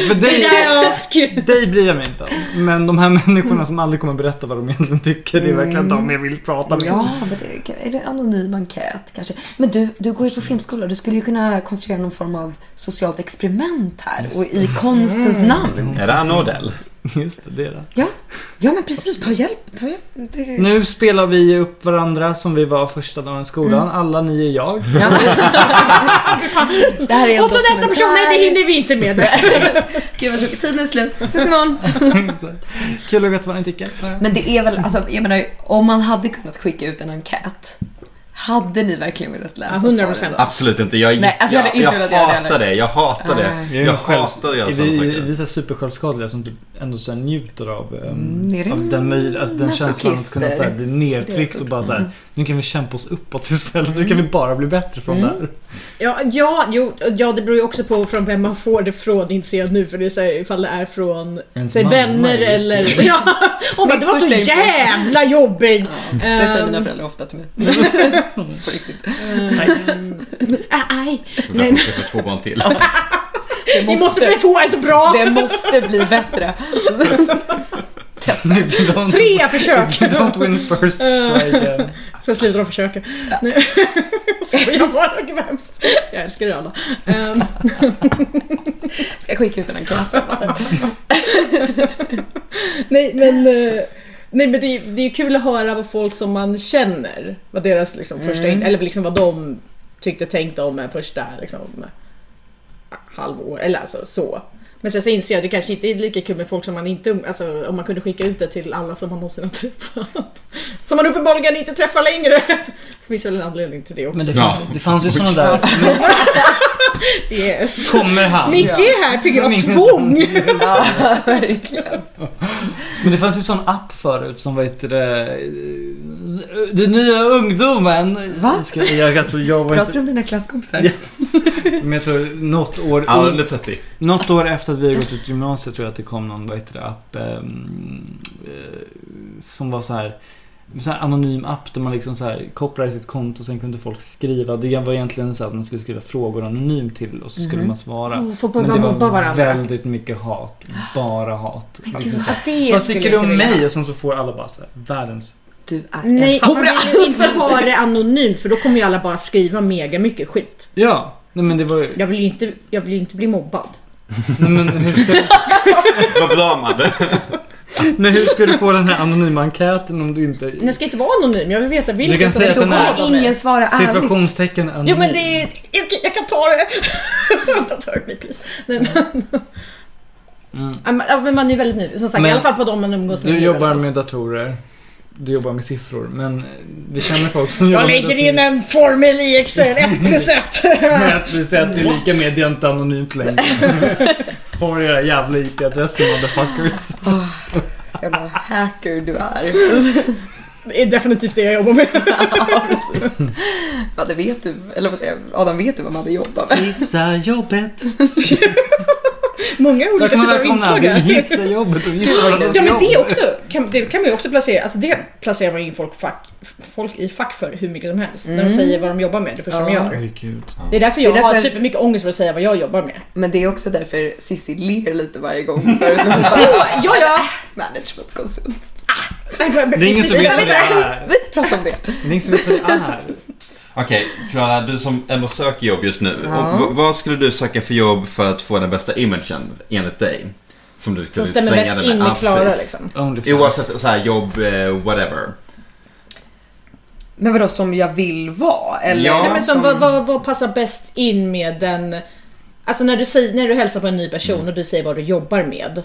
[SPEAKER 5] För dig,
[SPEAKER 3] är ask.
[SPEAKER 5] dig bryr jag mig inte om. Men de här människorna som aldrig kommer berätta vad de egentligen tycker, det är verkligen de jag vill prata med.
[SPEAKER 2] Ja, men det, är det anonym enkät kanske? Men du, du går ju på filmskola. Du skulle ju kunna konstruera någon form av socialt experiment här och i konstens
[SPEAKER 5] Mm.
[SPEAKER 2] namn.
[SPEAKER 4] Är det Anna Odell?
[SPEAKER 5] Just det, det är det.
[SPEAKER 2] Ja, ja men precis. Ta hjälp. Ta hjälp. Det...
[SPEAKER 5] Nu spelar vi upp varandra som vi var första dagen i skolan. Alla ni är jag.
[SPEAKER 2] Ja. det här är en
[SPEAKER 3] Och så nästa person,
[SPEAKER 2] dokumentär.
[SPEAKER 3] nej det hinner vi inte med.
[SPEAKER 2] Gud vad tråkigt, tiden är slut. Ses imorgon.
[SPEAKER 5] Så här, Kul att veta vad ni tycker.
[SPEAKER 2] Men det är väl, alltså, jag menar, om man hade kunnat skicka ut en enkät Hade ni verkligen velat läsa
[SPEAKER 3] Ja, 100%.
[SPEAKER 2] svaren?
[SPEAKER 4] Absolut inte. Jag,
[SPEAKER 2] Nej, alltså, jag
[SPEAKER 4] jag,
[SPEAKER 2] hade inte
[SPEAKER 4] jag,
[SPEAKER 2] velat göra det
[SPEAKER 4] hatar det. Jag hatar det.
[SPEAKER 2] Nej.
[SPEAKER 5] Vi är
[SPEAKER 4] Jag
[SPEAKER 5] själv-
[SPEAKER 4] hatar att göra
[SPEAKER 5] vi-
[SPEAKER 4] sådana
[SPEAKER 5] Vi,
[SPEAKER 4] saker.
[SPEAKER 5] vi är så här supersjälvskadliga som typ ändå så här njuter av, ehm,
[SPEAKER 2] Mm, är det
[SPEAKER 5] av den, möj- alltså den känslan att kunna så här
[SPEAKER 2] masochister?
[SPEAKER 5] bli nedtryckt och bara så här, nu kan vi kämpa oss uppåt istället. Nu
[SPEAKER 2] Mm.
[SPEAKER 5] kan vi bara bli bättre från det här.
[SPEAKER 3] Ja, ja, jo, ja, det beror ju också på från vem man får det från inser jag nu för det är så här, ifall det är från
[SPEAKER 5] Ens
[SPEAKER 3] säg,
[SPEAKER 5] mamma
[SPEAKER 3] vänner
[SPEAKER 5] är ju-
[SPEAKER 3] eller... Ja, hon bara,
[SPEAKER 2] Mitt
[SPEAKER 3] det var
[SPEAKER 2] första
[SPEAKER 3] så
[SPEAKER 2] intryck.
[SPEAKER 3] jävla jobbig!
[SPEAKER 2] Det säger
[SPEAKER 3] Ehm,
[SPEAKER 2] mina föräldrar ofta till mig. På riktigt.
[SPEAKER 3] ehm, ah, Aj,
[SPEAKER 4] Det är därför vi ska få två barn till.
[SPEAKER 2] Det
[SPEAKER 3] ni måste bli- få ett bra!
[SPEAKER 2] det måste bli bättre.
[SPEAKER 5] If you don't-
[SPEAKER 3] Tre försök!
[SPEAKER 5] If you don't win first, try again.
[SPEAKER 3] Sen slutar de försöka.
[SPEAKER 2] Ja.
[SPEAKER 3] Nej. Skojar bara, gud vad hemskt. Jag älskar er alla. Ehm,
[SPEAKER 2] Ska jag skicka ut en enkät sen?
[SPEAKER 3] nej men, eh, nej, men det, är- det är kul att höra vad folk som man känner, vad deras liksom, första, in- eller liksom vad de tyckte tänkte om en första liksom, halvår eller alltså så. Men sen så inser jag att det kanske inte är lika kul med folk som man inte, um- alltså om man kunde skicka ut det till alla som man någonsin har träffat. Som man uppenbarligen inte träffar längre. Det finns väl en anledning till det också.
[SPEAKER 5] Men det,
[SPEAKER 4] Ja.
[SPEAKER 5] fanns, det fanns ju sådana där, men
[SPEAKER 3] Yes.
[SPEAKER 5] kommer han?
[SPEAKER 3] Micke är här på grund av tvång!
[SPEAKER 2] Ja, verkligen.
[SPEAKER 5] Men det fanns ju sån app förut som vad heter det? Den nya ungdomen.
[SPEAKER 2] Va?
[SPEAKER 5] Ska- Jag, alltså, jag var
[SPEAKER 2] Pratar
[SPEAKER 5] inte,
[SPEAKER 2] du om dina klasskompisar?
[SPEAKER 5] Ja. men jag tror något år,
[SPEAKER 4] Ja, under 30.
[SPEAKER 5] något år efter att vi hade gått ut gymnasiet tror jag att det kom någon vad heter det, app ehm, eh, som var så här en sån här anonym app där man liksom så här kopplade sitt konto och sen kunde folk skriva. Det var egentligen så att man skulle skriva frågor anonymt till och så skulle
[SPEAKER 2] Mhm.
[SPEAKER 5] man svara.
[SPEAKER 3] Folk
[SPEAKER 5] Men
[SPEAKER 3] börjar
[SPEAKER 5] det
[SPEAKER 3] mobba
[SPEAKER 5] var
[SPEAKER 3] varandra.
[SPEAKER 5] väldigt mycket hat. Bara hat.
[SPEAKER 2] Men
[SPEAKER 5] Liksom
[SPEAKER 2] gud,
[SPEAKER 5] så här,
[SPEAKER 3] Det
[SPEAKER 5] Vad
[SPEAKER 3] skulle
[SPEAKER 5] tycker du
[SPEAKER 3] jag
[SPEAKER 5] om
[SPEAKER 3] inte vilja.
[SPEAKER 5] mig? Och sen så får alla bara så här, världens...
[SPEAKER 2] Du är
[SPEAKER 3] Nej,
[SPEAKER 2] en
[SPEAKER 3] man
[SPEAKER 2] hora.
[SPEAKER 3] vill ju inte ha det anonymt för då kommer ju alla bara skriva mega mycket skit.
[SPEAKER 5] Ja, nej men det var ju...
[SPEAKER 3] Jag vill ju inte, jag vill ju inte bli mobbad.
[SPEAKER 5] Nej, men hur ska,
[SPEAKER 4] Vad bra man
[SPEAKER 5] men hur ska du få den här anonyma enkäten om du inte...
[SPEAKER 3] Men jag ska inte vara anonym, jag vill veta vilka
[SPEAKER 5] Du kan
[SPEAKER 3] som
[SPEAKER 5] säga
[SPEAKER 2] Då
[SPEAKER 5] att den
[SPEAKER 3] kommer
[SPEAKER 5] är-
[SPEAKER 2] kommer
[SPEAKER 3] ihåg
[SPEAKER 2] ingen
[SPEAKER 3] mig.
[SPEAKER 2] svara ärligt.
[SPEAKER 5] Situationstecken anonym.
[SPEAKER 3] Jo men det är... Okej, jag kan ta det! Vänta, ta mig please. Nej, men,
[SPEAKER 5] Mm.
[SPEAKER 3] Ja, men- ja, men man är ju väldigt ny, som sagt
[SPEAKER 5] Men-
[SPEAKER 3] i alla fall på de man umgås med.
[SPEAKER 5] Du jobbar med datorer. Du jobbar med siffror. Men eh, vi känner folk som jobbar
[SPEAKER 3] Jag
[SPEAKER 5] med
[SPEAKER 3] lägger in en formel i Excel, 1 plus 1!
[SPEAKER 5] Men att du säger att det är lika med, det är inte anonymt längre. Har era jävla IP-adresser motherfuckers.
[SPEAKER 2] Jävla hacker du är.
[SPEAKER 3] Det är definitivt det jag jobbar med.
[SPEAKER 2] Ja, precis. Ja, det vet du. Eller vad säger jag? Adam, vet du vad man hade jobbat med?
[SPEAKER 5] Gissa jobbet.
[SPEAKER 3] Många olika
[SPEAKER 5] Där kan man
[SPEAKER 3] typer av
[SPEAKER 5] välkomna.
[SPEAKER 3] inslag
[SPEAKER 5] Det är
[SPEAKER 3] här.
[SPEAKER 5] gissa jobbet och gissa varandras
[SPEAKER 3] Ja men det
[SPEAKER 5] jobb.
[SPEAKER 3] också, kan, det kan man ju också placera, alltså det placerar man ju in folk, fack, folk i fack för hur mycket som helst. När de säger vad de jobbar med, det första de
[SPEAKER 2] Ja.
[SPEAKER 3] gör.
[SPEAKER 5] Oj, gud.
[SPEAKER 3] Mm. Det är därför jag
[SPEAKER 2] Det är
[SPEAKER 3] har
[SPEAKER 2] därför-
[SPEAKER 3] supermycket ångest för att säga vad jag jobbar med.
[SPEAKER 2] Men det är också därför Cissi ler lite varje gång. Förut när hon bara,
[SPEAKER 3] Ja, ja!
[SPEAKER 2] managementkonsult.
[SPEAKER 5] Det är ingen som
[SPEAKER 2] Vi
[SPEAKER 5] vet
[SPEAKER 2] behöver
[SPEAKER 5] vad det är.
[SPEAKER 2] inte prata om det.
[SPEAKER 5] Det är ingen som vet vad det är.
[SPEAKER 4] Okej, Klara, du som ändå söker jobb just nu.
[SPEAKER 2] Ja.
[SPEAKER 4] och v- Vad skulle du söka för jobb för att få den bästa imagen, enligt dig? Som du
[SPEAKER 3] Som
[SPEAKER 4] kunde
[SPEAKER 3] stämmer
[SPEAKER 4] svänga
[SPEAKER 3] bäst
[SPEAKER 4] den
[SPEAKER 3] in
[SPEAKER 4] med.
[SPEAKER 3] med Klara
[SPEAKER 4] precis.
[SPEAKER 3] liksom.
[SPEAKER 5] Onlyfans.
[SPEAKER 4] Oavsett så här, jobb, eh, whatever.
[SPEAKER 2] Men vadå, som jag vill vara? Eller?
[SPEAKER 4] Ja.
[SPEAKER 3] Nej, men som, vad, vad, vad passar bäst in med den... Alltså när du, säger, när du hälsar på en ny
[SPEAKER 2] Mm.
[SPEAKER 3] person och du säger vad du jobbar med.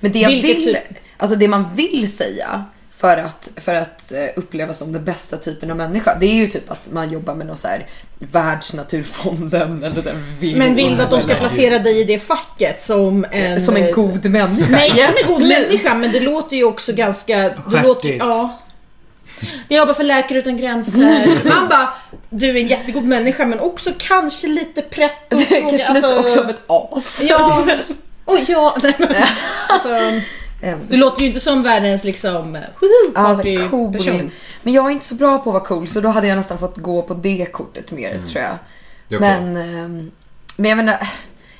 [SPEAKER 2] Men det jag
[SPEAKER 3] Vilket
[SPEAKER 2] vill,
[SPEAKER 3] typ-
[SPEAKER 2] alltså det man vill säga för att, för att eh, upplevas som den bästa typen av människa, det är ju typ att man jobbar med någon så här Världsnaturfonden eller så här vill,
[SPEAKER 3] Men vill du att de ska
[SPEAKER 2] eller-
[SPEAKER 3] placera dig i det facket som en...
[SPEAKER 2] Som en god människa.
[SPEAKER 3] Nej,
[SPEAKER 2] Yes,
[SPEAKER 3] som en god
[SPEAKER 2] please.
[SPEAKER 3] människa, men det låter ju också ganska... Du
[SPEAKER 5] Stjärtigt.
[SPEAKER 3] låter, ja. Jag jobbar för Läkare Utan Gränser. Man bara, du är en jättegod människa men också kanske lite pretto.
[SPEAKER 2] Kanske
[SPEAKER 3] alltså-
[SPEAKER 2] lite också som ett as.
[SPEAKER 3] Ja. Och ja, nej, men, alltså,
[SPEAKER 2] Äm,
[SPEAKER 3] du låter ju inte som världens liksom
[SPEAKER 2] ja, alltså,
[SPEAKER 3] party
[SPEAKER 2] cool.
[SPEAKER 3] person.
[SPEAKER 2] Men jag är inte så bra på att vara cool så då hade jag nästan fått gå på det kortet mer tror jag.
[SPEAKER 4] Mm. Det är okej.
[SPEAKER 2] Men, ehm, men jag menar,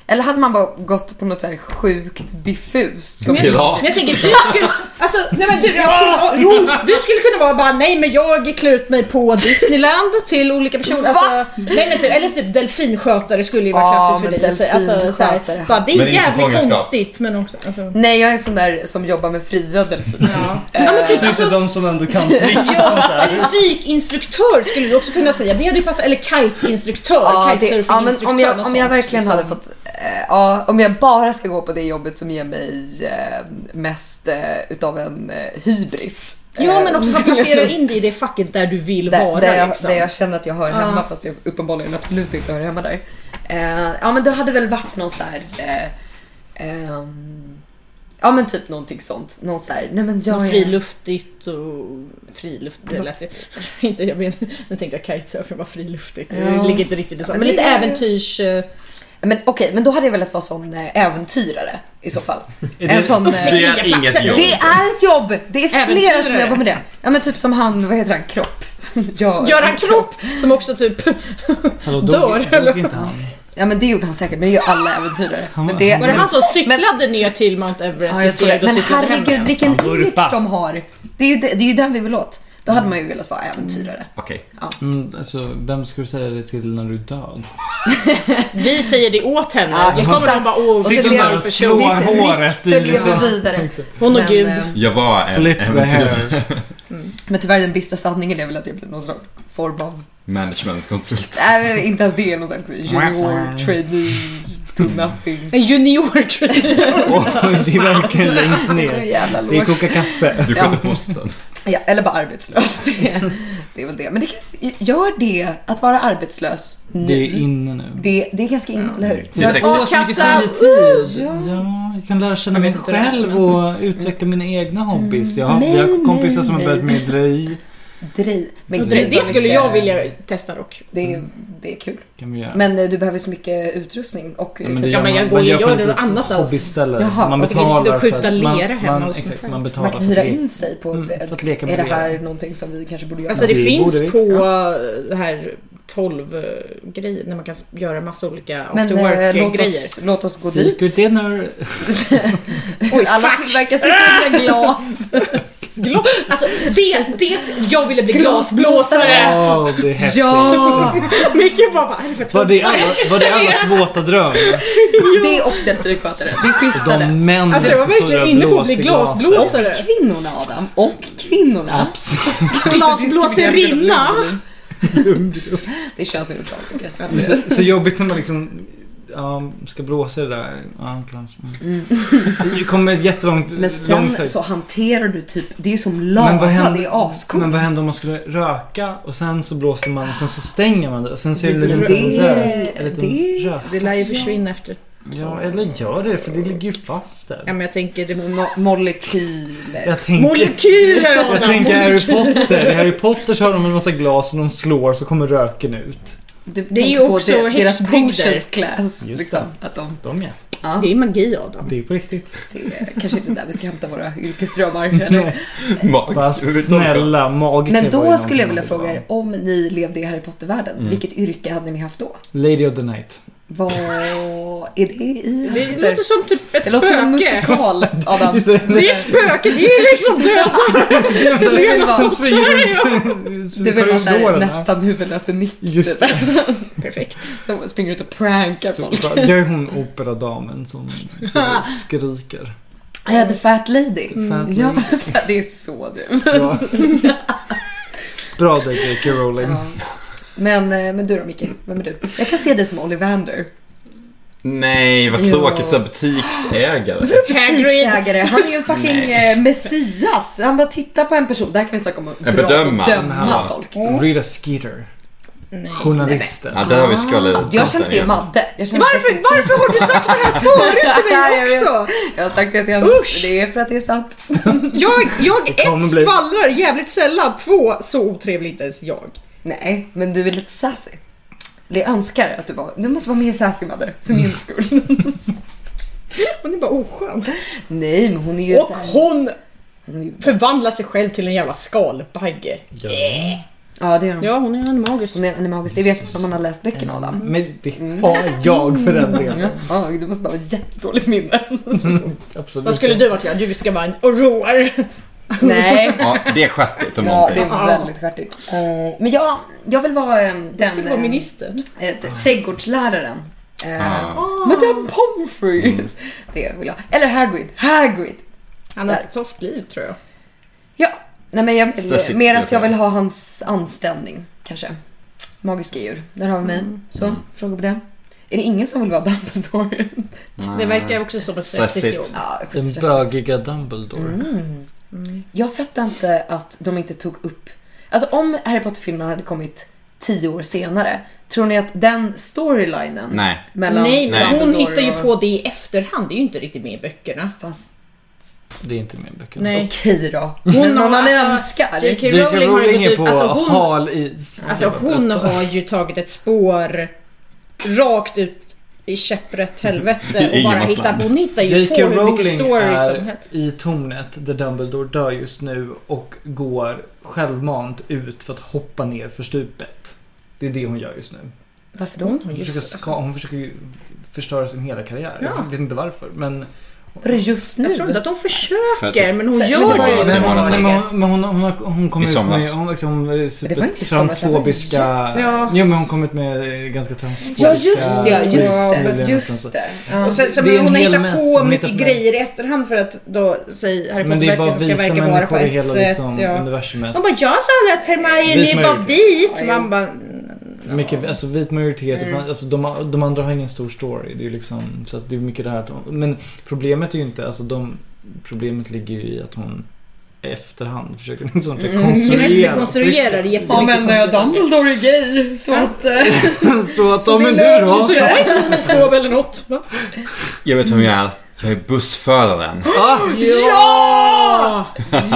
[SPEAKER 2] eller hade man bara gått på något så här sjukt diffust som
[SPEAKER 4] Men- Pirat.
[SPEAKER 3] Men jag tänker du skulle, alltså, nej men du, jag, jo, du skulle kunna vara bara nej men jag klär ut mig på Disneyland till olika personer. Alltså, nej men typ, eller typ delfinskötare skulle ju vara
[SPEAKER 2] Ja,
[SPEAKER 3] klassiskt för
[SPEAKER 2] men
[SPEAKER 3] dig. att säga. Alltså, så
[SPEAKER 2] delfinskötare. Eh,
[SPEAKER 3] här, bara, det
[SPEAKER 4] Men
[SPEAKER 3] är
[SPEAKER 4] inte
[SPEAKER 3] jävligt
[SPEAKER 4] fångenskap.
[SPEAKER 3] konstigt men också. Alltså,
[SPEAKER 2] Nej, jag är en sån där som jobbar med fria delfiner.
[SPEAKER 3] ja. ja men typ
[SPEAKER 5] Det är så
[SPEAKER 3] alltså,
[SPEAKER 5] de som ändå kan tricks och sånt där.
[SPEAKER 3] en dykinstruktör skulle du också kunna säga. Det hade ju passat, eller kiteinstruktör,
[SPEAKER 2] Ja, det- ja, men om,
[SPEAKER 3] kitesurfinginstruktör.
[SPEAKER 2] jag,
[SPEAKER 3] något
[SPEAKER 2] om jag
[SPEAKER 3] sånt,
[SPEAKER 2] verkligen
[SPEAKER 3] liksom.
[SPEAKER 2] hade fått eh, ja, om jag bara ska gå på det jobbet som ger mig eh, mest eh, utav en eh, hybris.
[SPEAKER 3] Jo
[SPEAKER 2] eh,
[SPEAKER 3] men
[SPEAKER 2] så
[SPEAKER 3] också man
[SPEAKER 2] skulle jag-
[SPEAKER 3] placerar in dig i det facket där du vill
[SPEAKER 2] där,
[SPEAKER 3] vara
[SPEAKER 2] där, jag,
[SPEAKER 3] liksom.
[SPEAKER 2] där jag känner att jag hör hemma
[SPEAKER 3] Ja.
[SPEAKER 2] fast jag uppenbarligen absolut inte hör hemma där. Eh, ja men det hade väl varit någon så här... Eh, ehm, ja men typ någonting sånt. Någon så här, nej men jag
[SPEAKER 3] Och
[SPEAKER 2] är...
[SPEAKER 3] friluftigt och friluft, det läste jag. Inte, jag men, nu tänkte jag kitesurfing var friluftigt,
[SPEAKER 2] Ja.
[SPEAKER 3] det ligger inte riktigt i samma.
[SPEAKER 2] men
[SPEAKER 3] Men
[SPEAKER 2] det
[SPEAKER 3] lite
[SPEAKER 2] är-
[SPEAKER 3] äventyrs... eh,
[SPEAKER 2] Men okej, men då hade jag velat vara sån eh, äventyrare i så fall. en
[SPEAKER 5] det-
[SPEAKER 2] sån... eh,
[SPEAKER 4] Det
[SPEAKER 3] Inga
[SPEAKER 4] är inget
[SPEAKER 3] platser.
[SPEAKER 4] jobb.
[SPEAKER 2] Det är ett jobb! Det är flera
[SPEAKER 3] Äventyrare.
[SPEAKER 2] som jobbar med det. Ja men typ som han, vad heter han, Kropp. Gör-
[SPEAKER 3] Göran Kropp som också typ...
[SPEAKER 5] Hallå,
[SPEAKER 3] Dör,
[SPEAKER 5] dog,
[SPEAKER 3] eller?
[SPEAKER 5] dog inte han?
[SPEAKER 2] Ja men det gjorde han säkert, men det gör alla äventyrare.
[SPEAKER 5] Han-
[SPEAKER 2] Men det,
[SPEAKER 5] han-
[SPEAKER 3] Var det han som cyklade ner till Mount Everest
[SPEAKER 2] Ja, jag tror det.
[SPEAKER 3] besteg och
[SPEAKER 2] Men
[SPEAKER 3] cyklade hem
[SPEAKER 2] herregud
[SPEAKER 3] igen?
[SPEAKER 2] vilken
[SPEAKER 6] Han vurpar.
[SPEAKER 2] image de har. Det är, ju, det, det är ju den vi vill åt. Då hade man ju velat vara äventyrare.
[SPEAKER 4] Okej.
[SPEAKER 5] Mm, alltså, vem ska du säga det till när du är död?
[SPEAKER 3] Vi säger det åt henne.
[SPEAKER 2] Ja,
[SPEAKER 3] Då kommer de
[SPEAKER 2] exakt.
[SPEAKER 3] bara åh,
[SPEAKER 5] Sitter hon
[SPEAKER 3] vilken
[SPEAKER 5] där
[SPEAKER 3] bra
[SPEAKER 5] och
[SPEAKER 3] person.
[SPEAKER 5] slår
[SPEAKER 2] Mitt
[SPEAKER 5] håret i
[SPEAKER 2] rykte lever
[SPEAKER 5] liksom-
[SPEAKER 2] vidare.
[SPEAKER 3] Hon och
[SPEAKER 2] Men,
[SPEAKER 3] Gud. Mm.
[SPEAKER 2] eh,
[SPEAKER 4] Jag var en
[SPEAKER 5] Flip the
[SPEAKER 4] äventyrare.
[SPEAKER 5] hair.
[SPEAKER 2] Men tyvärr den bistra sanningen är väl att jag blev någon slags form av...
[SPEAKER 4] Managementkonsult.
[SPEAKER 2] Nej, men inte ens det. Någon slags junior trainee to nothing.
[SPEAKER 3] En junior
[SPEAKER 2] Mm.
[SPEAKER 5] Åh, det är verkligen längst
[SPEAKER 2] Det är så
[SPEAKER 5] ner.
[SPEAKER 2] jävla
[SPEAKER 5] Det är
[SPEAKER 2] lågt.
[SPEAKER 5] koka kaffe.
[SPEAKER 4] Du skötte posten.
[SPEAKER 2] Ja, eller bara arbetslös. Det, det är väl det. Men det kan, gör det, att vara arbetslös nu,
[SPEAKER 5] Det är inne nu.
[SPEAKER 2] det, det är ganska in, eller hur?
[SPEAKER 4] Det är sexigt.
[SPEAKER 5] Åh, så mycket
[SPEAKER 3] Kassa!
[SPEAKER 5] fritid!
[SPEAKER 2] Ja.
[SPEAKER 5] Ja, jag kan lära känna
[SPEAKER 3] Jag
[SPEAKER 5] mig
[SPEAKER 3] vet inte det.
[SPEAKER 5] själv och utveckla mina egna hobbies. Jag har,
[SPEAKER 2] Nej,
[SPEAKER 5] vi har kompisar
[SPEAKER 2] nej,
[SPEAKER 5] som har
[SPEAKER 2] nej.
[SPEAKER 5] börjat med dröj.
[SPEAKER 2] Drej. Men gud,
[SPEAKER 3] Det
[SPEAKER 2] vad
[SPEAKER 3] skulle
[SPEAKER 2] mycket-
[SPEAKER 3] jag vilja testa dock.
[SPEAKER 2] Det är, det är kul.
[SPEAKER 5] Kan vi göra.
[SPEAKER 2] Men eh, du behöver så mycket utrustning och
[SPEAKER 5] Ja,
[SPEAKER 2] eh,
[SPEAKER 5] men det
[SPEAKER 2] typ,
[SPEAKER 5] gör
[SPEAKER 3] men jag
[SPEAKER 5] man-
[SPEAKER 3] går
[SPEAKER 5] man
[SPEAKER 3] ju-
[SPEAKER 5] gör på
[SPEAKER 3] gör
[SPEAKER 5] ett
[SPEAKER 3] det någon
[SPEAKER 5] litet
[SPEAKER 3] annanstans.
[SPEAKER 5] Hobbyställe.
[SPEAKER 2] Jaha,
[SPEAKER 5] man
[SPEAKER 3] och det finns
[SPEAKER 5] betalar
[SPEAKER 3] det att skjuta
[SPEAKER 5] man,
[SPEAKER 3] lera hemma
[SPEAKER 5] man,
[SPEAKER 3] hos sig
[SPEAKER 5] exakt,
[SPEAKER 3] själv.
[SPEAKER 5] man
[SPEAKER 2] man
[SPEAKER 5] betalar
[SPEAKER 2] kan hyra
[SPEAKER 5] att-
[SPEAKER 2] in sig på
[SPEAKER 5] Mm,
[SPEAKER 2] ett,
[SPEAKER 5] för att leka med
[SPEAKER 2] Är det
[SPEAKER 5] det.
[SPEAKER 2] här någonting som vi kanske borde göra?
[SPEAKER 3] Alltså det
[SPEAKER 5] det borde vi.
[SPEAKER 3] finns på eh, det här 12 eh, grejer när man kan göra massa olika
[SPEAKER 2] men
[SPEAKER 3] after
[SPEAKER 2] eh, låt,
[SPEAKER 3] work-grejer.
[SPEAKER 2] oss, låt oss gå dit.
[SPEAKER 5] Secret dinner.
[SPEAKER 3] Oj,
[SPEAKER 2] Alla
[SPEAKER 3] fuck!
[SPEAKER 2] tillverkar sitt egna glas.
[SPEAKER 3] Gla- alltså det, det, jag ville bli glasblåsare!
[SPEAKER 5] Åh, det är häftigt.
[SPEAKER 2] Ja!
[SPEAKER 3] Micke bara, vad är det för
[SPEAKER 5] Var
[SPEAKER 3] tråkigt?
[SPEAKER 5] det, alla, var det allas våta dröm?
[SPEAKER 2] Det och delfinskötare. Det skiftade.
[SPEAKER 5] De männen
[SPEAKER 3] Alltså jag var
[SPEAKER 5] som stod där
[SPEAKER 3] verkligen
[SPEAKER 5] och
[SPEAKER 3] inne på att
[SPEAKER 5] blåste
[SPEAKER 3] bli
[SPEAKER 5] i glaset.
[SPEAKER 3] glasblåsare.
[SPEAKER 2] Kvinnorna Adam. Och kvinnorna.
[SPEAKER 5] Absolut.
[SPEAKER 3] Glasblåserinna!
[SPEAKER 2] Det känns neutralt tycker jag.
[SPEAKER 5] Så, så jobbigt när man liksom ja, ska blåsa det där. Ja, glas. Mm. Det kommer ett jättelångt
[SPEAKER 2] Men sen
[SPEAKER 5] långsamt-
[SPEAKER 2] så hanterar du typ, det är som
[SPEAKER 5] Men vad
[SPEAKER 2] lava,
[SPEAKER 5] händer-
[SPEAKER 2] det är ascoolt.
[SPEAKER 5] Men vad händer om man skulle röka och sen så blåser man och sen så stänger man det och sen ser det
[SPEAKER 2] Det-
[SPEAKER 5] lite rök. en liten
[SPEAKER 2] det-
[SPEAKER 5] rök.
[SPEAKER 3] Det lär ju försvinna efter
[SPEAKER 5] Ja, eller gör det för det ligger ju fast
[SPEAKER 3] Ja
[SPEAKER 5] där.
[SPEAKER 3] men jag tänker det
[SPEAKER 2] Mo- Molekyler.
[SPEAKER 5] Jag tänker,
[SPEAKER 3] Molekyler
[SPEAKER 5] jag tänker Harry Potter. I Harry Potter så har de en massa glas och de slår så kommer röken ut.
[SPEAKER 2] Du
[SPEAKER 3] Det är ju
[SPEAKER 2] tänker på
[SPEAKER 3] också
[SPEAKER 2] de- deras
[SPEAKER 3] häxbygder.
[SPEAKER 2] potions class.
[SPEAKER 5] Just
[SPEAKER 2] Liksom, att de,
[SPEAKER 5] De ja.
[SPEAKER 2] ja,
[SPEAKER 3] Det är magi av dem.
[SPEAKER 5] Det är på riktigt.
[SPEAKER 2] det är kanske inte där vi ska hämta våra yrkesdrömmar. eller?
[SPEAKER 5] Bara snälla magiker
[SPEAKER 2] Men
[SPEAKER 5] var ju
[SPEAKER 2] då skulle jag vilja
[SPEAKER 5] någonting man
[SPEAKER 2] fråga er,
[SPEAKER 5] ville
[SPEAKER 2] om ni levde i Harry Potter-världen,
[SPEAKER 5] Mm.
[SPEAKER 2] vilket yrke hade ni haft då?
[SPEAKER 5] ha. Lady of the Night.
[SPEAKER 2] Vad är det i Harry
[SPEAKER 3] Det
[SPEAKER 2] Potter?
[SPEAKER 3] låter som typ ett
[SPEAKER 2] Det låter som en
[SPEAKER 3] spöke.
[SPEAKER 2] musikal, Adam.
[SPEAKER 5] Just det,
[SPEAKER 3] Det är ett spöke, det är liksom döda!
[SPEAKER 2] vill vara-
[SPEAKER 5] som springer runt
[SPEAKER 2] Du vill vara såhär,
[SPEAKER 5] korridorerna.
[SPEAKER 2] nästan huvudlös i nick. typ.
[SPEAKER 5] Just det.
[SPEAKER 3] Perfekt.
[SPEAKER 2] Som springer ut och prankar folk.
[SPEAKER 5] Såklart. Jag är hon operadamen som som skriker.
[SPEAKER 2] Ja, The Fat Lady. Mm,
[SPEAKER 5] Fat
[SPEAKER 2] Ja,
[SPEAKER 5] Lady.
[SPEAKER 2] det är så du.
[SPEAKER 5] Bra. Bra där J.K. Rowling.
[SPEAKER 2] Ja. Men, eh, men du då Micke, vem är du? Jag kan se dig som Ollivander.
[SPEAKER 4] Nej, vad
[SPEAKER 2] Jo.
[SPEAKER 4] tråkigt. Så här butiksägare.
[SPEAKER 3] Hagrid.
[SPEAKER 2] Tidsägare. Han är ju en fucking eh, messias. Han bara tittar på en person. Där kan vi snacka om att
[SPEAKER 4] En
[SPEAKER 2] bra-
[SPEAKER 4] bedöma.
[SPEAKER 2] döma
[SPEAKER 5] Ja.
[SPEAKER 2] folk.
[SPEAKER 5] Rita Skeeter.
[SPEAKER 3] Nej.
[SPEAKER 5] Journalisten.
[SPEAKER 4] Ja, där har vi skallat ut
[SPEAKER 2] Ah, Jag
[SPEAKER 4] konsten
[SPEAKER 2] känner se
[SPEAKER 4] igen.
[SPEAKER 2] Madde. Jag känner
[SPEAKER 3] Varför, varför har du sagt det här förut till mig
[SPEAKER 2] Jag vet.
[SPEAKER 3] också?
[SPEAKER 2] Jag har sagt det till henne.
[SPEAKER 3] Usch!
[SPEAKER 2] Det är för att det är sant.
[SPEAKER 3] Jag, jag
[SPEAKER 5] kommer
[SPEAKER 3] ett
[SPEAKER 5] bli-
[SPEAKER 3] skvallrar jävligt sällan, två så otrevlig inte ens jag.
[SPEAKER 2] Nej, men du är lite sassy. Det jag önskar att du var. Du måste vara mer sassy Madde, för
[SPEAKER 3] Mm.
[SPEAKER 2] min skull.
[SPEAKER 3] Hon är bara oskön.
[SPEAKER 2] Nej, men hon är ju
[SPEAKER 3] Och
[SPEAKER 2] så här-
[SPEAKER 3] hon
[SPEAKER 2] hon är ju-
[SPEAKER 3] förvandlar sig själv till en jävla skalbagge.
[SPEAKER 2] Ja, det är hon.
[SPEAKER 3] Ja, hon är en magisk.
[SPEAKER 2] Hon är animagisk. Det vet man om man har läst böckerna Adam.
[SPEAKER 3] Mm.
[SPEAKER 5] Men det har jag för den delen.
[SPEAKER 2] Ja, du måste ha ett jättedåligt minne.
[SPEAKER 5] Absolut.
[SPEAKER 3] Vad skulle du vara Clara? Du ska vara en oroar.
[SPEAKER 2] Nej,
[SPEAKER 4] Ja, det är stjärtigt om
[SPEAKER 2] Ja, det
[SPEAKER 4] någonting.
[SPEAKER 2] är väldigt stjärtigt. Eh, Men jag, jag vill vara eh, den...
[SPEAKER 3] Du skulle vara
[SPEAKER 2] eh,
[SPEAKER 3] ministern.
[SPEAKER 2] eh, t- trädgårdsläraren. Eh,
[SPEAKER 4] Ah. Mm.
[SPEAKER 2] Madame Pomfrey! Det vill jag. Eller Hagrid. Hagrid!
[SPEAKER 3] Han har ett tufft liv tror jag.
[SPEAKER 2] Ja. Nej, men jag,
[SPEAKER 4] Stressigt,
[SPEAKER 2] mer
[SPEAKER 4] skulle
[SPEAKER 2] att
[SPEAKER 4] jag
[SPEAKER 2] jag
[SPEAKER 4] säga.
[SPEAKER 2] vill ha Mm. hans anställning, kanske. Magiska djur. Där har vi mig. Så, frågor på det. Är det ingen som vill vara Dumbledore?
[SPEAKER 3] Det verkar också som ett stressigt
[SPEAKER 4] Stressigt.
[SPEAKER 3] jobb.
[SPEAKER 2] Ja,
[SPEAKER 5] Den
[SPEAKER 2] skitstressigt.
[SPEAKER 5] bögiga Dumbledore.
[SPEAKER 2] Mm.
[SPEAKER 3] Mm.
[SPEAKER 2] Jag fattar inte att de inte tog upp... Alltså om Harry Potter-filmerna hade kommit tio år senare, tror ni att den storylinen
[SPEAKER 4] Nej.
[SPEAKER 2] mellan
[SPEAKER 3] nej, men
[SPEAKER 4] Nej.
[SPEAKER 3] hon
[SPEAKER 2] Dumbledore
[SPEAKER 3] hittar ju
[SPEAKER 2] och-
[SPEAKER 3] på det i efterhand. Det är ju inte riktigt med i böckerna.
[SPEAKER 2] Fast
[SPEAKER 5] Det är inte med i böckerna.
[SPEAKER 3] Nej.
[SPEAKER 2] okej då.
[SPEAKER 3] Hon
[SPEAKER 2] Men
[SPEAKER 3] har-
[SPEAKER 2] man
[SPEAKER 3] alltså,
[SPEAKER 2] önskar.
[SPEAKER 3] J.K.
[SPEAKER 5] J.K.
[SPEAKER 3] Rowling har ju
[SPEAKER 5] Rowling
[SPEAKER 3] gått
[SPEAKER 5] är
[SPEAKER 3] ut...
[SPEAKER 5] på
[SPEAKER 3] Alltså hon,
[SPEAKER 5] hal is.
[SPEAKER 3] alltså hon har ju tagit ett spår rakt ut i käpprätt helvete och bara
[SPEAKER 4] Ingenmansland.
[SPEAKER 3] hittat på. Hon hittar ju på
[SPEAKER 5] J.K.
[SPEAKER 3] hur mycket
[SPEAKER 5] Rowling
[SPEAKER 3] stories som
[SPEAKER 5] är
[SPEAKER 3] helst.
[SPEAKER 5] i tornet där Dumbledore dör just nu och går självmant ut för att hoppa ner för stupet. Det är det hon gör just nu.
[SPEAKER 2] Varför då?
[SPEAKER 3] Hon har
[SPEAKER 5] Hon
[SPEAKER 3] ju...
[SPEAKER 5] försöker, ska, hon försöker ju förstöra sin hela karriär.
[SPEAKER 3] Ja.
[SPEAKER 5] Jag vet inte varför. Men,
[SPEAKER 2] Var det just nu?
[SPEAKER 3] Jag tror inte att hon försöker, men hon
[SPEAKER 2] För-
[SPEAKER 3] gör
[SPEAKER 2] Men-
[SPEAKER 3] det.
[SPEAKER 5] men, hon,
[SPEAKER 4] några
[SPEAKER 5] men, hon, men hon, hon, har- hon kom
[SPEAKER 4] I
[SPEAKER 5] ut
[SPEAKER 4] somras.
[SPEAKER 5] med... Hon liksom, eh,
[SPEAKER 2] det var inte i somras, det var ju
[SPEAKER 5] transfobiska...
[SPEAKER 2] jätte-
[SPEAKER 3] Ja.
[SPEAKER 5] Jo men hon kom ut med eh, ganska transfobiska...
[SPEAKER 2] Ja just det, ja, just
[SPEAKER 5] nyligen
[SPEAKER 2] det.
[SPEAKER 5] och
[SPEAKER 2] Just
[SPEAKER 5] sånt.
[SPEAKER 2] det. Ja.
[SPEAKER 3] Och sen, sen
[SPEAKER 5] Det är en
[SPEAKER 3] hon har
[SPEAKER 5] hel
[SPEAKER 3] hittat
[SPEAKER 5] mess
[SPEAKER 3] på
[SPEAKER 5] som
[SPEAKER 3] mycket
[SPEAKER 5] hittat på.
[SPEAKER 3] grejer i efterhand för att då säger Harry
[SPEAKER 5] Men det är bara
[SPEAKER 3] Potter-verken ska
[SPEAKER 5] vita
[SPEAKER 3] verka vara på
[SPEAKER 5] människor i
[SPEAKER 3] ett
[SPEAKER 5] hela
[SPEAKER 3] sätt.
[SPEAKER 5] liksom,
[SPEAKER 3] ja.
[SPEAKER 5] universumet.
[SPEAKER 3] Man bara, jag sa aldrig att
[SPEAKER 5] Vit
[SPEAKER 3] Hermione var
[SPEAKER 5] majoritet.
[SPEAKER 3] dit.
[SPEAKER 2] Ja,
[SPEAKER 3] Man bara...
[SPEAKER 5] Mycket, alltså vit majoritet, det
[SPEAKER 2] Mm.
[SPEAKER 5] fanns- alltså, de, de andra har ingen stor story. Det är ju liksom, så att det är mycket det här att hon- Men problemet är ju inte, alltså de, problemet ligger ju i att hon i efterhand försöker liksom
[SPEAKER 2] Mm.
[SPEAKER 5] konstruera.
[SPEAKER 3] Efterkonstruerar jättemycket.
[SPEAKER 2] Ja men eh,
[SPEAKER 3] konstiga saker.
[SPEAKER 2] Dumbledore är gay så att... eh,
[SPEAKER 5] Så att,
[SPEAKER 2] Så
[SPEAKER 5] ja men
[SPEAKER 2] det är
[SPEAKER 5] du då?
[SPEAKER 2] lugnt.
[SPEAKER 3] Homofob eller något. va?
[SPEAKER 4] Jag vet vem jag är. Jag är bussföraren.
[SPEAKER 5] Ah,
[SPEAKER 2] Ja!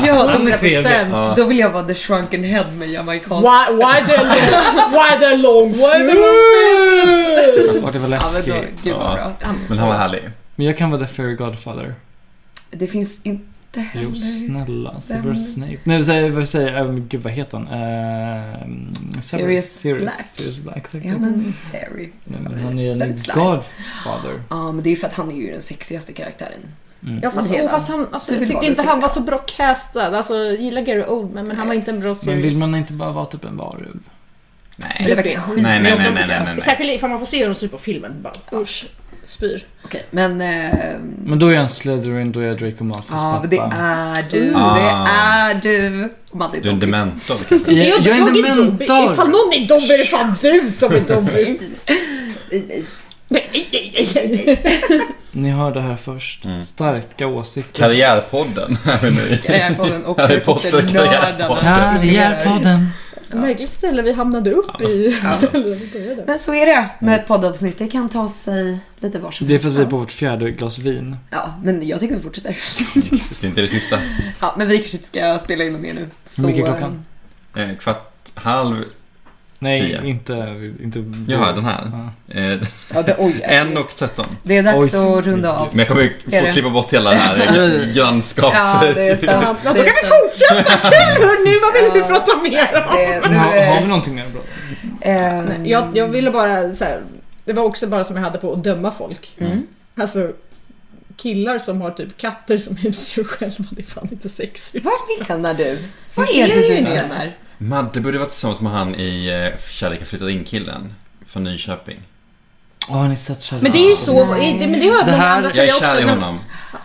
[SPEAKER 2] Ja, de är
[SPEAKER 5] trevlig.
[SPEAKER 4] Ja.
[SPEAKER 2] Då vill jag vara the shrunken head med jamaicansk
[SPEAKER 3] Why, why the long... Why the long... Why the
[SPEAKER 5] Ja, det var
[SPEAKER 2] Ja, men då,
[SPEAKER 5] läskigt.
[SPEAKER 2] gud vad
[SPEAKER 4] Ja.
[SPEAKER 2] bra.
[SPEAKER 4] Men han var härlig.
[SPEAKER 5] Men jag kan vara the fairy godfather.
[SPEAKER 2] Det finns inte heller...
[SPEAKER 5] Jo snälla,
[SPEAKER 2] Vem?
[SPEAKER 5] Severus Snape. Nej vad säger- vad säger jag? Gud vad heter han? Uh,
[SPEAKER 2] Sirius Black.
[SPEAKER 5] Sirius Black. tack.
[SPEAKER 2] Ja men fairy.
[SPEAKER 5] Nej, men Han är en
[SPEAKER 2] Väldigt slarvig.
[SPEAKER 5] godfather.
[SPEAKER 2] Ja men det är ju för att han är ju den sexigaste karaktären.
[SPEAKER 5] Mm.
[SPEAKER 3] Ja, fast,
[SPEAKER 2] Redan.
[SPEAKER 3] och fast han, alltså,
[SPEAKER 2] Du
[SPEAKER 3] jag
[SPEAKER 2] vill
[SPEAKER 3] tyckte
[SPEAKER 2] vara
[SPEAKER 3] inte
[SPEAKER 2] den
[SPEAKER 3] han var så bra castad. Alltså, jag gillar Gary Oldman men han var inte en bra
[SPEAKER 5] Men vill
[SPEAKER 3] series.
[SPEAKER 5] man inte bara vara typ en varulv?
[SPEAKER 4] Nej.
[SPEAKER 2] Det verkar skitjobbigt
[SPEAKER 4] Nej, nej, nej, nej,
[SPEAKER 2] tycker jag.
[SPEAKER 4] nej, nej.
[SPEAKER 3] Särskilt ifall man får se honom på filmen. Bara, usch, spyr.
[SPEAKER 2] Okej men... ehm,
[SPEAKER 5] Men då är jag en Slytherin, då är jag Draco Malfoys
[SPEAKER 2] Ja
[SPEAKER 5] pappa.
[SPEAKER 2] men det är du, det är
[SPEAKER 4] Ah.
[SPEAKER 2] du. Om man är
[SPEAKER 4] Du är en
[SPEAKER 2] dålig.
[SPEAKER 4] dementor kanske?
[SPEAKER 3] Alltså,
[SPEAKER 5] Jag, jag, är en
[SPEAKER 3] Dobby. Ifall
[SPEAKER 5] dementor!
[SPEAKER 3] någon är Dobby är det fan du som är Dobby.
[SPEAKER 2] Nej, nej.
[SPEAKER 3] nej, nej, nej, nej, nej.
[SPEAKER 5] Ni hör det här först. Starka åsikter.
[SPEAKER 4] Mm. Karriärpodden här är nu.
[SPEAKER 2] Karriärpodden och
[SPEAKER 4] Harry
[SPEAKER 2] Harry
[SPEAKER 4] Potter,
[SPEAKER 2] Potter-nördarna.
[SPEAKER 4] karriärpodden.
[SPEAKER 5] Karriärpodden.
[SPEAKER 3] Märkligt ställe vi hamnade upp i.
[SPEAKER 2] Men så är det med ett poddavsnitt. Det kan ta sig lite var som
[SPEAKER 5] Det är för att vi är
[SPEAKER 2] helst.
[SPEAKER 5] på vårt fjärde glas vin.
[SPEAKER 2] Ja, men jag tycker vi fortsätter.
[SPEAKER 4] Det är inte det sista.
[SPEAKER 2] Ja, men vi kanske inte ska spela in dem mer nu. Så,
[SPEAKER 5] Hur mycket är klockan?
[SPEAKER 4] Eh, Kvart, halv,
[SPEAKER 5] Nej,
[SPEAKER 4] Tio.
[SPEAKER 5] inte... inte
[SPEAKER 4] Jaha, den här.
[SPEAKER 5] Ja.
[SPEAKER 4] eh,
[SPEAKER 2] Ja, det, oj,
[SPEAKER 4] en och tretton.
[SPEAKER 2] det är dags
[SPEAKER 5] Oj.
[SPEAKER 2] att runda av.
[SPEAKER 4] Men jag kommer ju
[SPEAKER 2] Är det?
[SPEAKER 4] få klippa bort hela det här grannskaps...
[SPEAKER 2] Ja, det är sant.
[SPEAKER 3] Ja,
[SPEAKER 2] Det är
[SPEAKER 3] då kan vi
[SPEAKER 2] sant.
[SPEAKER 3] fortsätta! Kul hörni! Vad vill
[SPEAKER 2] Ja.
[SPEAKER 3] vi prata mer om?
[SPEAKER 2] Det, nu,
[SPEAKER 5] Har, har vi
[SPEAKER 2] är-
[SPEAKER 5] någonting mer bra?
[SPEAKER 2] ehm,
[SPEAKER 3] Jag, jag ville bara så här, Det var också bara som jag hade på att döma folk.
[SPEAKER 2] Mm.
[SPEAKER 3] Alltså killar som har typ katter som husdjur själva, det är fan inte sexigt.
[SPEAKER 2] Vad menar du? Vad
[SPEAKER 3] Det
[SPEAKER 2] är det
[SPEAKER 3] är
[SPEAKER 2] du
[SPEAKER 3] ju det.
[SPEAKER 2] menar?
[SPEAKER 4] Madde borde varit tillsammans med han i eh, Kärlek har flyttat in killen. Från Nyköping.
[SPEAKER 5] Åh, har ni sett Sherlock?
[SPEAKER 3] Men det är ju så,
[SPEAKER 2] Nej.
[SPEAKER 3] det, men det har jag
[SPEAKER 5] Det
[SPEAKER 3] många
[SPEAKER 5] här-
[SPEAKER 3] andra
[SPEAKER 4] Jag
[SPEAKER 3] säga
[SPEAKER 4] är
[SPEAKER 3] också.
[SPEAKER 4] kär i
[SPEAKER 3] när-
[SPEAKER 4] honom.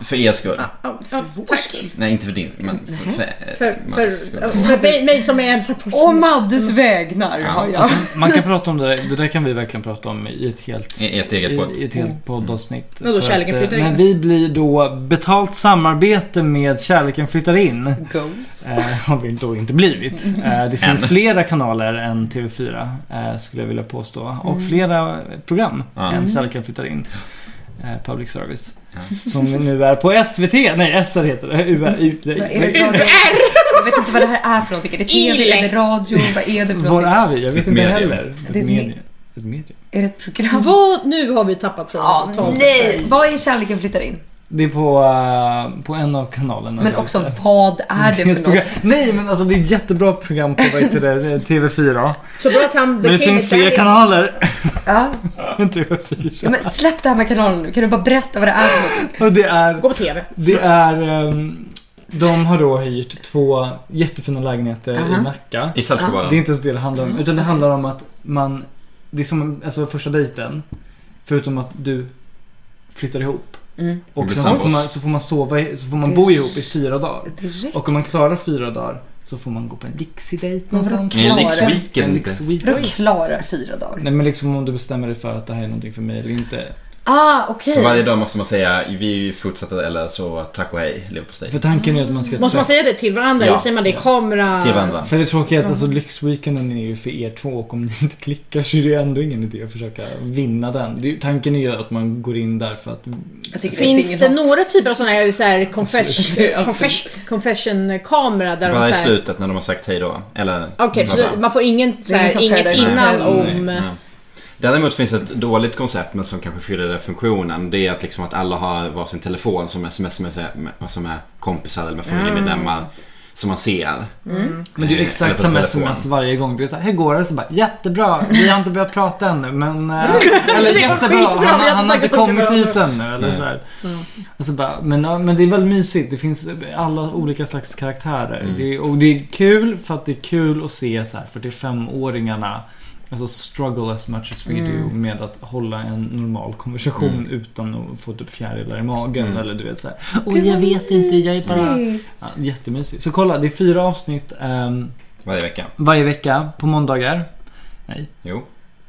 [SPEAKER 4] För er skull.
[SPEAKER 3] Ja, ja,
[SPEAKER 2] För vår
[SPEAKER 3] tack.
[SPEAKER 2] skull.
[SPEAKER 4] Nej, inte för din men för, för,
[SPEAKER 3] För, för,
[SPEAKER 4] Maddes skull.
[SPEAKER 3] för mig, mig som är ensam person.
[SPEAKER 2] Å Maddes vägnar har jag.
[SPEAKER 5] Man kan prata om det där. Det där kan vi verkligen prata om i ett helt...
[SPEAKER 4] I ett eget podd.
[SPEAKER 5] I ett helt poddavsnitt.
[SPEAKER 3] Vadå,
[SPEAKER 5] För att,
[SPEAKER 3] Kärleken
[SPEAKER 5] eh,
[SPEAKER 3] flyttar in?
[SPEAKER 5] Men vi blir då betalt samarbete med Kärleken flyttar in.
[SPEAKER 2] Goals.
[SPEAKER 5] Eh, har vi då inte blivit. Eh, det finns
[SPEAKER 4] Än.
[SPEAKER 5] flera kanaler än TV4 eh, skulle jag vilja påstå.
[SPEAKER 3] Mm.
[SPEAKER 5] Och flera program
[SPEAKER 4] Ja.
[SPEAKER 5] än Kärleken flyttar in. Eh, public service. Som nu är på SVT, nej SR heter det. UR,
[SPEAKER 2] Vad är det?
[SPEAKER 5] UR.
[SPEAKER 2] Radio? Jag vet inte vad det här är för någonting. Är det TV? Är det radio? Vad är det för
[SPEAKER 5] Var
[SPEAKER 2] någonting?
[SPEAKER 5] är vi? Jag vet
[SPEAKER 4] Ett
[SPEAKER 5] inte
[SPEAKER 4] medium.
[SPEAKER 5] heller.
[SPEAKER 2] Det är
[SPEAKER 5] Ett
[SPEAKER 2] ett
[SPEAKER 5] medium. Ett medium.
[SPEAKER 2] Är det ett program?
[SPEAKER 3] Vad, nu har vi tappat tråden
[SPEAKER 2] Ja,
[SPEAKER 3] totalt.
[SPEAKER 2] nej! Vad är Kärleken flyttar in? Det
[SPEAKER 5] Det är på, eh, på en av kanalerna.
[SPEAKER 2] Men
[SPEAKER 5] där ute.
[SPEAKER 2] också, vad är det
[SPEAKER 5] Ett
[SPEAKER 2] för
[SPEAKER 5] program.
[SPEAKER 2] något?
[SPEAKER 5] Nej men alltså det är ett jättebra program på vad heter det, TV4.
[SPEAKER 3] Så bra att han
[SPEAKER 5] Men det
[SPEAKER 3] became
[SPEAKER 5] finns
[SPEAKER 3] a
[SPEAKER 5] fler
[SPEAKER 3] daddy.
[SPEAKER 5] kanaler
[SPEAKER 2] Ja.
[SPEAKER 5] än TV4.
[SPEAKER 2] Ja, men släpp det här med kanalen nu. Kan du bara berätta vad det är för någonting?
[SPEAKER 5] Och det är
[SPEAKER 3] Gå på TV.
[SPEAKER 5] Det är... ehm, de har då hyrt två jättefina lägenheter
[SPEAKER 2] Aha.
[SPEAKER 5] i Nacka.
[SPEAKER 4] I
[SPEAKER 5] Det
[SPEAKER 4] Saltsjöbaden.
[SPEAKER 5] är inte ens det det handlar om. Utan det handlar om att man... Det är som en- alltså, första dejten. Förutom att du flyttar ihop.
[SPEAKER 2] Mm.
[SPEAKER 5] Och
[SPEAKER 4] blir
[SPEAKER 5] sen så får,
[SPEAKER 4] sambos.
[SPEAKER 5] man, så får man sova i- så får man bo ihop i fyra dagar.
[SPEAKER 2] Direkt.
[SPEAKER 5] Och om man klarar fyra dagar Så får man gå på en Dixie-date
[SPEAKER 2] Men vadå
[SPEAKER 5] någonstans.
[SPEAKER 4] Det är en
[SPEAKER 2] Klara.
[SPEAKER 5] En
[SPEAKER 4] Riksweekend.
[SPEAKER 5] Dixie-weekend.
[SPEAKER 2] Vadå klarar fyra dagar?
[SPEAKER 5] Nej men liksom om du bestämmer dig för att det här är någonting för mig eller inte.
[SPEAKER 2] Ah, okej.
[SPEAKER 4] Så varje dag måste man säga vi fortsätter eller så tack och hej leverpastej.
[SPEAKER 5] För tanken är att man ska
[SPEAKER 3] Måste man
[SPEAKER 5] träffa-
[SPEAKER 3] säga det till varandra
[SPEAKER 4] Ja.
[SPEAKER 3] eller säger man det i kamera?
[SPEAKER 4] Till varandra.
[SPEAKER 5] För det tråkiga är att alltså, lyxweekenden är ju för er två och om ni inte klickar så är det ju ändå ingen idé att försöka vinna den. Det, är ju- tanken är ju att man går in där för att...
[SPEAKER 2] Jag tycker
[SPEAKER 3] Finns
[SPEAKER 2] det
[SPEAKER 3] det
[SPEAKER 2] är några...
[SPEAKER 3] några typer av sådana här, så här confess,
[SPEAKER 5] Absolut.
[SPEAKER 3] confess, confession-kamera där
[SPEAKER 4] Bara
[SPEAKER 3] de
[SPEAKER 4] i
[SPEAKER 3] så här...
[SPEAKER 4] slutet när de har sagt hej då. Eller
[SPEAKER 3] Okej,
[SPEAKER 4] bla,
[SPEAKER 3] så
[SPEAKER 4] bla.
[SPEAKER 3] man får ingen, så
[SPEAKER 2] Det är
[SPEAKER 3] här,
[SPEAKER 2] som
[SPEAKER 3] inget
[SPEAKER 2] Paradise
[SPEAKER 3] innan
[SPEAKER 2] Hotel.
[SPEAKER 3] om...
[SPEAKER 4] Nej, nej. Däremot finns ett dåligt koncept men som kanske fyller den funktionen. Det är att, liksom att alla har varsin telefon som smsar med, med, som är kompisar eller med familjemedlemmar. Som man ser.
[SPEAKER 3] Mm.
[SPEAKER 5] Men det är ju
[SPEAKER 4] Eh, eller
[SPEAKER 5] exakt
[SPEAKER 4] på
[SPEAKER 5] samma
[SPEAKER 4] telefon.
[SPEAKER 5] sms varje gång. Det är såhär, hur går det? Så bara, jättebra, vi har inte börjat prata ännu men... eh, Eller jättebra,
[SPEAKER 3] skitbra, vi
[SPEAKER 5] han,
[SPEAKER 3] hade
[SPEAKER 5] han har inte
[SPEAKER 3] säkert
[SPEAKER 5] kommit
[SPEAKER 3] inte
[SPEAKER 5] hit ännu. Eller
[SPEAKER 4] Nej.
[SPEAKER 5] så här. Alltså bara, men, ja, men det är väldigt mysigt. Det finns alla olika slags karaktärer.
[SPEAKER 4] Mm.
[SPEAKER 5] Det är, och det är kul för att det är kul att se så här 45-åringarna Alltså struggle as much as we do med att hålla en normal konversation
[SPEAKER 4] Mm.
[SPEAKER 5] utan att få typ fjärilar i magen
[SPEAKER 4] Mm.
[SPEAKER 5] eller du vet såhär. Och jag vet inte, jag är bara... Ja, jättemysigt. Så kolla, det är fyra avsnitt ehm,
[SPEAKER 4] Varje vecka.
[SPEAKER 5] varje vecka på måndagar.
[SPEAKER 4] Jo.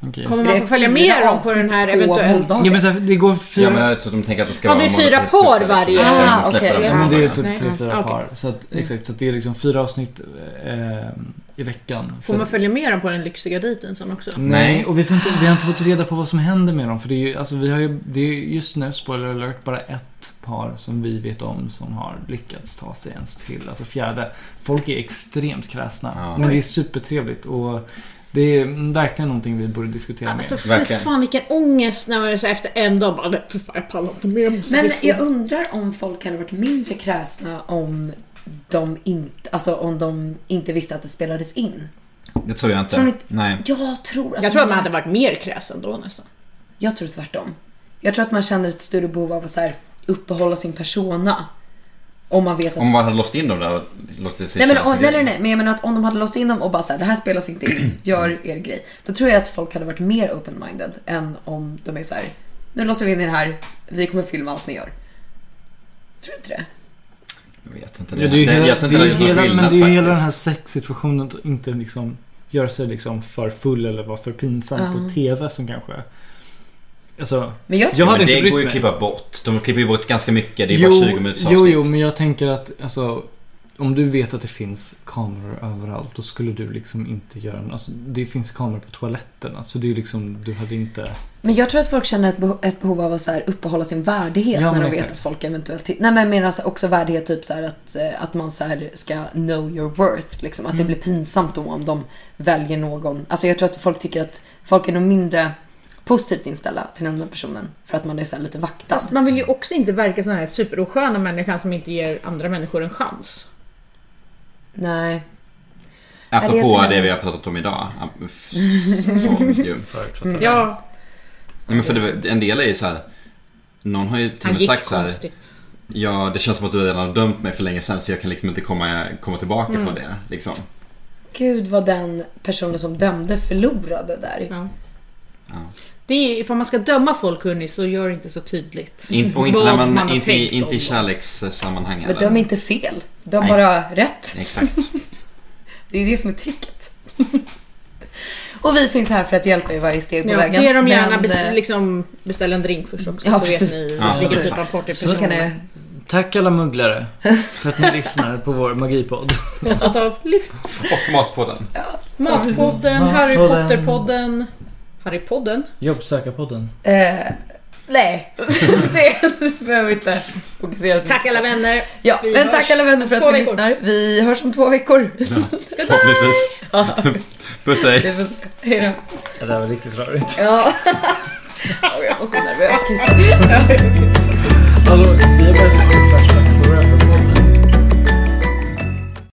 [SPEAKER 5] Okej.
[SPEAKER 3] Kommer
[SPEAKER 2] Så
[SPEAKER 3] man
[SPEAKER 2] det
[SPEAKER 3] få
[SPEAKER 2] är
[SPEAKER 3] följa
[SPEAKER 2] fyra
[SPEAKER 3] med dem på
[SPEAKER 2] avsnitt
[SPEAKER 3] den här
[SPEAKER 2] på
[SPEAKER 3] eventuellt?
[SPEAKER 2] måndag.
[SPEAKER 5] Ja men så här, det går fyra...
[SPEAKER 4] Ja, men jag tror att de tänker att det ska
[SPEAKER 3] Ja,
[SPEAKER 4] vara
[SPEAKER 3] det är
[SPEAKER 4] måndag
[SPEAKER 3] fyra
[SPEAKER 4] till torsdag,
[SPEAKER 3] par
[SPEAKER 4] liksom.
[SPEAKER 3] varje-
[SPEAKER 4] Jag tror att de
[SPEAKER 2] Ah,
[SPEAKER 4] släpper
[SPEAKER 2] okej.
[SPEAKER 4] dem
[SPEAKER 5] Ja, men det är
[SPEAKER 4] måndagar.
[SPEAKER 5] typ
[SPEAKER 3] Nej,
[SPEAKER 5] tre,
[SPEAKER 3] ja.
[SPEAKER 5] fyra
[SPEAKER 3] Ja, okej.
[SPEAKER 5] par. Så att, exakt, så att det är liksom fyra avsnitt eh, i veckan.
[SPEAKER 3] Får
[SPEAKER 5] Så-
[SPEAKER 3] man följa med dem på den lyxiga dejten sen också?
[SPEAKER 5] Nej, och vi, får inte, vi har inte fått reda på vad som händer med dem. För det är ju, alltså vi har ju, det är ju just nu, spoiler alert, bara ett par som vi vet om som har lyckats ta sig ens till, alltså fjärde. Folk är extremt kräsna.
[SPEAKER 4] Ja.
[SPEAKER 5] Men det är supertrevligt och det är verkligen någonting vi borde diskutera mer.
[SPEAKER 3] Alltså fy
[SPEAKER 4] Verkligen.
[SPEAKER 3] fan vilken ångest när man är så här efter en dag bara "Nej, fy fan jag pallar inte mer. jag måste
[SPEAKER 2] Men
[SPEAKER 3] bli full."
[SPEAKER 2] jag undrar om folk hade varit mindre kräsna om de inte, alltså om de inte visste att det spelades in.
[SPEAKER 4] Det tror jag inte.
[SPEAKER 2] Tror ni inte-
[SPEAKER 4] Nej.
[SPEAKER 2] Jag tror att
[SPEAKER 3] jag tror att
[SPEAKER 2] de-
[SPEAKER 3] man hade varit mer kräsen då nästan.
[SPEAKER 2] Jag tror tvärtom. Jag tror att man känner ett större behov av att så här, uppehålla sin persona. Om man vet att...
[SPEAKER 4] Om man hade låst in dem där och låtit sig
[SPEAKER 2] nej, men,
[SPEAKER 4] känna
[SPEAKER 2] om,
[SPEAKER 4] sin
[SPEAKER 2] nej,
[SPEAKER 4] grej.
[SPEAKER 2] nej, nej, men jag menar att om de hade låst in dem och bara så här, det här spelas inte in, gör er grej. Då tror jag att folk hade varit mer open-minded än om de är så här, nu låser vi in er här, vi kommer filma allt ni gör. Tror du inte det?
[SPEAKER 4] Jag vet inte.
[SPEAKER 5] Ja, det är ju hela,
[SPEAKER 4] jag tror
[SPEAKER 5] det
[SPEAKER 4] inte
[SPEAKER 5] är
[SPEAKER 4] det
[SPEAKER 5] ju
[SPEAKER 4] hade gjort
[SPEAKER 5] hela,
[SPEAKER 4] någon
[SPEAKER 5] men
[SPEAKER 4] skillnad
[SPEAKER 5] det är ju hela den
[SPEAKER 4] faktiskt.
[SPEAKER 5] här sexsituationen att inte liksom göra sig liksom för full eller vara för pinsam
[SPEAKER 2] Ja.
[SPEAKER 5] på TV som kanske... Alltså,
[SPEAKER 2] Men jag tror...
[SPEAKER 5] jag
[SPEAKER 4] Men
[SPEAKER 5] hade inte
[SPEAKER 4] det
[SPEAKER 5] brytt
[SPEAKER 4] går ju
[SPEAKER 5] mig.
[SPEAKER 4] att klippa bort. De klipper ju bort ganska mycket. Det är
[SPEAKER 5] jo,
[SPEAKER 4] bara 20 minuters
[SPEAKER 5] jo, jo, men jag tänker att alltså, om du vet att det finns kameror överallt då skulle du liksom inte göra något. Alltså, det finns kameror på toaletterna så det är ju liksom, du hade inte...
[SPEAKER 2] Men jag tror att folk känner ett behov, ett behov av att så här uppehålla sin värdighet
[SPEAKER 5] Ja,
[SPEAKER 2] när
[SPEAKER 5] men
[SPEAKER 2] de
[SPEAKER 5] exakt.
[SPEAKER 2] vet att folk eventuellt tittar. Nej men jag menar alltså också värdighet typ så här att, eh, att man så här ska know your worth. Liksom. Att
[SPEAKER 5] Mm.
[SPEAKER 2] det blir pinsamt då om de väljer någon. Alltså jag tror att folk tycker att folk är nog mindre positivt inställda till den här personen. För att man är så här lite vaktad.
[SPEAKER 3] Fast man vill ju också inte verka sån här superosköna människan som inte ger andra människor en chans.
[SPEAKER 2] Nej. jag
[SPEAKER 4] Apropå
[SPEAKER 2] vet inte.
[SPEAKER 4] det vi har pratat om idag. ap- Som, ju. Mm.
[SPEAKER 3] Ja,
[SPEAKER 4] Nej, men för det, en del är ju så här. Någon har ju till och
[SPEAKER 3] han
[SPEAKER 4] med
[SPEAKER 3] gick
[SPEAKER 4] sagt så här.
[SPEAKER 3] konstigt.
[SPEAKER 4] Ja, det känns som att du redan har dömt mig för länge sedan så jag kan liksom inte komma, komma tillbaka
[SPEAKER 3] Mm.
[SPEAKER 4] från det. Liksom.
[SPEAKER 2] Gud vad den personen som dömde förlorade där.
[SPEAKER 3] Ja.
[SPEAKER 4] Ja.
[SPEAKER 3] Det är, ifall man ska döma folk hörni så gör det inte så tydligt.
[SPEAKER 4] In, och inte,
[SPEAKER 3] Vad
[SPEAKER 4] när man,
[SPEAKER 3] man har
[SPEAKER 4] inte,
[SPEAKER 3] tänkt
[SPEAKER 4] i- inte i
[SPEAKER 3] om
[SPEAKER 4] kärlekssammanhang
[SPEAKER 2] Men
[SPEAKER 4] eller?
[SPEAKER 2] döm inte fel. Döm
[SPEAKER 4] Nej.
[SPEAKER 2] bara rätt.
[SPEAKER 4] Exakt.
[SPEAKER 2] Det är det som är tricket. Och vi finns här för att hjälpa er varje steg på
[SPEAKER 3] Ja,
[SPEAKER 2] vägen.
[SPEAKER 3] Be dem gärna
[SPEAKER 2] Men,
[SPEAKER 3] bes-
[SPEAKER 2] eh,
[SPEAKER 3] liksom beställa en drink först också
[SPEAKER 2] Ja,
[SPEAKER 3] så
[SPEAKER 2] precis.
[SPEAKER 3] vet ni
[SPEAKER 4] Ja,
[SPEAKER 3] vilken typ
[SPEAKER 4] exakt.
[SPEAKER 3] av party
[SPEAKER 2] Så kan det...
[SPEAKER 5] Tack alla mugglare för att ni lyssnar på vår magipodd.
[SPEAKER 3] Sponsrat av Lyft,
[SPEAKER 4] Och Matpodden.
[SPEAKER 3] Matpodden,
[SPEAKER 5] Matpodden.
[SPEAKER 3] Harry Potter-podden, Harrypodden.
[SPEAKER 5] Jobbsökarpodden.
[SPEAKER 2] Eh, nej, det behöver vi inte fokusera så
[SPEAKER 3] Tack alla vänner!
[SPEAKER 2] Ja,
[SPEAKER 3] vi
[SPEAKER 2] men
[SPEAKER 3] hörs
[SPEAKER 2] tack alla vänner för
[SPEAKER 3] två
[SPEAKER 2] att ni
[SPEAKER 3] veckor.
[SPEAKER 2] lyssnar. Vi hörs om två veckor.
[SPEAKER 4] Förhoppningsvis. Puss hej.
[SPEAKER 2] Vi får se. Hej då.
[SPEAKER 5] Det där var riktigt rörigt.
[SPEAKER 2] Ja. Åh, jag måste nervös.